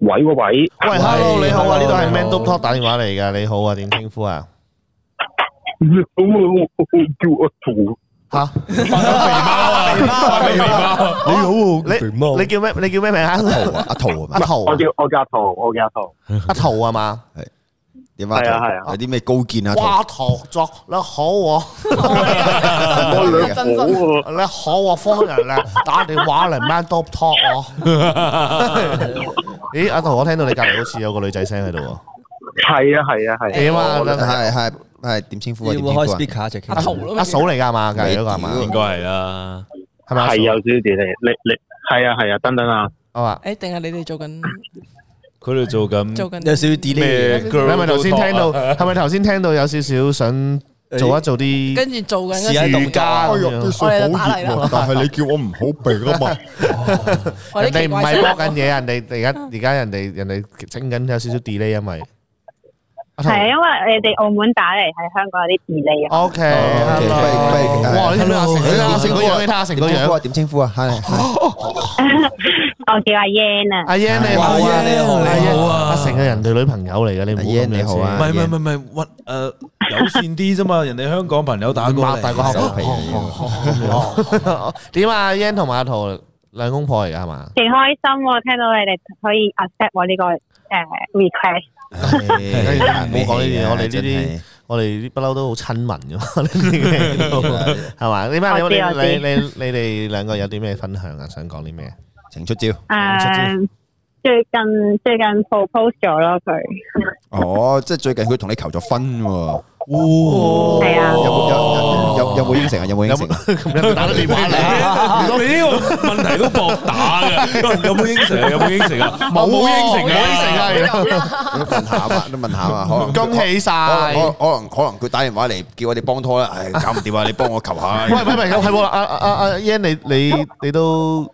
Speaker 10: 喂，嗰位，
Speaker 2: 喂，hello，你好啊，呢度係 Man Dog Talk 打電話嚟㗎，你好啊，點稱呼 啊？
Speaker 10: 好啊，我叫阿曹。
Speaker 2: 吓，啊
Speaker 5: 肥貓
Speaker 2: 你好，你你叫咩？你叫咩名啊？
Speaker 6: 陶啊，阿陶啊
Speaker 2: 阿
Speaker 6: 嘛，
Speaker 2: 陶，
Speaker 10: 我叫我叫阿陶，我叫阿陶。
Speaker 2: 阿陶啊嘛？
Speaker 6: 點啊？
Speaker 10: 係啊
Speaker 6: 陶
Speaker 10: 係啊
Speaker 6: 有啲咩高見啊？
Speaker 2: 哇，
Speaker 6: 陶
Speaker 2: 阿陶作你好喎，
Speaker 10: 我兩好喎，
Speaker 2: 你好喎，方人啊，打電話嚟 Man Dog Talk 喎。咦，阿陶，我聽到你隔離好似有個女仔聲喺度喎。
Speaker 10: 係啊係啊係啊。
Speaker 2: 點啊？
Speaker 6: 係係係點稱呼啊？
Speaker 1: 要
Speaker 6: 點
Speaker 1: 唔要
Speaker 6: 稱呼
Speaker 1: 開
Speaker 6: 啊？
Speaker 1: speaker 就
Speaker 4: 阿曹咯，
Speaker 2: 阿嫂嚟㗎嘛？隔離嗰個係嘛？
Speaker 6: 你
Speaker 5: 應該係啦。
Speaker 2: 係咪阿嫂？
Speaker 10: 係有少少 delay，你你係啊係啊，等等啊，
Speaker 2: 我話
Speaker 4: 誒，定係你哋做緊
Speaker 5: 佢哋做
Speaker 2: 嗯
Speaker 5: 緊
Speaker 4: 做緊
Speaker 1: 有少少 delay，
Speaker 5: 咩
Speaker 4: 你
Speaker 5: girl
Speaker 2: 你係咪頭先
Speaker 5: talk 啊
Speaker 2: 聽 到？係咪頭先聽到有少少想做一做啲
Speaker 4: 跟住做緊
Speaker 1: 試
Speaker 4: 嗰
Speaker 1: 下
Speaker 4: 時
Speaker 1: 動
Speaker 2: 瑜伽
Speaker 1: 作
Speaker 2: 咁樣？
Speaker 4: 我哋就打嚟啦，
Speaker 3: 但係你叫我唔好避啊嘛，
Speaker 4: 我
Speaker 2: 人
Speaker 4: 啲
Speaker 2: 哋
Speaker 4: 奇
Speaker 2: 唔
Speaker 4: 怪
Speaker 2: 係
Speaker 4: 聲
Speaker 2: 搏緊嘢，人 哋而家而家人哋人哋整緊有少少 delay，因為
Speaker 11: 係因為你哋澳門打嚟喺香港有啲 delay 啊。
Speaker 2: O K，
Speaker 6: 喂喂誒
Speaker 2: 哇！你睇唔睇阿成？你睇阿成個樣，你睇阿成
Speaker 6: 點
Speaker 2: 個樣
Speaker 6: 稱呼啊？。點稱呼啊？係係
Speaker 11: 我叫阿 Yan 啊，
Speaker 2: 阿 Yan 你好
Speaker 1: 哇
Speaker 2: 啊，
Speaker 1: ，Yan，你好
Speaker 2: 阿
Speaker 1: 你
Speaker 2: Yan，
Speaker 1: 好
Speaker 2: 阿成係人哋女朋友嚟嘅，你唔好
Speaker 6: 阿 Yan，
Speaker 2: 咁樣
Speaker 6: 你好啊
Speaker 2: 先
Speaker 5: 唔係唔係唔係唔係，屈誒友善啲啫嘛，人哋香港朋友打過
Speaker 2: 擘大
Speaker 5: 嚟，
Speaker 2: 個
Speaker 6: 手皮
Speaker 2: 口。
Speaker 6: 嚟
Speaker 2: 點啊？阿 Yan 同埋阿陶兩公婆嚟㗎係嘛？
Speaker 11: 幾開心喎！聽到你哋可以 accept 我呢個誒 request。
Speaker 6: 嘅
Speaker 2: 唉唔好講呢啲我哋呢啲
Speaker 6: 真係
Speaker 2: 我哋不嬲都好親民 㗎嘛，呢啲係嘛？點啊？
Speaker 11: 我知我知
Speaker 2: 你你你你你哋兩個有啲咩分享啊？想講啲咩？
Speaker 6: 請出招。
Speaker 11: 誒，最近最近 propose 咗咯佢，
Speaker 6: 哦，即係最近佢同你求咗婚喎，
Speaker 11: 係啊
Speaker 6: 有， 冇有有有有冇應承啊？有冇應承啊？
Speaker 2: 咁樣打咗電話嚟。
Speaker 5: 你呢個問題都搏打嘅，有冇應承啊？有冇應承啊？冇應承啊！
Speaker 2: 冇應承啊！
Speaker 6: 都問下嘛，都問下嘛，可能
Speaker 2: 恭喜晒！
Speaker 6: 可能可能可能佢打電話嚟叫我哋幫拖啦，唉，搞唔掂啊！你幫我求下。
Speaker 2: 喂，喂喂，咁係喎，阿阿阿阿 Yan，你你你都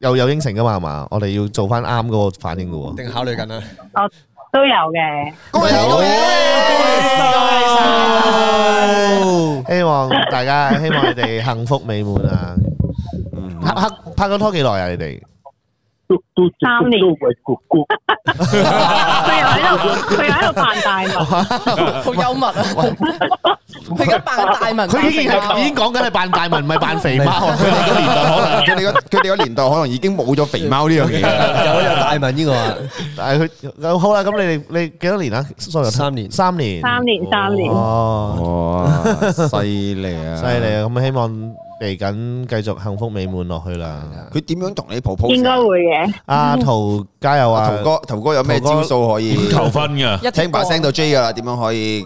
Speaker 2: 又有應承噶嘛？係嘛？我哋要做翻啱嗰個反應噶喎。
Speaker 1: 定考慮緊啊？
Speaker 11: 我都有嘅。
Speaker 6: 恭喜恭喜！
Speaker 2: 希望大家希望你哋幸福美滿啊！拍拍拍咗拖幾耐啊？你哋
Speaker 10: 都都
Speaker 11: 三年
Speaker 10: 都喂姑姑，
Speaker 11: 佢又喺度，佢又喺度扮大
Speaker 6: 哦
Speaker 11: 文。
Speaker 4: 好幽默啊！佢而家扮大文，
Speaker 2: 佢已經係
Speaker 4: 扮
Speaker 2: 已
Speaker 4: 成
Speaker 2: 經講緊係扮大文，唔係扮肥貓。
Speaker 6: 佢哋個年代可能，佢哋個佢哋個年代可能已經冇咗肥貓呢樣嘢啦。
Speaker 1: 有有大文呢個啊，
Speaker 2: 但係佢好啦，咁你哋你幾多年啊？sorry，
Speaker 1: 三年
Speaker 2: 三年，
Speaker 11: 三年三年
Speaker 2: 哦。
Speaker 6: 哇，犀利啊！
Speaker 2: 犀利！啊！咁希望嚟緊繼續幸福美滿落去啦。
Speaker 6: 佢點樣同你 propose？
Speaker 11: 應該會嘅，
Speaker 2: 阿陶加油啊！
Speaker 6: 啊。頭哥，頭哥有咩
Speaker 2: 頭哥
Speaker 6: 招數可以？
Speaker 5: 求婚㗎，
Speaker 4: 一
Speaker 6: 聽把聲
Speaker 4: 度
Speaker 6: 到 J 噶啦，點樣可以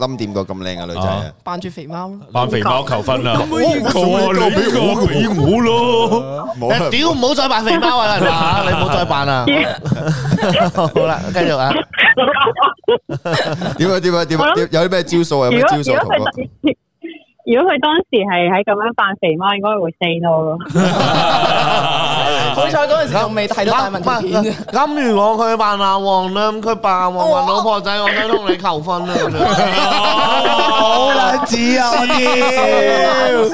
Speaker 6: 冧掂個咁靚嘅女仔啊？
Speaker 4: 扮住肥貓咯，
Speaker 5: 扮肥貓求婚啦！我你個俾我咯，
Speaker 6: 冇啊
Speaker 2: 屌，唔好再扮肥貓啊！有人話你唔好再扮啦。好啦，繼續啊！
Speaker 6: 點啊點啊點啊！
Speaker 11: 我
Speaker 6: 點有啲咩招數啊？有
Speaker 11: 如
Speaker 6: 咩
Speaker 11: 果
Speaker 6: 招
Speaker 11: 如
Speaker 6: 數？
Speaker 11: 果
Speaker 6: 同
Speaker 11: 佢如果佢當時係喺咁樣扮肥貓，應該會 say no 咯。
Speaker 2: Ờ.
Speaker 4: 好彩嗰陣時仲未睇到大文條片啫。
Speaker 2: 咁如果佢扮阿黃咧，咁佢扮阿
Speaker 4: 哦
Speaker 2: 黃問老婆仔，我想同你求婚啊！咁 樣
Speaker 3: 好撚自由啲。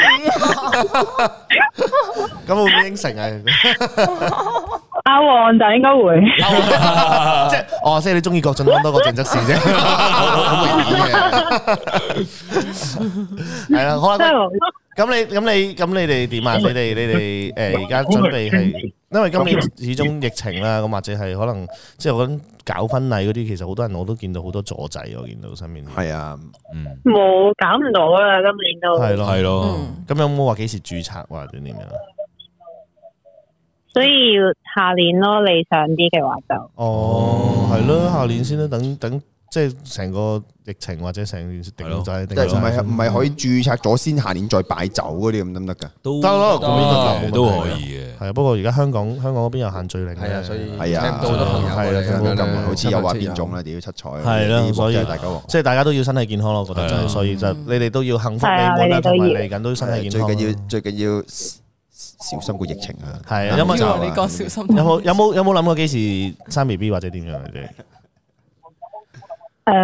Speaker 2: 咁會唔會應承啊？
Speaker 11: 阿黃就應該會，
Speaker 2: 即係哦，即係你中意郭晉安多過鄭則仕啫，好明顯嘅。係啦，好啦，
Speaker 11: 真
Speaker 2: 咁咁
Speaker 11: 係
Speaker 2: 你咁你咁你哋點啊？你哋你哋誒而家準備係，因為今年始終疫情啦，咁或者係可能即係我諗搞婚禮嗰啲，其實好多人我都見到好多阻滯，我見到身邊啲
Speaker 6: 係啊，
Speaker 5: 嗯，
Speaker 11: 冇搞唔到啊啦，今年都。
Speaker 2: 係咯
Speaker 5: 係
Speaker 2: 係咯。
Speaker 5: 咯，
Speaker 4: 嗯，
Speaker 2: 咁有冇話幾時註冊或者點樣？
Speaker 11: 所以要下年咯，理想啲嘅話就
Speaker 2: 哦，係咯，下年先啦，等等。即係成個疫情或者成件事定
Speaker 5: 係咯
Speaker 2: 曬，
Speaker 6: 即
Speaker 2: 定
Speaker 6: 係唔
Speaker 2: 曬
Speaker 6: 係唔係可以註冊咗先，下年再擺酒嗰啲咁得唔得㗎？
Speaker 5: 都
Speaker 2: 得咯咁呢個就冇問題啦
Speaker 5: 都可以嘅。
Speaker 2: 係啊，不過而家香港香港嗰邊有限聚令嘅
Speaker 1: 係啊，所以
Speaker 6: 係啊
Speaker 1: 聽唔到好多朋友
Speaker 2: 係啊
Speaker 1: 嚟
Speaker 2: 真係
Speaker 1: 咁樣
Speaker 2: 冇
Speaker 1: 咧
Speaker 2: 咁
Speaker 6: 好似又話變種啦，屌七彩。
Speaker 2: 係啦
Speaker 6: 呢鑊
Speaker 2: 所以啊
Speaker 6: 真係大家鑊。
Speaker 2: 即係大家都要身體健康咯，我覺得真
Speaker 5: 係
Speaker 2: 係，
Speaker 5: 啊
Speaker 2: 所以就
Speaker 4: 嗯
Speaker 2: 你哋都要幸福美滿
Speaker 11: 係
Speaker 2: 啦，同
Speaker 11: 啊
Speaker 2: 埋
Speaker 11: 你哋都要
Speaker 2: 嚟緊都身體健
Speaker 6: 最
Speaker 2: 康。
Speaker 6: 緊要最緊要小心個疫情啊！
Speaker 2: 係啊因為
Speaker 4: 以
Speaker 2: 就
Speaker 4: 為你講小心啲
Speaker 2: 有冇有冇有冇諗過幾時生 B B 或者點樣你哋？
Speaker 11: 诶，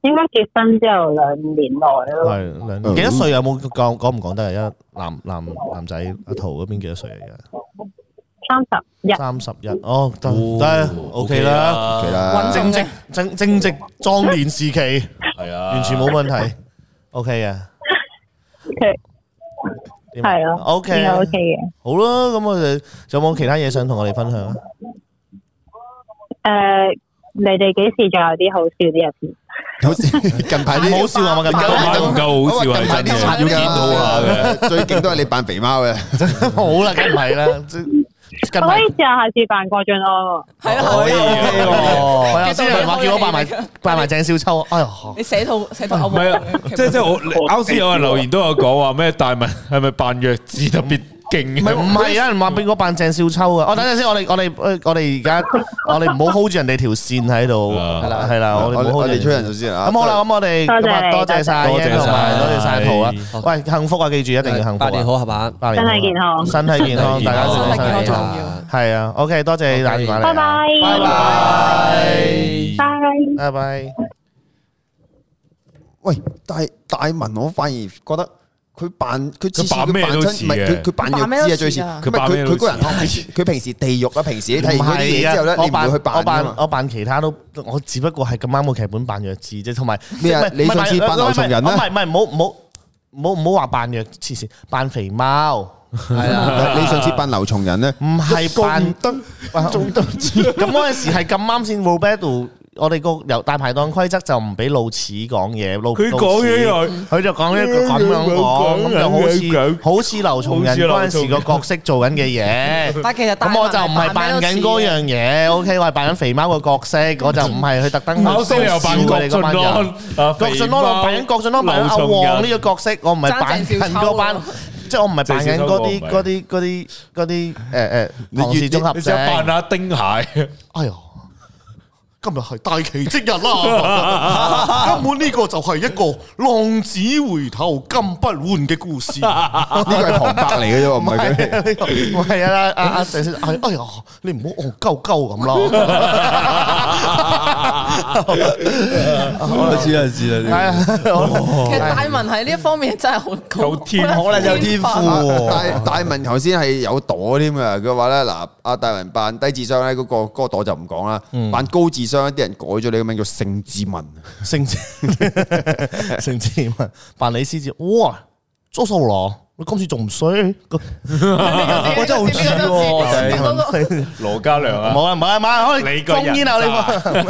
Speaker 11: 应该结婚之後兩年內咯，
Speaker 2: 係兩
Speaker 6: 嗯
Speaker 2: 年幾多歲有冇講講唔講得啊？一男男男仔阿陶嗰邊幾多歲嚟嘅？
Speaker 11: 三十一，
Speaker 2: 三十一哦，得得，OK 啦
Speaker 6: OK 啦
Speaker 2: 正值正正值壯年時期，係
Speaker 5: 啊
Speaker 2: 完全冇問題，OK 嘅。點啊
Speaker 11: 係咯
Speaker 2: OK
Speaker 11: 應該 OK 嘅。
Speaker 2: 好啦，咁我哋有冇其他嘢想同我哋分享啊？
Speaker 11: 诶，你哋幾時仲有啲好笑啲日子？
Speaker 6: 近排啲
Speaker 2: 唔好笑啊嘛近排
Speaker 5: 唔夠好笑啊
Speaker 6: 近排
Speaker 5: 真係
Speaker 6: 啲刷
Speaker 5: 要啊檢討下
Speaker 6: 嘅，最勁都係你扮肥貓嘅，
Speaker 2: 好啦，梗唔係啦，即近
Speaker 11: 可
Speaker 2: 排
Speaker 11: 以試下下次扮郭俊安喎，
Speaker 2: 可以 OK 喎。哦我有先人話叫我扮埋
Speaker 4: 繼續開戲
Speaker 2: 扮埋鄭少秋，哎呀，
Speaker 4: 你寫套寫套歐
Speaker 5: 唔係啊，即即我啱先有人留言都有講話咩大文係咪扮弱智特別勁？
Speaker 2: 唔係唔係，有人話俾我扮鄭少秋啊！我等陣先，我哋我哋呃我哋而家我哋唔好 hold 住人哋條線喺度，係啦係啦，我哋唔好
Speaker 6: 啊我
Speaker 2: hold
Speaker 6: 哋
Speaker 2: 住
Speaker 6: 吹人
Speaker 2: 人
Speaker 6: 首
Speaker 2: 哋。
Speaker 6: 先啊。
Speaker 2: 咁好啦，咁我哋
Speaker 11: 多謝
Speaker 2: 咁啊，
Speaker 11: 你
Speaker 2: 多謝晒
Speaker 5: 多謝
Speaker 2: Yan 同埋
Speaker 5: 晒
Speaker 2: 多謝晒陶啊！喂，幸福啊，記住一定要幸福
Speaker 1: 百年
Speaker 2: 啊！
Speaker 1: 好合版，
Speaker 2: 百年
Speaker 11: 身
Speaker 2: 好
Speaker 11: 體健康，
Speaker 2: 身體健康，大家小心
Speaker 4: 身體健康重
Speaker 2: 身體
Speaker 4: 要。
Speaker 2: 係啊，OK，多謝你打電話嚟
Speaker 11: 拜
Speaker 2: 啊，拜
Speaker 11: 拜，
Speaker 2: 拜，拜
Speaker 11: 拜。
Speaker 2: 拜。
Speaker 6: 喂，但係大文，我反而覺得佢扮佢次次
Speaker 5: 佢扮
Speaker 6: 佢
Speaker 5: 咩
Speaker 6: 扮
Speaker 5: 都
Speaker 6: 親，
Speaker 5: 似
Speaker 6: 唔係
Speaker 5: 嘅
Speaker 6: 佢佢扮弱
Speaker 4: 扮咩
Speaker 6: 智
Speaker 4: 都
Speaker 6: 啊，最似
Speaker 4: 似啊
Speaker 6: 佢
Speaker 5: 佢扮咩
Speaker 6: 佢
Speaker 5: 都
Speaker 6: 佢個人
Speaker 5: 似
Speaker 6: 太佢平時地獄啊，平時你睇
Speaker 2: 唔
Speaker 6: 完嗰啲
Speaker 2: 係
Speaker 6: 嘢之後咧，
Speaker 2: 啊，
Speaker 6: 你
Speaker 2: 我
Speaker 6: 唔會去
Speaker 2: 我
Speaker 6: 扮㗎嘛
Speaker 2: 扮我扮其他都，我只不過係咁啱個劇本扮弱智啫，同埋
Speaker 6: 咩啊
Speaker 2: 唔係
Speaker 6: 你
Speaker 2: 唔係
Speaker 6: 上次
Speaker 2: 唔係
Speaker 6: 扮劉松仁
Speaker 2: 唔
Speaker 6: 啦
Speaker 2: 係唔係唔好唔好唔好唔好話扮弱黐線，扮肥貓
Speaker 1: 係啦，
Speaker 6: 你上次扮劉松仁咧，
Speaker 2: 唔係扮
Speaker 6: 得
Speaker 2: 仲得 咁嗰陣時係咁啱先 Roberto。我哋個由大排檔規則就唔俾露齒講嘢，露
Speaker 5: 佢講嘢啊
Speaker 2: 露齒佢就講一個咁樣講，咁就好似好似劉松仁嗰陣時個角色做緊嘅嘢。
Speaker 4: 但其實大
Speaker 2: 咁我就唔係扮緊
Speaker 4: à.
Speaker 2: 嗰樣嘢，OK，我係扮緊肥貓個角色，我就唔嗯係去特登去
Speaker 5: 啱先你又扮
Speaker 2: 笑
Speaker 5: 郭
Speaker 2: 你
Speaker 5: 啊俊
Speaker 2: 嗰班人
Speaker 5: 安，啊
Speaker 2: 郭俊安我扮緊郭俊安扮緊阿旺呢個角色，我唔係扮緊嗰班
Speaker 4: 爭鄭少秋啊，
Speaker 2: 即係我唔係扮緊嗰啲
Speaker 5: 鄭少
Speaker 2: 嗰
Speaker 5: 秋
Speaker 2: 啲嗰啲嗰啲誒誒唐氏綜合
Speaker 5: 你想
Speaker 2: 症。
Speaker 5: 扮下丁蟹？
Speaker 2: 哎呀！今日係大奇蹟日啦！根本呢個就係一個浪子回頭金不換嘅故事。
Speaker 6: 呢個係旁白嚟嘅啫喎，唔係佢。
Speaker 2: 唔係啊，阿阿鄭先生，哎哎呀，你唔好戇鳩鳩咁啦。
Speaker 1: 我知啦知啦，
Speaker 4: 其實大文喺呢一方面真係好
Speaker 5: 夠天
Speaker 4: 好
Speaker 5: 可能
Speaker 6: 有天
Speaker 4: 分
Speaker 6: 賦大大文頭先係有朵添啊！佢話咧嗱，阿大文扮低智商咧，嗰個嗰個朵就唔講啦。扮高智商啲人改咗你個名叫 盛智文，
Speaker 2: 盛 志盛志文扮李思捷，哇，左手郎，你今次仲唔衰？
Speaker 4: 我
Speaker 1: 真係好似喎
Speaker 5: 羅嘉良啊，
Speaker 2: 冇啊冇啊冇啊，開
Speaker 5: 你個人
Speaker 2: 封煙啊你
Speaker 5: 渣
Speaker 2: 個，你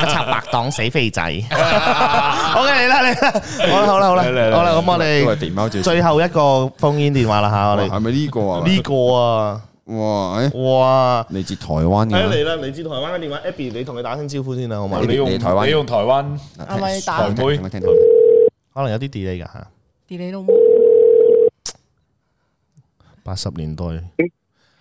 Speaker 2: 個插白黨死肥 仔。OK 你啦你啦，好啦好啦好啦
Speaker 5: 嚟嚟嚟
Speaker 2: 好啦，咁我
Speaker 6: 都係
Speaker 2: 哋
Speaker 6: 肥貓照。
Speaker 2: 最後一個封煙電話啦吓，我哋
Speaker 6: 係咪呢個啊？
Speaker 2: 呢個啊，
Speaker 6: 哇！哎
Speaker 2: 哇！
Speaker 6: 嚟自台灣
Speaker 2: 哎
Speaker 6: 嘅
Speaker 2: 嚟啦，嚟自台灣嘅電話，Abby，你同佢打聲招呼先啦，好嘛？
Speaker 5: 你用
Speaker 6: 你台灣
Speaker 5: 你用台灣
Speaker 4: 係咪打
Speaker 5: 台妹
Speaker 6: 聽，聽聽聽
Speaker 2: 可能有啲 delay 噶吓，
Speaker 4: 跌你老母！
Speaker 2: 八十年代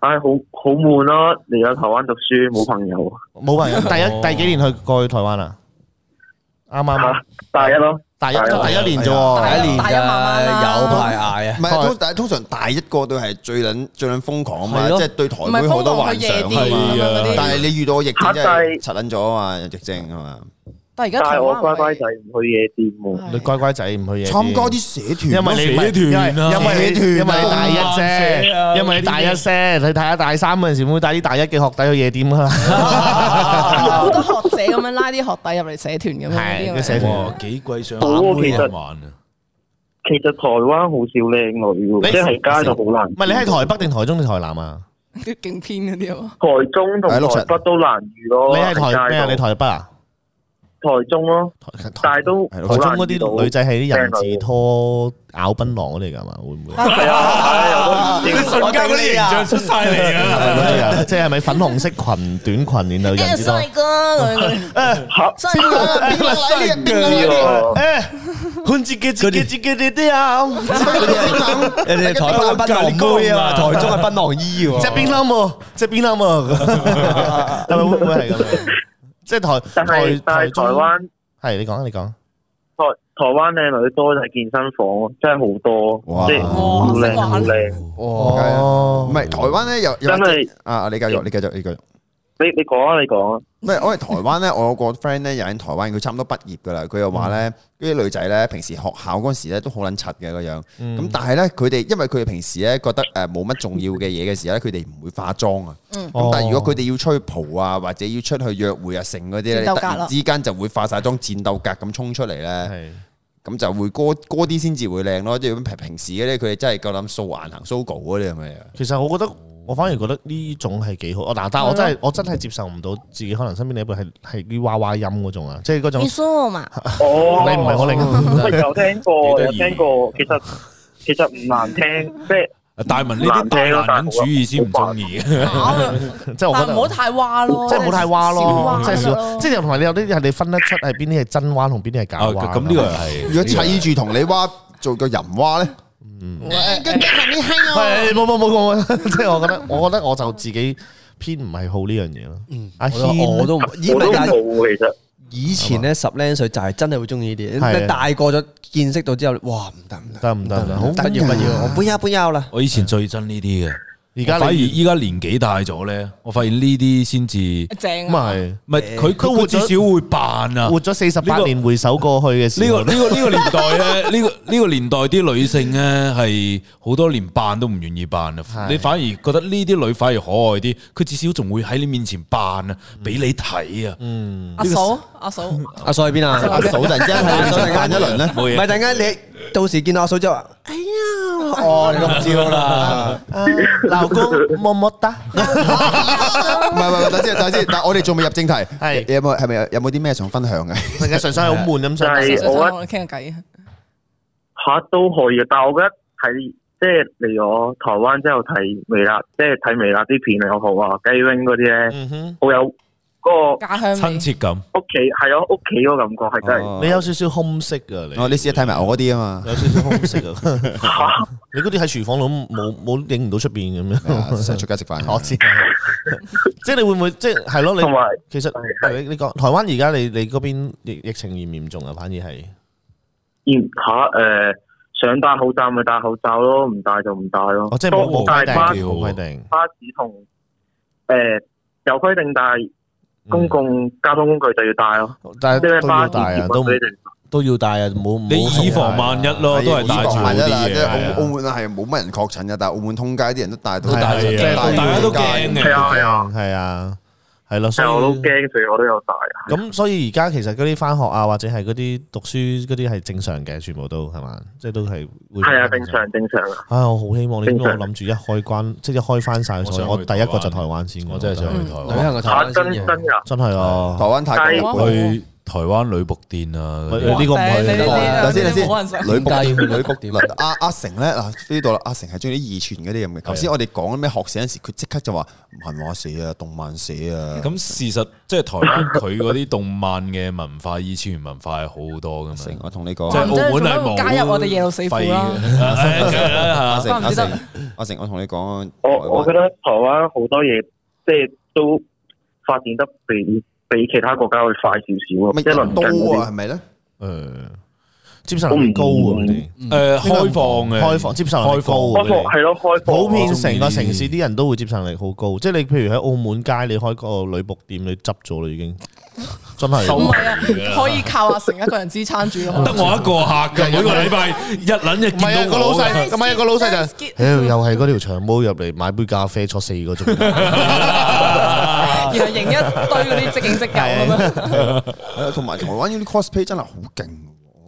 Speaker 10: 唉，好好悶咯，嚟咗台灣讀書冇朋友，
Speaker 2: 冇朋友，第一第幾年去過去台灣啊？啱啱啊
Speaker 10: 嚇大一咯，
Speaker 2: 大一第一年啫
Speaker 1: 第
Speaker 2: 喎，
Speaker 1: 一年
Speaker 4: 大
Speaker 1: 嘅
Speaker 4: 一慢慢啦
Speaker 1: 有排 捱啊
Speaker 6: 唔，係，通但係通常大一個都係最撚最撚瘋狂啊嘛，
Speaker 1: 係咯
Speaker 6: 即係對台
Speaker 4: 唔
Speaker 6: 妹
Speaker 4: 係
Speaker 6: 好
Speaker 4: 瘋
Speaker 6: 多
Speaker 4: 狂
Speaker 6: 幻
Speaker 4: 去
Speaker 6: 想
Speaker 4: 夜
Speaker 6: 啊
Speaker 4: 店咁
Speaker 6: 嘛。
Speaker 4: 樣嗰
Speaker 6: 但
Speaker 4: 啲，
Speaker 6: 係你遇到個疫症真
Speaker 10: 但
Speaker 6: 係
Speaker 10: 係
Speaker 6: 柒撚咗啊嘛，疫症啊嘛。
Speaker 4: 但係而家
Speaker 10: 但
Speaker 4: 台
Speaker 10: 係我
Speaker 4: 灣
Speaker 10: 乖乖仔唔去夜店喎。
Speaker 2: 你乖乖仔唔去嘢。
Speaker 6: 參加啲社團，啊
Speaker 2: 因為你唔係
Speaker 5: 社團啊
Speaker 2: 因為因為因
Speaker 6: 社團啊
Speaker 2: 為你大一
Speaker 5: 社啊
Speaker 2: 啫，因為你大一啫，你睇下大三嗰陣時會唔會帶啲大一嘅學弟去夜店噶啦？
Speaker 4: 好多學者咁樣拉啲學弟入嚟社團咁樣
Speaker 2: 係
Speaker 4: 嗰
Speaker 2: 嘅
Speaker 4: 啲
Speaker 2: 社團
Speaker 5: 哇，。幾貴上
Speaker 10: 好啊
Speaker 5: 眼妹
Speaker 10: 其實
Speaker 5: 一晚啊！
Speaker 10: 其實台灣好少靚女
Speaker 2: 你
Speaker 10: 喎，即係街就好難。
Speaker 2: 唔係你喺台北定台中定台南啊？
Speaker 4: 啲勁偏嗰啲啊嘛。
Speaker 10: 台中同
Speaker 6: 係六
Speaker 10: 台
Speaker 6: 十
Speaker 10: 北都難遇咯。
Speaker 2: 你係台咩啊？
Speaker 10: 街
Speaker 2: 你
Speaker 10: 度
Speaker 2: 台北啊？
Speaker 10: 台中咯，但係都
Speaker 2: 台中嗰啲女仔係啲人字拖咬檳榔嗰啲嚟㗎嘛？會唔會？
Speaker 10: 係 啊，
Speaker 5: 你瞬間嗰啲形象出晒嚟啊！
Speaker 2: 係咪即係咪粉紅色裙短裙，然後
Speaker 8: 哎
Speaker 2: 人字拖？
Speaker 4: 哥，
Speaker 10: 嚇，
Speaker 2: 邊個嚟邊個嚟邊個嚟誒，哎換自己自己自己哋啲啊！
Speaker 1: 人哋台北係檳榔妹啊嘛，台中係檳榔姨喎。
Speaker 2: 即係邊冧喎？即係邊冧喎？係咪會唔會係咁樣？即係台
Speaker 10: 但係
Speaker 2: 台
Speaker 10: 但係
Speaker 2: 中
Speaker 10: 台灣
Speaker 2: 係你講你講。
Speaker 10: 台台灣靚女多就係健身房，真係好多，即係好靚好靚。
Speaker 6: 哦，唔係台灣咧，又又
Speaker 10: 真係
Speaker 6: 啊！你繼續，你繼續，你繼續。
Speaker 10: 你你講啊，你講啊。
Speaker 6: 唔係，我係台灣咧，我有個 friend 咧，又喺台灣，佢差唔多畢業噶啦。佢又話
Speaker 10: 嗯
Speaker 6: 咧，嗰啲女仔咧，平時學校嗰陣時咧都好撚柒嘅個樣。咁、
Speaker 2: 嗯
Speaker 6: 但係咧，佢哋因為佢哋平時咧覺得誒冇乜重要嘅嘢嘅時候咧，佢哋唔會化妝啊。咁、
Speaker 2: 嗯
Speaker 6: 但係如果佢哋要出去蒲啊，或者要出去約會啊，成嗰啲
Speaker 2: 戰
Speaker 6: 咧，
Speaker 2: 鬥
Speaker 6: 突
Speaker 2: 格啦
Speaker 6: 然之間就會化晒妝戰鬥格咁衝出嚟咧。咁就會嗰嗰啲先至會靚咯，即係咁平平時嘅咧，佢哋真係夠膽素顏行 sogo 嗰啲咁啊嘅嘢。
Speaker 2: 其實我覺得，我反而覺得呢種係幾好。我嗱，但係我真
Speaker 6: 係
Speaker 2: 係
Speaker 6: 咯
Speaker 2: 我真係接受唔到自己可能身邊另一半係係啲娃娃音嗰種啊，即係嗰種
Speaker 8: 你
Speaker 2: 你
Speaker 8: 說我嘛？
Speaker 10: 哦，
Speaker 2: 唔係我啊另
Speaker 10: 有聽過，有聽過，其實其實唔難聽， 即係。
Speaker 5: 大文呢啲大男人主義先唔中意
Speaker 2: 嘅，即係我覺
Speaker 4: 但唔好
Speaker 2: 得。
Speaker 4: 太蛙咯，
Speaker 2: 即係唔好太蛙咯，即係
Speaker 4: 少
Speaker 2: 少，即係同埋你有啲係你分得出係邊啲係真蛙同邊啲係假蛙。
Speaker 5: 啊哦咁呢個又係
Speaker 6: 如果砌住同你蛙做個人蛙咧，
Speaker 2: 係冇冇冇 冇，即係我覺得，我覺得我就自己偏唔係好呢樣嘢咯。阿軒
Speaker 1: 我 都
Speaker 2: 咦
Speaker 1: 我都
Speaker 2: 但係
Speaker 10: 冇其實。
Speaker 1: 以前咧十零歲就係真係會中意呢
Speaker 2: 係啊
Speaker 1: 啲，你大個咗見識到之後，哇唔得唔
Speaker 2: 得唔得唔得，好啊
Speaker 1: 得，不要不啊 要，我不要不要啦。
Speaker 5: 我以前最憎呢啲嘅，
Speaker 2: 而家
Speaker 5: 我反而
Speaker 2: 你
Speaker 5: 依家年紀大咗咧，我發現呢啲先至
Speaker 4: 正啊
Speaker 2: 咁啊係
Speaker 5: 唔係佢
Speaker 2: 佢
Speaker 5: 佢
Speaker 2: 活
Speaker 5: 佢至
Speaker 2: 咗
Speaker 5: 少會扮啊，
Speaker 2: 活咗四十八
Speaker 5: 呢個
Speaker 2: 年回首過去嘅時
Speaker 5: 呢
Speaker 2: 候
Speaker 5: 個呢個呢個年代咧，呢 個呢個年代啲女性咧係好多連扮都唔願意扮啊！
Speaker 2: 係
Speaker 5: 你反而覺得呢啲女反而可愛啲，佢至少仲會喺你面前扮啊，俾你睇啊！
Speaker 2: 嗯，
Speaker 4: 阿嫂，阿嫂，
Speaker 1: 阿嫂喺邊啊？
Speaker 6: 阿嫂突然之間係想扮一輪咧
Speaker 5: 冇
Speaker 1: 唔
Speaker 5: 嘢
Speaker 1: 係突然間你到時見到阿嫂之後，哎呀，哦你都唔知㗎啦。
Speaker 2: 老公么么哒，
Speaker 6: 唔係唔係，等先等先，但係我哋仲未入正題，
Speaker 2: 係
Speaker 6: 有冇係咪有有冇啲咩想分享啊嘅？
Speaker 2: 成日純粹係好悶咁
Speaker 10: 但
Speaker 2: 想。
Speaker 10: 係我
Speaker 4: 我哋傾下偈啊。
Speaker 10: 吓都可以嘅，但係我覺得睇即係嚟咗台灣之後睇微辣，即係睇微辣啲片又好啊，雞 wing 嗰啲
Speaker 2: 嗯 Ừ
Speaker 10: 咧，好有嗰個
Speaker 4: 家鄉
Speaker 5: 親切感。
Speaker 10: 屋企係啊咯，屋企嗰個感覺係真
Speaker 1: 哦
Speaker 10: 係。
Speaker 2: 你有少少空色噶你，
Speaker 1: Ờ,
Speaker 6: 哦，你試下睇埋我嗰啲 啊嘛，
Speaker 2: 有少少空色 啊！你嗰啲喺廚房度冇冇影唔到出邊咁
Speaker 1: Ờ.
Speaker 2: 樣，
Speaker 6: 啊成日出街食飯。
Speaker 2: 我知， 即係你會唔會即係係咯？
Speaker 10: 同埋
Speaker 2: 你其實你你講台灣而家你你嗰邊疫疫情嚴唔嚴重啊？反而係
Speaker 10: 然吓誒，想戴口罩咪戴口罩咯，唔戴就唔戴咯。
Speaker 2: 哦，即係冇冇
Speaker 10: 都
Speaker 2: 規
Speaker 10: 但
Speaker 2: 定，
Speaker 10: 係巴士
Speaker 2: 冇規定。
Speaker 10: 巴士同誒有規定，但係
Speaker 2: Ừ.
Speaker 10: 公共交通工具就要戴咯。
Speaker 2: 但
Speaker 10: 即
Speaker 2: 係
Speaker 10: 係
Speaker 2: 都
Speaker 10: 巴
Speaker 2: 要
Speaker 10: 士
Speaker 2: 戴嗯啊，
Speaker 10: 業
Speaker 2: 都
Speaker 10: 務佢哋
Speaker 2: 都要戴啊，冇冇啊
Speaker 5: 你以防萬一咯，都係戴住好
Speaker 6: 萬一啦，
Speaker 5: 啲
Speaker 6: 即係
Speaker 5: 嘢
Speaker 6: 澳澳。門啊係冇乜人確診嘅，但係澳門通街啲人都戴到
Speaker 5: 都
Speaker 2: 啊
Speaker 5: 戴住
Speaker 6: 戴
Speaker 5: 啊大家都驚嘅
Speaker 10: 係啊係啊，
Speaker 2: 係啊，係咯，所
Speaker 10: 係
Speaker 2: 以
Speaker 10: 啊我都驚，所以我都有戴。
Speaker 2: 咁所以而家其實嗰啲翻學啊，或者係嗰啲讀書嗰啲係正常嘅，全部都係嘛，即係都係會
Speaker 10: 係啊，正常正常啊。
Speaker 2: 唉，我好希望你，因
Speaker 10: 正
Speaker 2: 為
Speaker 10: 常
Speaker 2: 我諗住一開關，即係一開翻晒
Speaker 5: 我
Speaker 2: 所
Speaker 5: 想
Speaker 2: 有，我
Speaker 5: 去
Speaker 2: 第一個就台灣先，
Speaker 5: 我真係想去台
Speaker 2: 灣，
Speaker 5: 灣，
Speaker 1: 個
Speaker 10: 嚇真真㗎，
Speaker 2: 真係啊！
Speaker 1: 哦
Speaker 6: 台灣泰國日本
Speaker 5: 去台灣女僕店啊！
Speaker 2: 喂呢個唔係
Speaker 4: 你你你
Speaker 6: 等先等先
Speaker 4: 冇人想，
Speaker 6: 女
Speaker 1: 點
Speaker 6: 僕
Speaker 1: 解啊要
Speaker 6: 女僕點嗱阿阿成咧嗱呢度啦，阿成係中意啲二傳嗰啲
Speaker 1: 啊
Speaker 6: 咁嘅。頭先我哋講咩學社嗰陣時，佢即刻就話漫畫社啊、動漫社啊。
Speaker 5: 咁事實即係台灣佢嗰啲動漫嘅文化、二次元文化係好好多噶嘛。
Speaker 6: 成我同你講
Speaker 5: 即係，澳門係冇
Speaker 4: 加入我哋耶魯四 庫啦
Speaker 5: 廢嘅係梗係
Speaker 6: 阿
Speaker 5: 啦
Speaker 6: 成
Speaker 4: 怪唔
Speaker 6: 阿
Speaker 4: 之得
Speaker 6: 成阿成，我同你講，
Speaker 10: 我我覺得台灣好多嘢即係都發展得比比其他國家會快少少啊！
Speaker 6: 乜
Speaker 10: 即係
Speaker 6: 人
Speaker 10: 鄰
Speaker 6: 多
Speaker 10: 近嗰
Speaker 6: 啊？係
Speaker 10: 啲
Speaker 6: 咪咧？
Speaker 2: 誒，接受能力高啊！佢哋
Speaker 5: 誒開放嘅，
Speaker 2: 開放接受能力高啊，
Speaker 10: 開
Speaker 2: 佢
Speaker 10: 放
Speaker 2: 哋
Speaker 10: 係咯，開放
Speaker 2: 普遍成個城市啲人都會接受能力好高，即係你譬如喺澳門街，你開個女僕店，你執咗啦已經，真係
Speaker 5: 收
Speaker 4: 唔係啊，可以靠阿成一個人支撐住
Speaker 5: 得
Speaker 4: 咯。
Speaker 5: 我一 個客㗎，每個禮拜一撚就
Speaker 2: 唔係啊，
Speaker 5: 見
Speaker 2: 個
Speaker 5: 到
Speaker 2: 老
Speaker 5: 我
Speaker 2: 細
Speaker 5: 㗎。
Speaker 2: 唔係啊，個老細就，
Speaker 4: Skip
Speaker 2: 屌又係嗰條長毛入嚟買杯咖啡坐四個鐘，
Speaker 4: 然後影一堆嗰啲即影即舊咁樣。
Speaker 6: 係啊同埋台灣嗰啲 cosplay 真係好勁喎。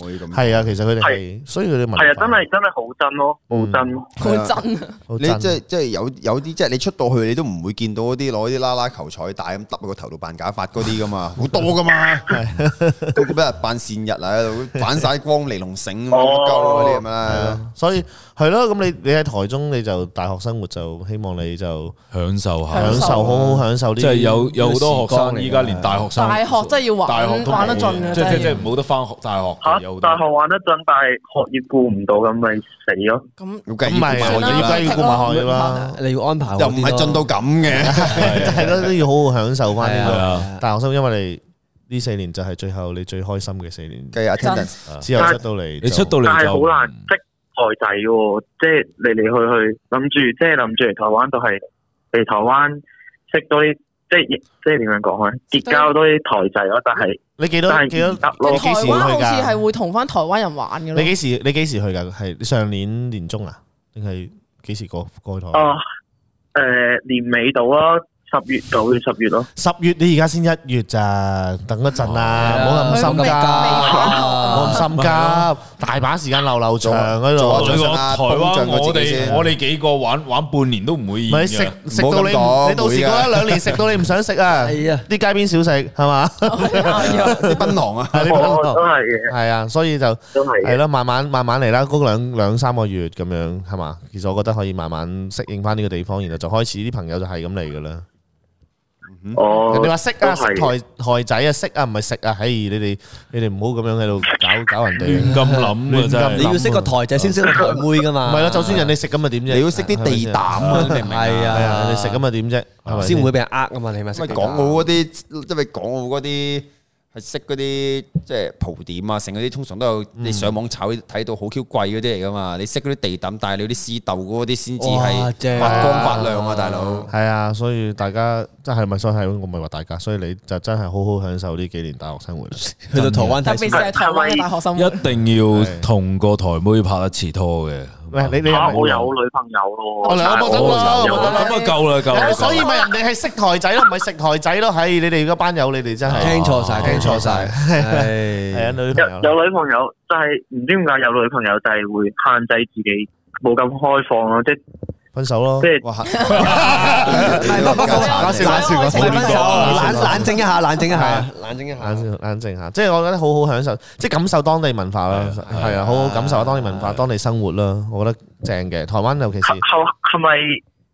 Speaker 1: 可以咁。
Speaker 2: 係啊，其實佢哋係，所以佢哋問
Speaker 10: 係啊，真係真係好真咯，好真咯，
Speaker 4: 啊
Speaker 1: 好真。你即係即係有有啲即係你出到去你都唔會見到嗰啲攞啲啦啦球彩帶咁揼個頭度扮假髮嗰啲噶 嘛，好多噶嘛， 嗰個俾人扮善日啊，喺度反晒光尼龍繩咁
Speaker 10: 哦
Speaker 1: 樣鳩嗰啲咁啦。
Speaker 2: 所以係咯，咁你你喺台中你就大學生活就希望你就
Speaker 5: 享受
Speaker 2: 下，享受好好享受呢啲。
Speaker 5: 即係有有好多學生依家連大學生
Speaker 4: 大學真係要玩
Speaker 5: 大學都冇
Speaker 4: 玩得盡嘅
Speaker 5: 即係即係即
Speaker 4: 真係
Speaker 5: 係冇得翻學大學
Speaker 10: 嚇
Speaker 5: 嘅有好多
Speaker 10: 大學玩得盡，但係學業顧唔到咁咪死咯。
Speaker 4: 咁
Speaker 1: 咁咪
Speaker 2: 係啦依家要顧埋學業啦，
Speaker 6: 你要安排
Speaker 1: 又唔係進到咁嘅，
Speaker 2: 係咯，都要好好享受翻呢
Speaker 1: 係
Speaker 2: 個
Speaker 1: 啊
Speaker 2: 大學生，因為你呢四年就係最後你最開心嘅四年。
Speaker 1: 計 attendance
Speaker 2: 之後出到嚟就，嗯
Speaker 10: 但係好難識台仔喎，即係嚟嚟去去諗住，即係諗住嚟台灣就係嚟台灣識多啲，即係即係點樣講咧？結交多啲台仔咯，但係
Speaker 2: 你幾多
Speaker 10: 但係
Speaker 2: 幾多
Speaker 10: 唔得咯
Speaker 2: 你幾
Speaker 4: 台
Speaker 2: 時
Speaker 4: 灣好
Speaker 2: 去
Speaker 4: 似
Speaker 2: 㗎？
Speaker 4: 係會同翻台灣人玩嘅咯。
Speaker 2: 你幾時你幾時去㗎？係上年年中啊，定係幾時過過去台灣？
Speaker 10: 啊誒年尾到啦，十月九月十月咯。
Speaker 2: 十月你而家先一月咋，等一陣啦，
Speaker 10: 係啊
Speaker 2: 唔好咁心急，
Speaker 10: 未
Speaker 2: 唔好咁心急，大把時間流流長喺度。
Speaker 5: 我同你講台灣我哋我
Speaker 2: 哋
Speaker 5: 哋幾個玩玩半年都唔會厭
Speaker 2: 咪
Speaker 5: 嘅，
Speaker 2: 食食到你唔你到時過一兩年食到你唔想食啊！係啊，啲街邊小食係嘛？啲
Speaker 1: 檳榔啊，
Speaker 2: 啲檳榔
Speaker 10: 哦都係嘅，
Speaker 2: 係啊，所以就
Speaker 10: 係
Speaker 2: 係咯，慢慢慢慢嚟啦，嗰兩兩三個月咁樣係嘛？其實我覺得可以慢慢適應翻呢個地方，然後就開始啲朋友就係咁嚟噶啦。
Speaker 10: 哦，
Speaker 2: 人哋話識啊，
Speaker 10: 都係
Speaker 2: 識台台仔啊，識啊，唔係食啊，唉，你哋你哋唔好咁樣喺度搞搞人哋，
Speaker 5: 亂咁諗啊
Speaker 2: 亂咁
Speaker 5: 真係
Speaker 2: 諗
Speaker 5: 你要識個台仔先識個台妹㗎嘛
Speaker 1: Ừ.
Speaker 2: 唔係啦，就算人哋食咁啊點啫？
Speaker 1: 你要識啲地膽啊
Speaker 2: 係咪先
Speaker 1: 係啊
Speaker 2: 係啊，人哋食咁啊點啫？係咪
Speaker 6: 先唔會俾人呃噶嘛，你咪識
Speaker 1: 咪港澳嗰啲，因為港澳嗰啲係識嗰啲即係蒲點啊，成嗰啲通常都有你上網炒睇到好 Q 貴嗰啲嚟噶嘛，你識嗰啲地膽，但係你啲私竇嗰啲先至
Speaker 2: 哇
Speaker 1: 係
Speaker 2: 正
Speaker 1: 發光發亮啊，大佬。
Speaker 2: 係啊，所以大家真係咪所以係我唔係話大家，所以你就真係好好享受呢幾年大學生活。去
Speaker 5: 到台灣
Speaker 4: 特別是係台灣嘅大學生活。
Speaker 5: 一定要同個台妹拍一次拖嘅。
Speaker 2: 喂，你
Speaker 10: 嚇我有女朋友咯，
Speaker 2: 我兩個都啦，
Speaker 5: 有
Speaker 2: 我
Speaker 5: 咁啊夠啦夠啦
Speaker 2: 有所以咪人哋係識台仔咯，唔係食台仔咯。係你哋嗰班友，你哋真係
Speaker 6: 聽錯晒
Speaker 2: 聽錯晒。係啊，
Speaker 10: 有
Speaker 2: 女朋友
Speaker 10: 有女朋友，就係唔知點解有女朋友就係會限制自己冇咁開放咯，即係
Speaker 2: 分手咯，
Speaker 10: 即係
Speaker 2: 搞笑搞笑搞笑
Speaker 6: 分手，冷冷靜一下，冷靜一下。
Speaker 2: 冷靜一下， 冷靜冷靜下，即係我覺得好好享受，即係感受當地文化啦，係啊，好好感受下當地文化、當地生活啦，我覺得正嘅。台灣尤其是
Speaker 10: 後係咪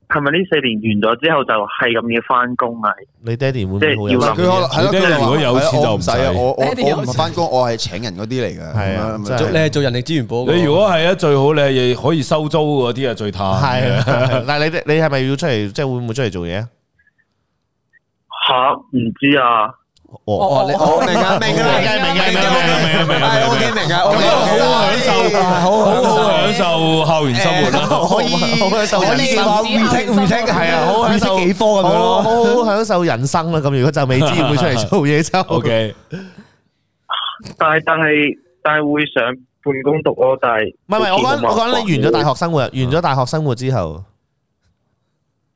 Speaker 10: 係咪呢四年完咗之後就係咁要翻工啊？
Speaker 2: 你爹哋會唔
Speaker 10: 即
Speaker 2: 會好
Speaker 10: 係要
Speaker 2: 有
Speaker 10: 諗
Speaker 2: 錢？
Speaker 10: 佢可能係咯佢可能
Speaker 1: 如果有錢就唔使啊我我
Speaker 5: 爹哋有
Speaker 1: 我唔係翻工，我係請人嗰啲嚟嘅。係啊，
Speaker 5: 真係
Speaker 6: 你係做人力資源部，
Speaker 5: 你如果係啊，最好你係可以收租嗰啲啊，最嘆。
Speaker 2: 係啊，但係你你係咪要出嚟？即係會唔會出嚟做嘢啊？
Speaker 10: 吓唔知啊！
Speaker 2: 哦
Speaker 1: 你我明啊明啊
Speaker 2: 明啊明啊明
Speaker 1: 啊明啊明啊，OK 明啊，OK
Speaker 5: 好享受，好好享受校園生活啦。
Speaker 1: 可以
Speaker 2: 可以
Speaker 1: 話 retake retake
Speaker 2: 係啊，好享受
Speaker 1: 幾科咁樣
Speaker 2: 好
Speaker 1: 咯。
Speaker 2: 好好享受人生啦。咁如果就未知會唔會出嚟做 嘢就
Speaker 5: OK。
Speaker 10: 但係但係但係會上半工讀咯，但係
Speaker 2: 唔係唔係，我講緊我講緊你
Speaker 10: 哦
Speaker 2: 完咗大學生活，完咗大學生活之後，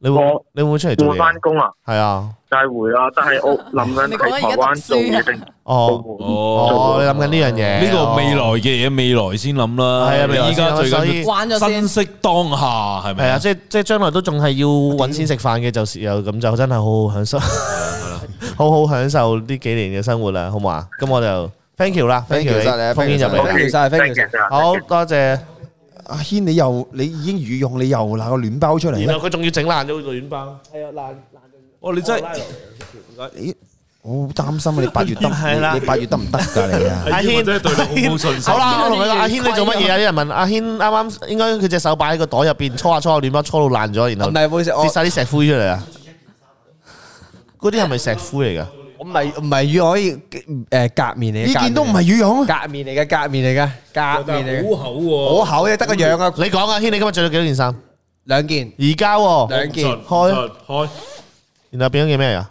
Speaker 2: 你會你會唔會出嚟做
Speaker 10: 會
Speaker 2: 嘢
Speaker 10: 翻？工啊，
Speaker 2: 係啊，
Speaker 10: 但係會啦，但係 我諗緊喺台灣做嘢定
Speaker 2: 哦哦，你諗緊呢樣嘢？
Speaker 5: 呢個未來嘅嘢，未來先諗啦。
Speaker 2: 係啊未來
Speaker 5: 你依
Speaker 2: 先
Speaker 5: 家
Speaker 2: 諗
Speaker 5: 最
Speaker 2: 所以
Speaker 5: 緊
Speaker 2: 玩咗
Speaker 5: 要
Speaker 2: 先
Speaker 5: 珍惜當下，係咪
Speaker 2: 係啊，即係即係將來都仲係要揾錢食飯嘅，就是又咁就真係好好享受， 好好享受呢幾年嘅生活啦，好唔好啊？咁我就 thank you 啦，thank you 你
Speaker 1: 晒你啊
Speaker 2: 封煙入嚟
Speaker 1: thank you 晒，thank you 晒
Speaker 2: 好多謝。
Speaker 1: 阿軒，你又你已經御用，你又攞個暖包出
Speaker 2: 然
Speaker 1: 嚟啦
Speaker 2: 後。佢仲要整爛咗個暖包，係啊，爛爛
Speaker 5: 哦，你真係
Speaker 1: 咦我好擔心啊！你八月得 唔
Speaker 2: 係啦
Speaker 1: 你八月得唔得㗎 你啊？
Speaker 2: 阿軒好啦，我同佢講，阿軒你做乜嘢啊？啲人問阿軒啱啱應該佢隻手擺喺個袋入邊，搓下搓下暖包，搓到爛咗，然後
Speaker 6: 唔係唔好意思 我
Speaker 2: 跌晒啲石灰出嚟啊！嗰啲係咪石灰嚟㗎？
Speaker 6: 我唔係唔係羽絨，可以誒隔面嚟嘅。
Speaker 2: 呢件都唔
Speaker 6: 係羽絨，隔面嚟嘅，隔面嚟嘅，隔面嚟嘅。
Speaker 5: 厚喎
Speaker 6: 好厚嘅，得個樣啊！
Speaker 2: 你講啊，軒，你今日着咗幾多件衫？
Speaker 6: 兩件。
Speaker 2: 而家喎，
Speaker 6: 兩件
Speaker 2: 開
Speaker 5: 開，
Speaker 2: 然後變咗件咩啊？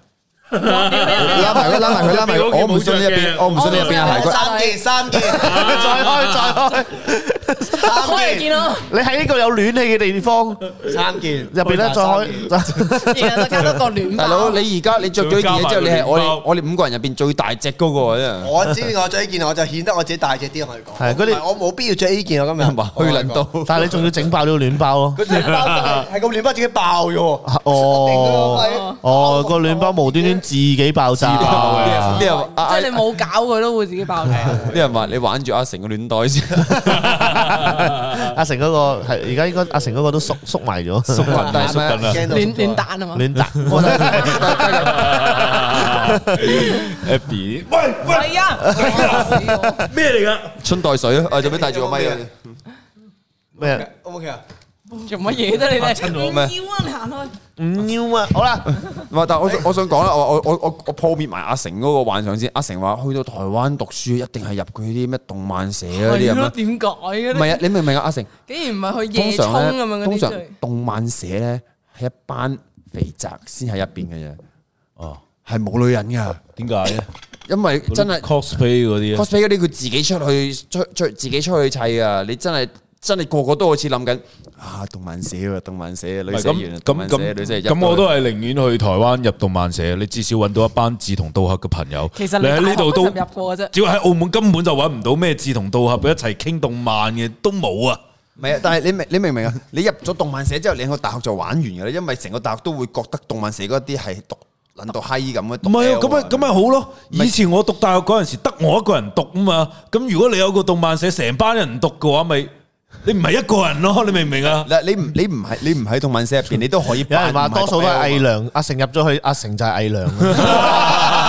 Speaker 1: 拉埋佢，拉埋佢，拉埋佢！我唔信你入邊，我唔信你入邊有鞋骨。
Speaker 6: 三件，三件，再
Speaker 2: 開，再開。
Speaker 4: 開嚟見咯。
Speaker 2: 你喺呢個有暖氣嘅地方，
Speaker 3: 三件
Speaker 2: 入邊咧再開，
Speaker 4: 再加多個暖
Speaker 6: 大佬，你而家你着咗呢件嘢之後，你係我哋我哋五個人入邊最大隻嗰個啊！
Speaker 3: 我知我着呢件，我就顯得我自己大隻啲。我
Speaker 2: 係
Speaker 3: 哋
Speaker 2: 啊
Speaker 3: 講，
Speaker 2: 嗰啲
Speaker 3: 唔係我冇必要着呢件， 我今日
Speaker 6: 虛輪到，
Speaker 2: 但係你仲要整爆呢個暖包咯。
Speaker 1: Dạ.
Speaker 3: 暖包真係係個暖包自己爆咗喎。
Speaker 2: 哦，哦，個暖包無端端自己爆炸，
Speaker 6: 啲人
Speaker 4: 即係你冇搞佢都會自己爆嘅。
Speaker 6: 啲人話你玩住阿成個暖袋先，
Speaker 2: 阿成嗰個係而家應該阿成嗰個都縮縮埋咗，
Speaker 6: 縮埋但係縮緊啦
Speaker 4: 暖暖蛋啊嘛，
Speaker 2: 暖蛋。
Speaker 5: Abby，喂
Speaker 4: 喂，係啊，
Speaker 5: 咩嚟噶？
Speaker 6: 春袋水啊！啊做咩戴住個咪啊？
Speaker 2: 咩？
Speaker 3: O 唔 O K 啊？
Speaker 4: 做乜嘢啫你
Speaker 6: 嚇親
Speaker 4: 哋？
Speaker 6: 我
Speaker 4: 唔
Speaker 6: 咩
Speaker 4: 要啊，你行開。
Speaker 2: 唔要啊！好啦，
Speaker 6: 唔係，但係我想我想講啦，我我我我我破滅埋阿成嗰個幻想先。阿成話去到台灣讀書一定係入佢啲咩動漫社嗰啲
Speaker 4: 係
Speaker 6: 咁
Speaker 4: 咯，
Speaker 6: 啊。
Speaker 4: 點解嘅咧？
Speaker 6: 唔 係啊，你明唔明啊？阿成
Speaker 4: 竟然唔係去
Speaker 6: 通
Speaker 4: 夜衝
Speaker 6: 常
Speaker 4: 咁樣
Speaker 6: 咧，
Speaker 4: 嗰
Speaker 6: 通
Speaker 4: 啲
Speaker 6: 常
Speaker 4: 最
Speaker 6: 動漫社咧係一班肥宅先喺入邊嘅啫。哦，係冇女人㗎。
Speaker 5: 點解咧？
Speaker 6: 因為真係
Speaker 5: cosplay 嗰啲啊
Speaker 6: cosplay 嗰啲佢自己出去出出自己出去砌㗎。你真係真係個個都好似諗緊啊動漫社啊動漫社啊
Speaker 5: 唔
Speaker 6: 女
Speaker 5: 係
Speaker 6: 社員啊
Speaker 5: 咁
Speaker 6: 動漫
Speaker 5: 咁
Speaker 6: 社啊女社
Speaker 5: 咁
Speaker 6: 員
Speaker 5: 咁，我都係寧願去台灣入動漫社，你至少揾到一班志同道合嘅朋友。
Speaker 4: 其實
Speaker 5: 你喺呢度都
Speaker 4: 大學入過嘅啫。
Speaker 5: 只要喺澳門根本就揾唔到咩志同道合一齊傾動漫嘅都冇啊！
Speaker 6: 唔係啊，但係你明你明唔明啊？你入咗動漫社之後，你喺個大學就玩完㗎啦，因為成個大學都會覺得動漫社嗰啲係讀撚到閪咁嘅。
Speaker 5: 唔係啊，咁咪咁咪好咯。以前我讀大學嗰陣時，得我一個人讀啊嘛。咁如果你有個動漫社，成班人唔讀嘅話，咪你唔係一個人咯。你明唔明啊？
Speaker 6: 嗱，你唔你唔係你唔喺動漫社入邊，你都可以
Speaker 2: 有
Speaker 6: 扮
Speaker 2: 人話
Speaker 6: 唔係讀
Speaker 2: 多數都係
Speaker 6: L
Speaker 2: 偽娘，阿成入咗去，阿成就係偽 娘。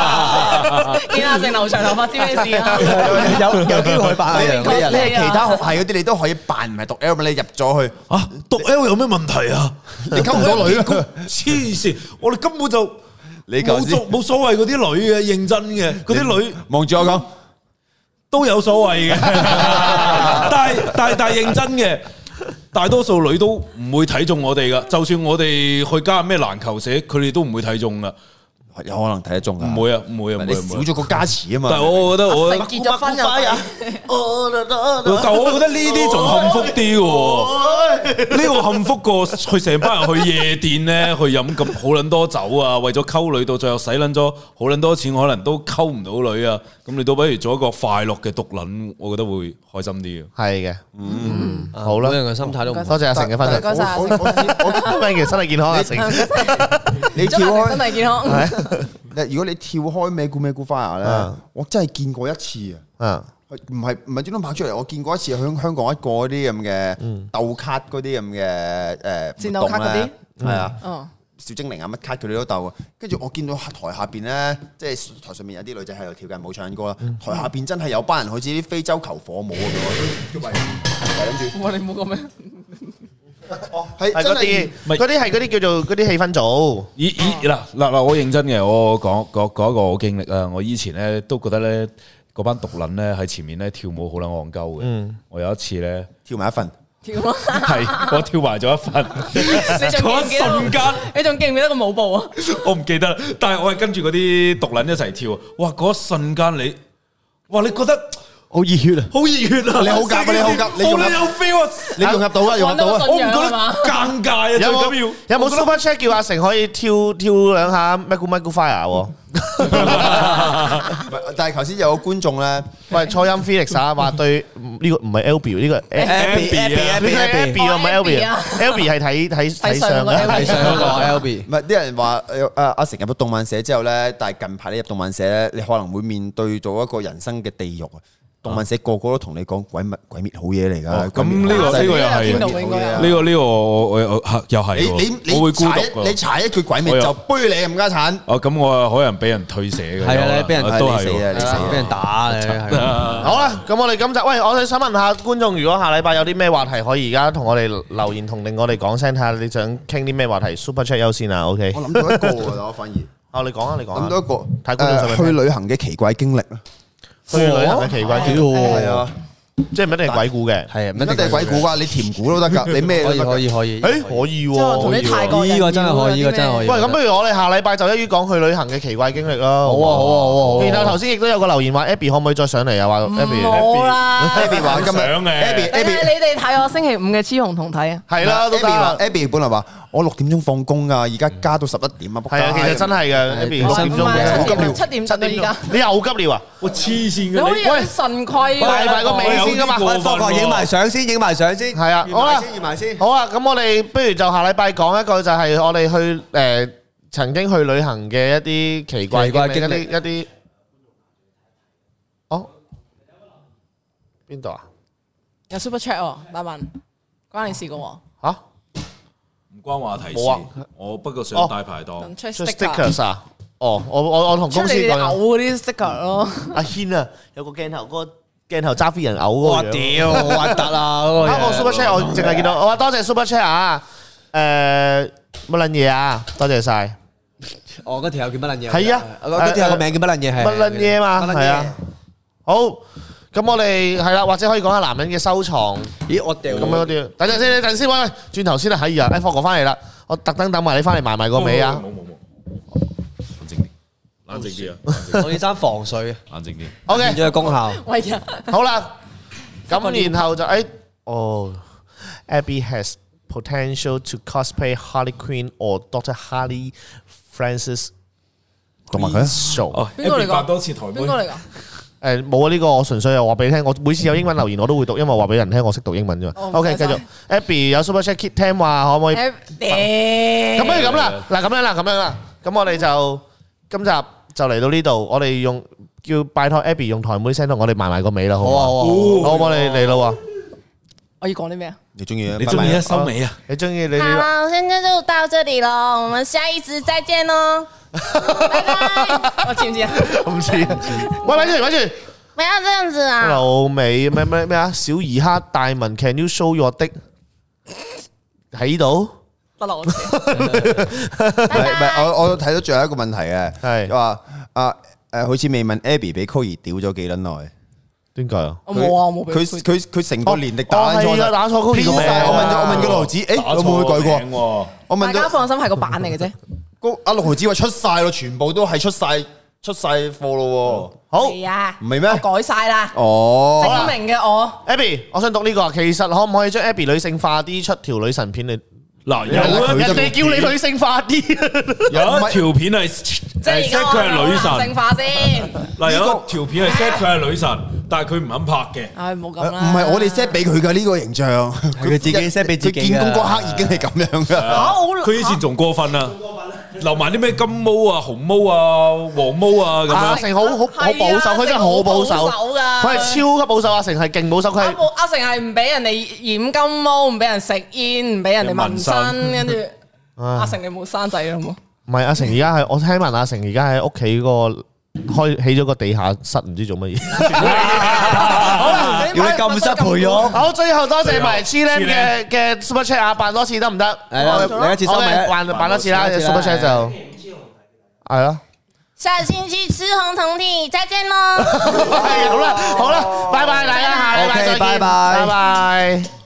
Speaker 4: 見阿成留長頭髮知咩事啊？
Speaker 6: Dạ,
Speaker 3: 有有機會去扮
Speaker 6: 你
Speaker 3: 偽娘
Speaker 6: 你係其他學系嗰啲，你都可以扮唔係讀 L 嘛？你入咗去
Speaker 5: 啊，讀 L 有咩問題啊？
Speaker 6: 你溝唔
Speaker 5: dạ.
Speaker 6: 到女啊？
Speaker 5: 黐線，我哋根本就
Speaker 6: 你
Speaker 5: 冇所冇所謂嗰啲女嘅，認真嘅嗰啲女
Speaker 6: 望住我講，
Speaker 5: 都有 所謂嘅，但係但係但係認真嘅，大多數女都唔會睇中我哋噶。就算我哋去加入咩籃球社，佢哋都唔會睇中噶。
Speaker 6: 有可能睇得中㗎。
Speaker 5: 唔會啊，唔會啊，唔
Speaker 6: 你
Speaker 5: 會
Speaker 6: 啊
Speaker 5: 啊。
Speaker 6: 少
Speaker 5: 唔會啊
Speaker 6: 咗個加持啊嘛。
Speaker 5: 但係我覺得我
Speaker 4: 成結咗婚又
Speaker 3: 啊
Speaker 5: 但我覺得呢 啲
Speaker 6: 哦
Speaker 5: 仲幸福啲
Speaker 6: 哎
Speaker 5: 喎，呢個幸福過去成班人去夜店咧，去飲咁好撚多酒啊，為咗溝女到最後使撚咗好撚多錢，可能都溝唔到女啊。咁你倒不如做一個快樂嘅獨撚，我覺得會開心啲嘅。
Speaker 2: 係嘅，嗯，好啦，
Speaker 1: 每人嘅心態都唔同
Speaker 2: 多謝阿成嘅分享，
Speaker 4: 唔該晒阿成
Speaker 2: 我今日身體健康，阿成，
Speaker 6: 你
Speaker 4: 祝
Speaker 6: 跳
Speaker 4: 阿
Speaker 6: 開
Speaker 4: 成身。體健康。
Speaker 6: 嗱，如果你跳開咩古咩古花咧
Speaker 2: 嗯，
Speaker 6: 我真係見過一次啊！
Speaker 2: 嗯，
Speaker 6: 唔係唔係專登跑出嚟，我見過一次香香港一個嗰啲咁
Speaker 1: 嗯
Speaker 6: 嘅鬥卡嗰啲咁嘅誒
Speaker 4: 戰鬥卡嗰
Speaker 6: 活
Speaker 4: 啲
Speaker 6: 動咧係啊。
Speaker 1: 嗯
Speaker 4: 哦，
Speaker 6: 小精靈啊乜卡佢哋都鬥啊，跟住我見到台下邊咧，即係台上面有啲女仔喺度跳緊舞唱緊歌啦，
Speaker 1: 嗯
Speaker 6: 台下邊真係有班人好似啲非洲球火舞咁樣，跟住跟住
Speaker 4: 哇！你冇咁樣，
Speaker 6: 係
Speaker 2: 係
Speaker 6: 真
Speaker 2: 嗰
Speaker 6: 係
Speaker 2: 啲，嗰啲係嗰啲叫做嗰啲氣氛組，
Speaker 5: 以以
Speaker 4: 哦
Speaker 5: 嗱嗱嗱，我認真嘅，我講講講一個我經歷啊！我以前咧都覺得咧嗰班獨撚咧喺前面咧跳舞好撚戇鳩
Speaker 6: 嗯
Speaker 5: 嘅。我有一次咧
Speaker 6: 跳埋一份，
Speaker 4: 跳啊！
Speaker 5: 係我跳埋咗一份，
Speaker 4: 你仲記唔
Speaker 5: 嗰一
Speaker 4: 記得
Speaker 5: 瞬間。
Speaker 4: 你仲記唔記得個舞步啊？
Speaker 5: 我唔記得啦，但係我係跟住嗰啲毒撚一齊跳，哇！嗰一瞬間你，哇！你覺得
Speaker 2: 好熱血啊！
Speaker 5: 好熱血啊！
Speaker 6: 你好夾啊你好夾你仲
Speaker 5: 好撚有 feel 啊！
Speaker 6: 你融入到啦，融入
Speaker 4: 揾
Speaker 6: 到
Speaker 4: 到
Speaker 6: 啊！
Speaker 5: 我
Speaker 4: 個
Speaker 5: 唔
Speaker 4: 信仰
Speaker 5: 覺
Speaker 4: 啊
Speaker 5: 得
Speaker 4: 嘛？
Speaker 5: 尷尬啊！最
Speaker 2: 有冇
Speaker 5: 緊要
Speaker 2: 有冇 super chat 叫阿成可以跳跳兩下 Michael Michael Fire？喎
Speaker 6: 唔係但係頭先有個觀眾咧，
Speaker 2: 喂，初音 Felix 啊，話對呢個唔係 Albie 呢個
Speaker 5: Abby 啊
Speaker 1: à,
Speaker 2: Abby 啊呢個係 Abby 啊，唔係 Albie 啊，Albie 係睇睇睇相嘅，
Speaker 1: 係上嗰個啊 L B，
Speaker 6: 唔係啲人話誒阿阿成入咗動漫社之後咧，但係近排你入動漫社咧，你可能會面對到一個人生嘅地獄啊！動漫社個個都同你講鬼滅鬼滅好嘢嚟㗎，
Speaker 5: 哦
Speaker 6: 鬼滅
Speaker 5: 咁呢個
Speaker 6: 好嘢
Speaker 5: 呢個又係
Speaker 4: 天道應該有
Speaker 5: 呢個呢個我我我嚇又係
Speaker 6: 你你
Speaker 5: 喎，
Speaker 6: 你
Speaker 5: 我會孤
Speaker 6: 查一
Speaker 5: 獨
Speaker 6: 你
Speaker 5: 㗎。
Speaker 6: 查一句鬼
Speaker 5: 我
Speaker 6: 滅
Speaker 5: 有
Speaker 6: 就杯你冚家產。
Speaker 5: 哦，咁我啊可能俾人退社嘅，
Speaker 1: 係啊，你俾人
Speaker 5: 啊都係
Speaker 6: 你死啊
Speaker 5: 喎。
Speaker 6: 你死啊
Speaker 1: 俾人打你係啊。
Speaker 2: 好啦，咁我哋今集，喂，我哋想問下觀眾，如果下禮拜有啲咩話題，可以而家同我哋留言同令我哋講聲，睇下你想傾啲咩話題，Super Chat 優先啊，OK？
Speaker 6: 我諗到一個㗎，我反而
Speaker 2: 啊，你講啊，你講
Speaker 6: 諗
Speaker 2: 啊，
Speaker 6: 到一個
Speaker 2: 太觀眾想
Speaker 6: 誒去旅行嘅奇怪經歷啦。
Speaker 2: 去旅行嘅奇怪經歷，
Speaker 1: 好
Speaker 6: 係啊，
Speaker 2: 即係唔一定係鬼故嘅，
Speaker 1: 係
Speaker 6: 唔一定係鬼故噶，你甜故都得噶，你咩都得㗎
Speaker 1: 可以可以
Speaker 2: 誒可以
Speaker 1: 即係
Speaker 2: 喎，
Speaker 1: 同啲泰國人呢個真係可以呢個真係可以
Speaker 2: 喂，咁不如我哋下禮拜就一於講去旅行嘅奇怪經歷啦。好
Speaker 1: 啊好啊好啊好啊
Speaker 2: 然後頭先亦都有個留言話 Abby 可唔可以再上嚟啊？話 Abby
Speaker 4: 冇啦
Speaker 6: Abby 話今日
Speaker 2: 想嘅
Speaker 6: Abby
Speaker 4: 你睇你哋睇我星期五嘅雌雄同體啊，
Speaker 2: 係啦都得
Speaker 6: Abby 話 Abby 本來話我六點鐘放工啊，而家加到十一點啊，
Speaker 2: 係啊，其實真係嘅，Abby 六點
Speaker 4: 唔係七
Speaker 2: 鐘
Speaker 4: 點
Speaker 2: 嘅，
Speaker 4: 七點七點而家，
Speaker 2: 你又急尿啊？我黐線
Speaker 4: 你好似有啲神規
Speaker 2: 拜拜個尾先㗎嘛，
Speaker 1: 喂，放個影埋相先，影埋相先。
Speaker 2: 係啊，好啦，好啊，咁我哋不如就下禮拜講一個就係我哋去诶曾經去旅行嘅一啲奇怪
Speaker 1: 奇怪
Speaker 2: 經歷
Speaker 1: 經歷
Speaker 2: 一啲一啲。哦，邊度啊？
Speaker 4: 有 super chat 喎，大文關你事嘅喎，
Speaker 5: 唔關話題
Speaker 2: 冇啊
Speaker 5: 事，我不過想大排檔。
Speaker 4: 出
Speaker 2: 出
Speaker 4: sticker，
Speaker 2: stickers 啊？哦，我我我同
Speaker 4: 出
Speaker 2: 公
Speaker 4: 你
Speaker 2: 司
Speaker 4: 哋
Speaker 2: 講
Speaker 4: 嘔
Speaker 2: 啊。
Speaker 4: 嗰啲 sticker 咯，
Speaker 2: 阿軒啊，有個鏡頭嗰個鏡頭揸飛人嘔嗰
Speaker 1: 哇
Speaker 2: 個樣
Speaker 1: 屌，好核突啊！嗰個
Speaker 2: 啊！我
Speaker 1: 嘢
Speaker 2: super chat 我淨係見到，我話多謝 super chat 啊！誒乜撚嘢啊？多謝晒。
Speaker 1: 我嗰條友叫乜撚嘢？
Speaker 2: 係啊
Speaker 1: 我嗰
Speaker 2: à,
Speaker 1: 條友個名叫乜撚嘢？係
Speaker 2: 乜撚嘢嘛
Speaker 1: 乜撚嘢
Speaker 2: 係啊好，咁我哋係啦，或者可以講下男人嘅收藏
Speaker 1: 咦，我掉
Speaker 2: 咁樣嗰啲。等陣先，等陣先，喂喂，轉頭先啦，係啊，哎，霍哥翻嚟啦，我特登等埋你翻嚟埋埋個尾啊
Speaker 5: 冇。冇冇，冷靜啲，冷靜啲啊冷靜啲，
Speaker 1: 我呢衫防水嘅，
Speaker 5: 冷靜啲。
Speaker 2: OK
Speaker 1: 變咗個功效。
Speaker 4: 喂呀，
Speaker 2: 好啦，咁然後就誒，哦，Abby has potential to cosplay Harley Quinn or Doctor Harley Francis。
Speaker 6: 讀埋佢啊。
Speaker 5: 哦
Speaker 2: show
Speaker 4: 邊個嚟
Speaker 5: 扮
Speaker 4: 㗎？
Speaker 5: 多次台妹
Speaker 4: 邊，個嚟㗎？
Speaker 2: 誒冇啊！呢個我純粹係話俾你聽，我每次有英文留言我都會讀，因為話俾人聽我識讀英文啫嘛。
Speaker 4: 哦
Speaker 2: OK，
Speaker 4: 唔
Speaker 2: 繼
Speaker 4: 該晒
Speaker 2: 續。Abby 有 super chat Kit Tam 話可唔可以？咁
Speaker 4: 咁
Speaker 2: 不如咁啦，嗱咁樣啦，咁樣啦，咁我哋就今集就嚟到呢度，我哋用叫拜託 Abby 用台妹聲同我哋埋埋個尾啦，好唔好啊？
Speaker 1: 好啊好啊
Speaker 2: 好，我哋嚟啦喎！
Speaker 4: 我要講啲咩啊？
Speaker 6: 你中意啊
Speaker 5: 你中意啊？收尾啊！
Speaker 2: 你中意你
Speaker 8: 好了，现在就到这里了，我们下一集再见喽，
Speaker 4: 我知唔知啊？
Speaker 2: 唔知唔知？喂，咪住咪住，
Speaker 8: 不要这样子啊！
Speaker 2: 留尾咩咩咩啊？小兒黑大文，Can you show your dick？喺度？
Speaker 4: 得啦，我知。
Speaker 6: 唔係唔係，我我睇到最後一個問題嘅，
Speaker 2: 係
Speaker 6: 話啊誒，好似未問 Abby 俾 Cory 屌咗幾撚耐？
Speaker 2: 點解啊？
Speaker 4: 我冇啊，我冇俾
Speaker 6: 佢
Speaker 4: 佢。
Speaker 6: 佢佢成個年歷打
Speaker 2: 哦
Speaker 6: 錯
Speaker 2: 係啊
Speaker 6: 晒，
Speaker 2: 打錯 Cory 個名
Speaker 6: 編晒我問咗我問個羅子，誒
Speaker 5: 哦
Speaker 6: 有冇佢改過？
Speaker 5: 過？
Speaker 6: 我問
Speaker 4: 大家
Speaker 6: 咗
Speaker 4: 放心，係個版嚟 嘅啫。
Speaker 6: 個阿六毫子話出晒咯，全部都係出晒出晒貨咯喎。
Speaker 8: 哎
Speaker 6: 好，
Speaker 4: 係啊，
Speaker 6: 唔係咩
Speaker 4: 我改晒啦，
Speaker 6: 哦，
Speaker 4: 證明嘅我
Speaker 2: Abby，我想讀呢個啊，其實可唔可以將 Abby 女性化啲出條女神片嚟？
Speaker 5: 嗱，有
Speaker 2: 有啊
Speaker 5: 一
Speaker 2: 人哋叫你女性化啲，
Speaker 5: 有一條片係 set 佢係女
Speaker 4: 正
Speaker 5: 神，
Speaker 4: 化先。
Speaker 5: 嗱有一條片係 set 佢係女神，但係佢唔肯拍嘅。
Speaker 4: 唉，冇咁
Speaker 6: 唔
Speaker 4: 啦。
Speaker 6: 係我哋 set 俾佢嘅呢個形象，佢
Speaker 1: 佢自己 set 俾自己
Speaker 6: 佢
Speaker 1: 㗎
Speaker 6: 見工嗰刻已經係咁 樣
Speaker 4: 嚇
Speaker 6: 㗎。
Speaker 4: 好
Speaker 5: 佢以前仲過分啊，留埋啲咩金毛啊、紅毛啊、黃毛啊咁
Speaker 2: 阿
Speaker 5: 樣。
Speaker 2: 成好好好保
Speaker 4: 係啊
Speaker 2: 守，佢真係好保守，
Speaker 4: 成好保守㗎
Speaker 2: 佢係超級保守。阿成係勁保守，佢
Speaker 4: 阿
Speaker 2: 係
Speaker 4: 布阿成係唔俾人哋染金毛，唔俾人食煙，唔俾人哋紋身，跟住阿成你冇生仔啦，好冇？
Speaker 2: 唔係阿成而家係我聽聞阿成而家喺屋企個開起咗個地下室，唔知做乜嘢。
Speaker 4: 好啦
Speaker 1: 要你咁失培咗，
Speaker 2: 好，最後多謝埋 c h i l
Speaker 5: Chilam
Speaker 2: a 嘅嘅 Super Chat 啊，扮多次得唔得？
Speaker 1: 係啦
Speaker 2: 我
Speaker 1: 嚟一次收尾
Speaker 2: 我哋扮扮多次啦
Speaker 1: 扮多次啦
Speaker 2: ，Super Chat 就係 咯。
Speaker 8: 下星期雌雄同體再见喽。
Speaker 2: 係好啦，好啦，拜拜大家，下禮拜再見，
Speaker 1: OK，拜拜
Speaker 2: 拜拜。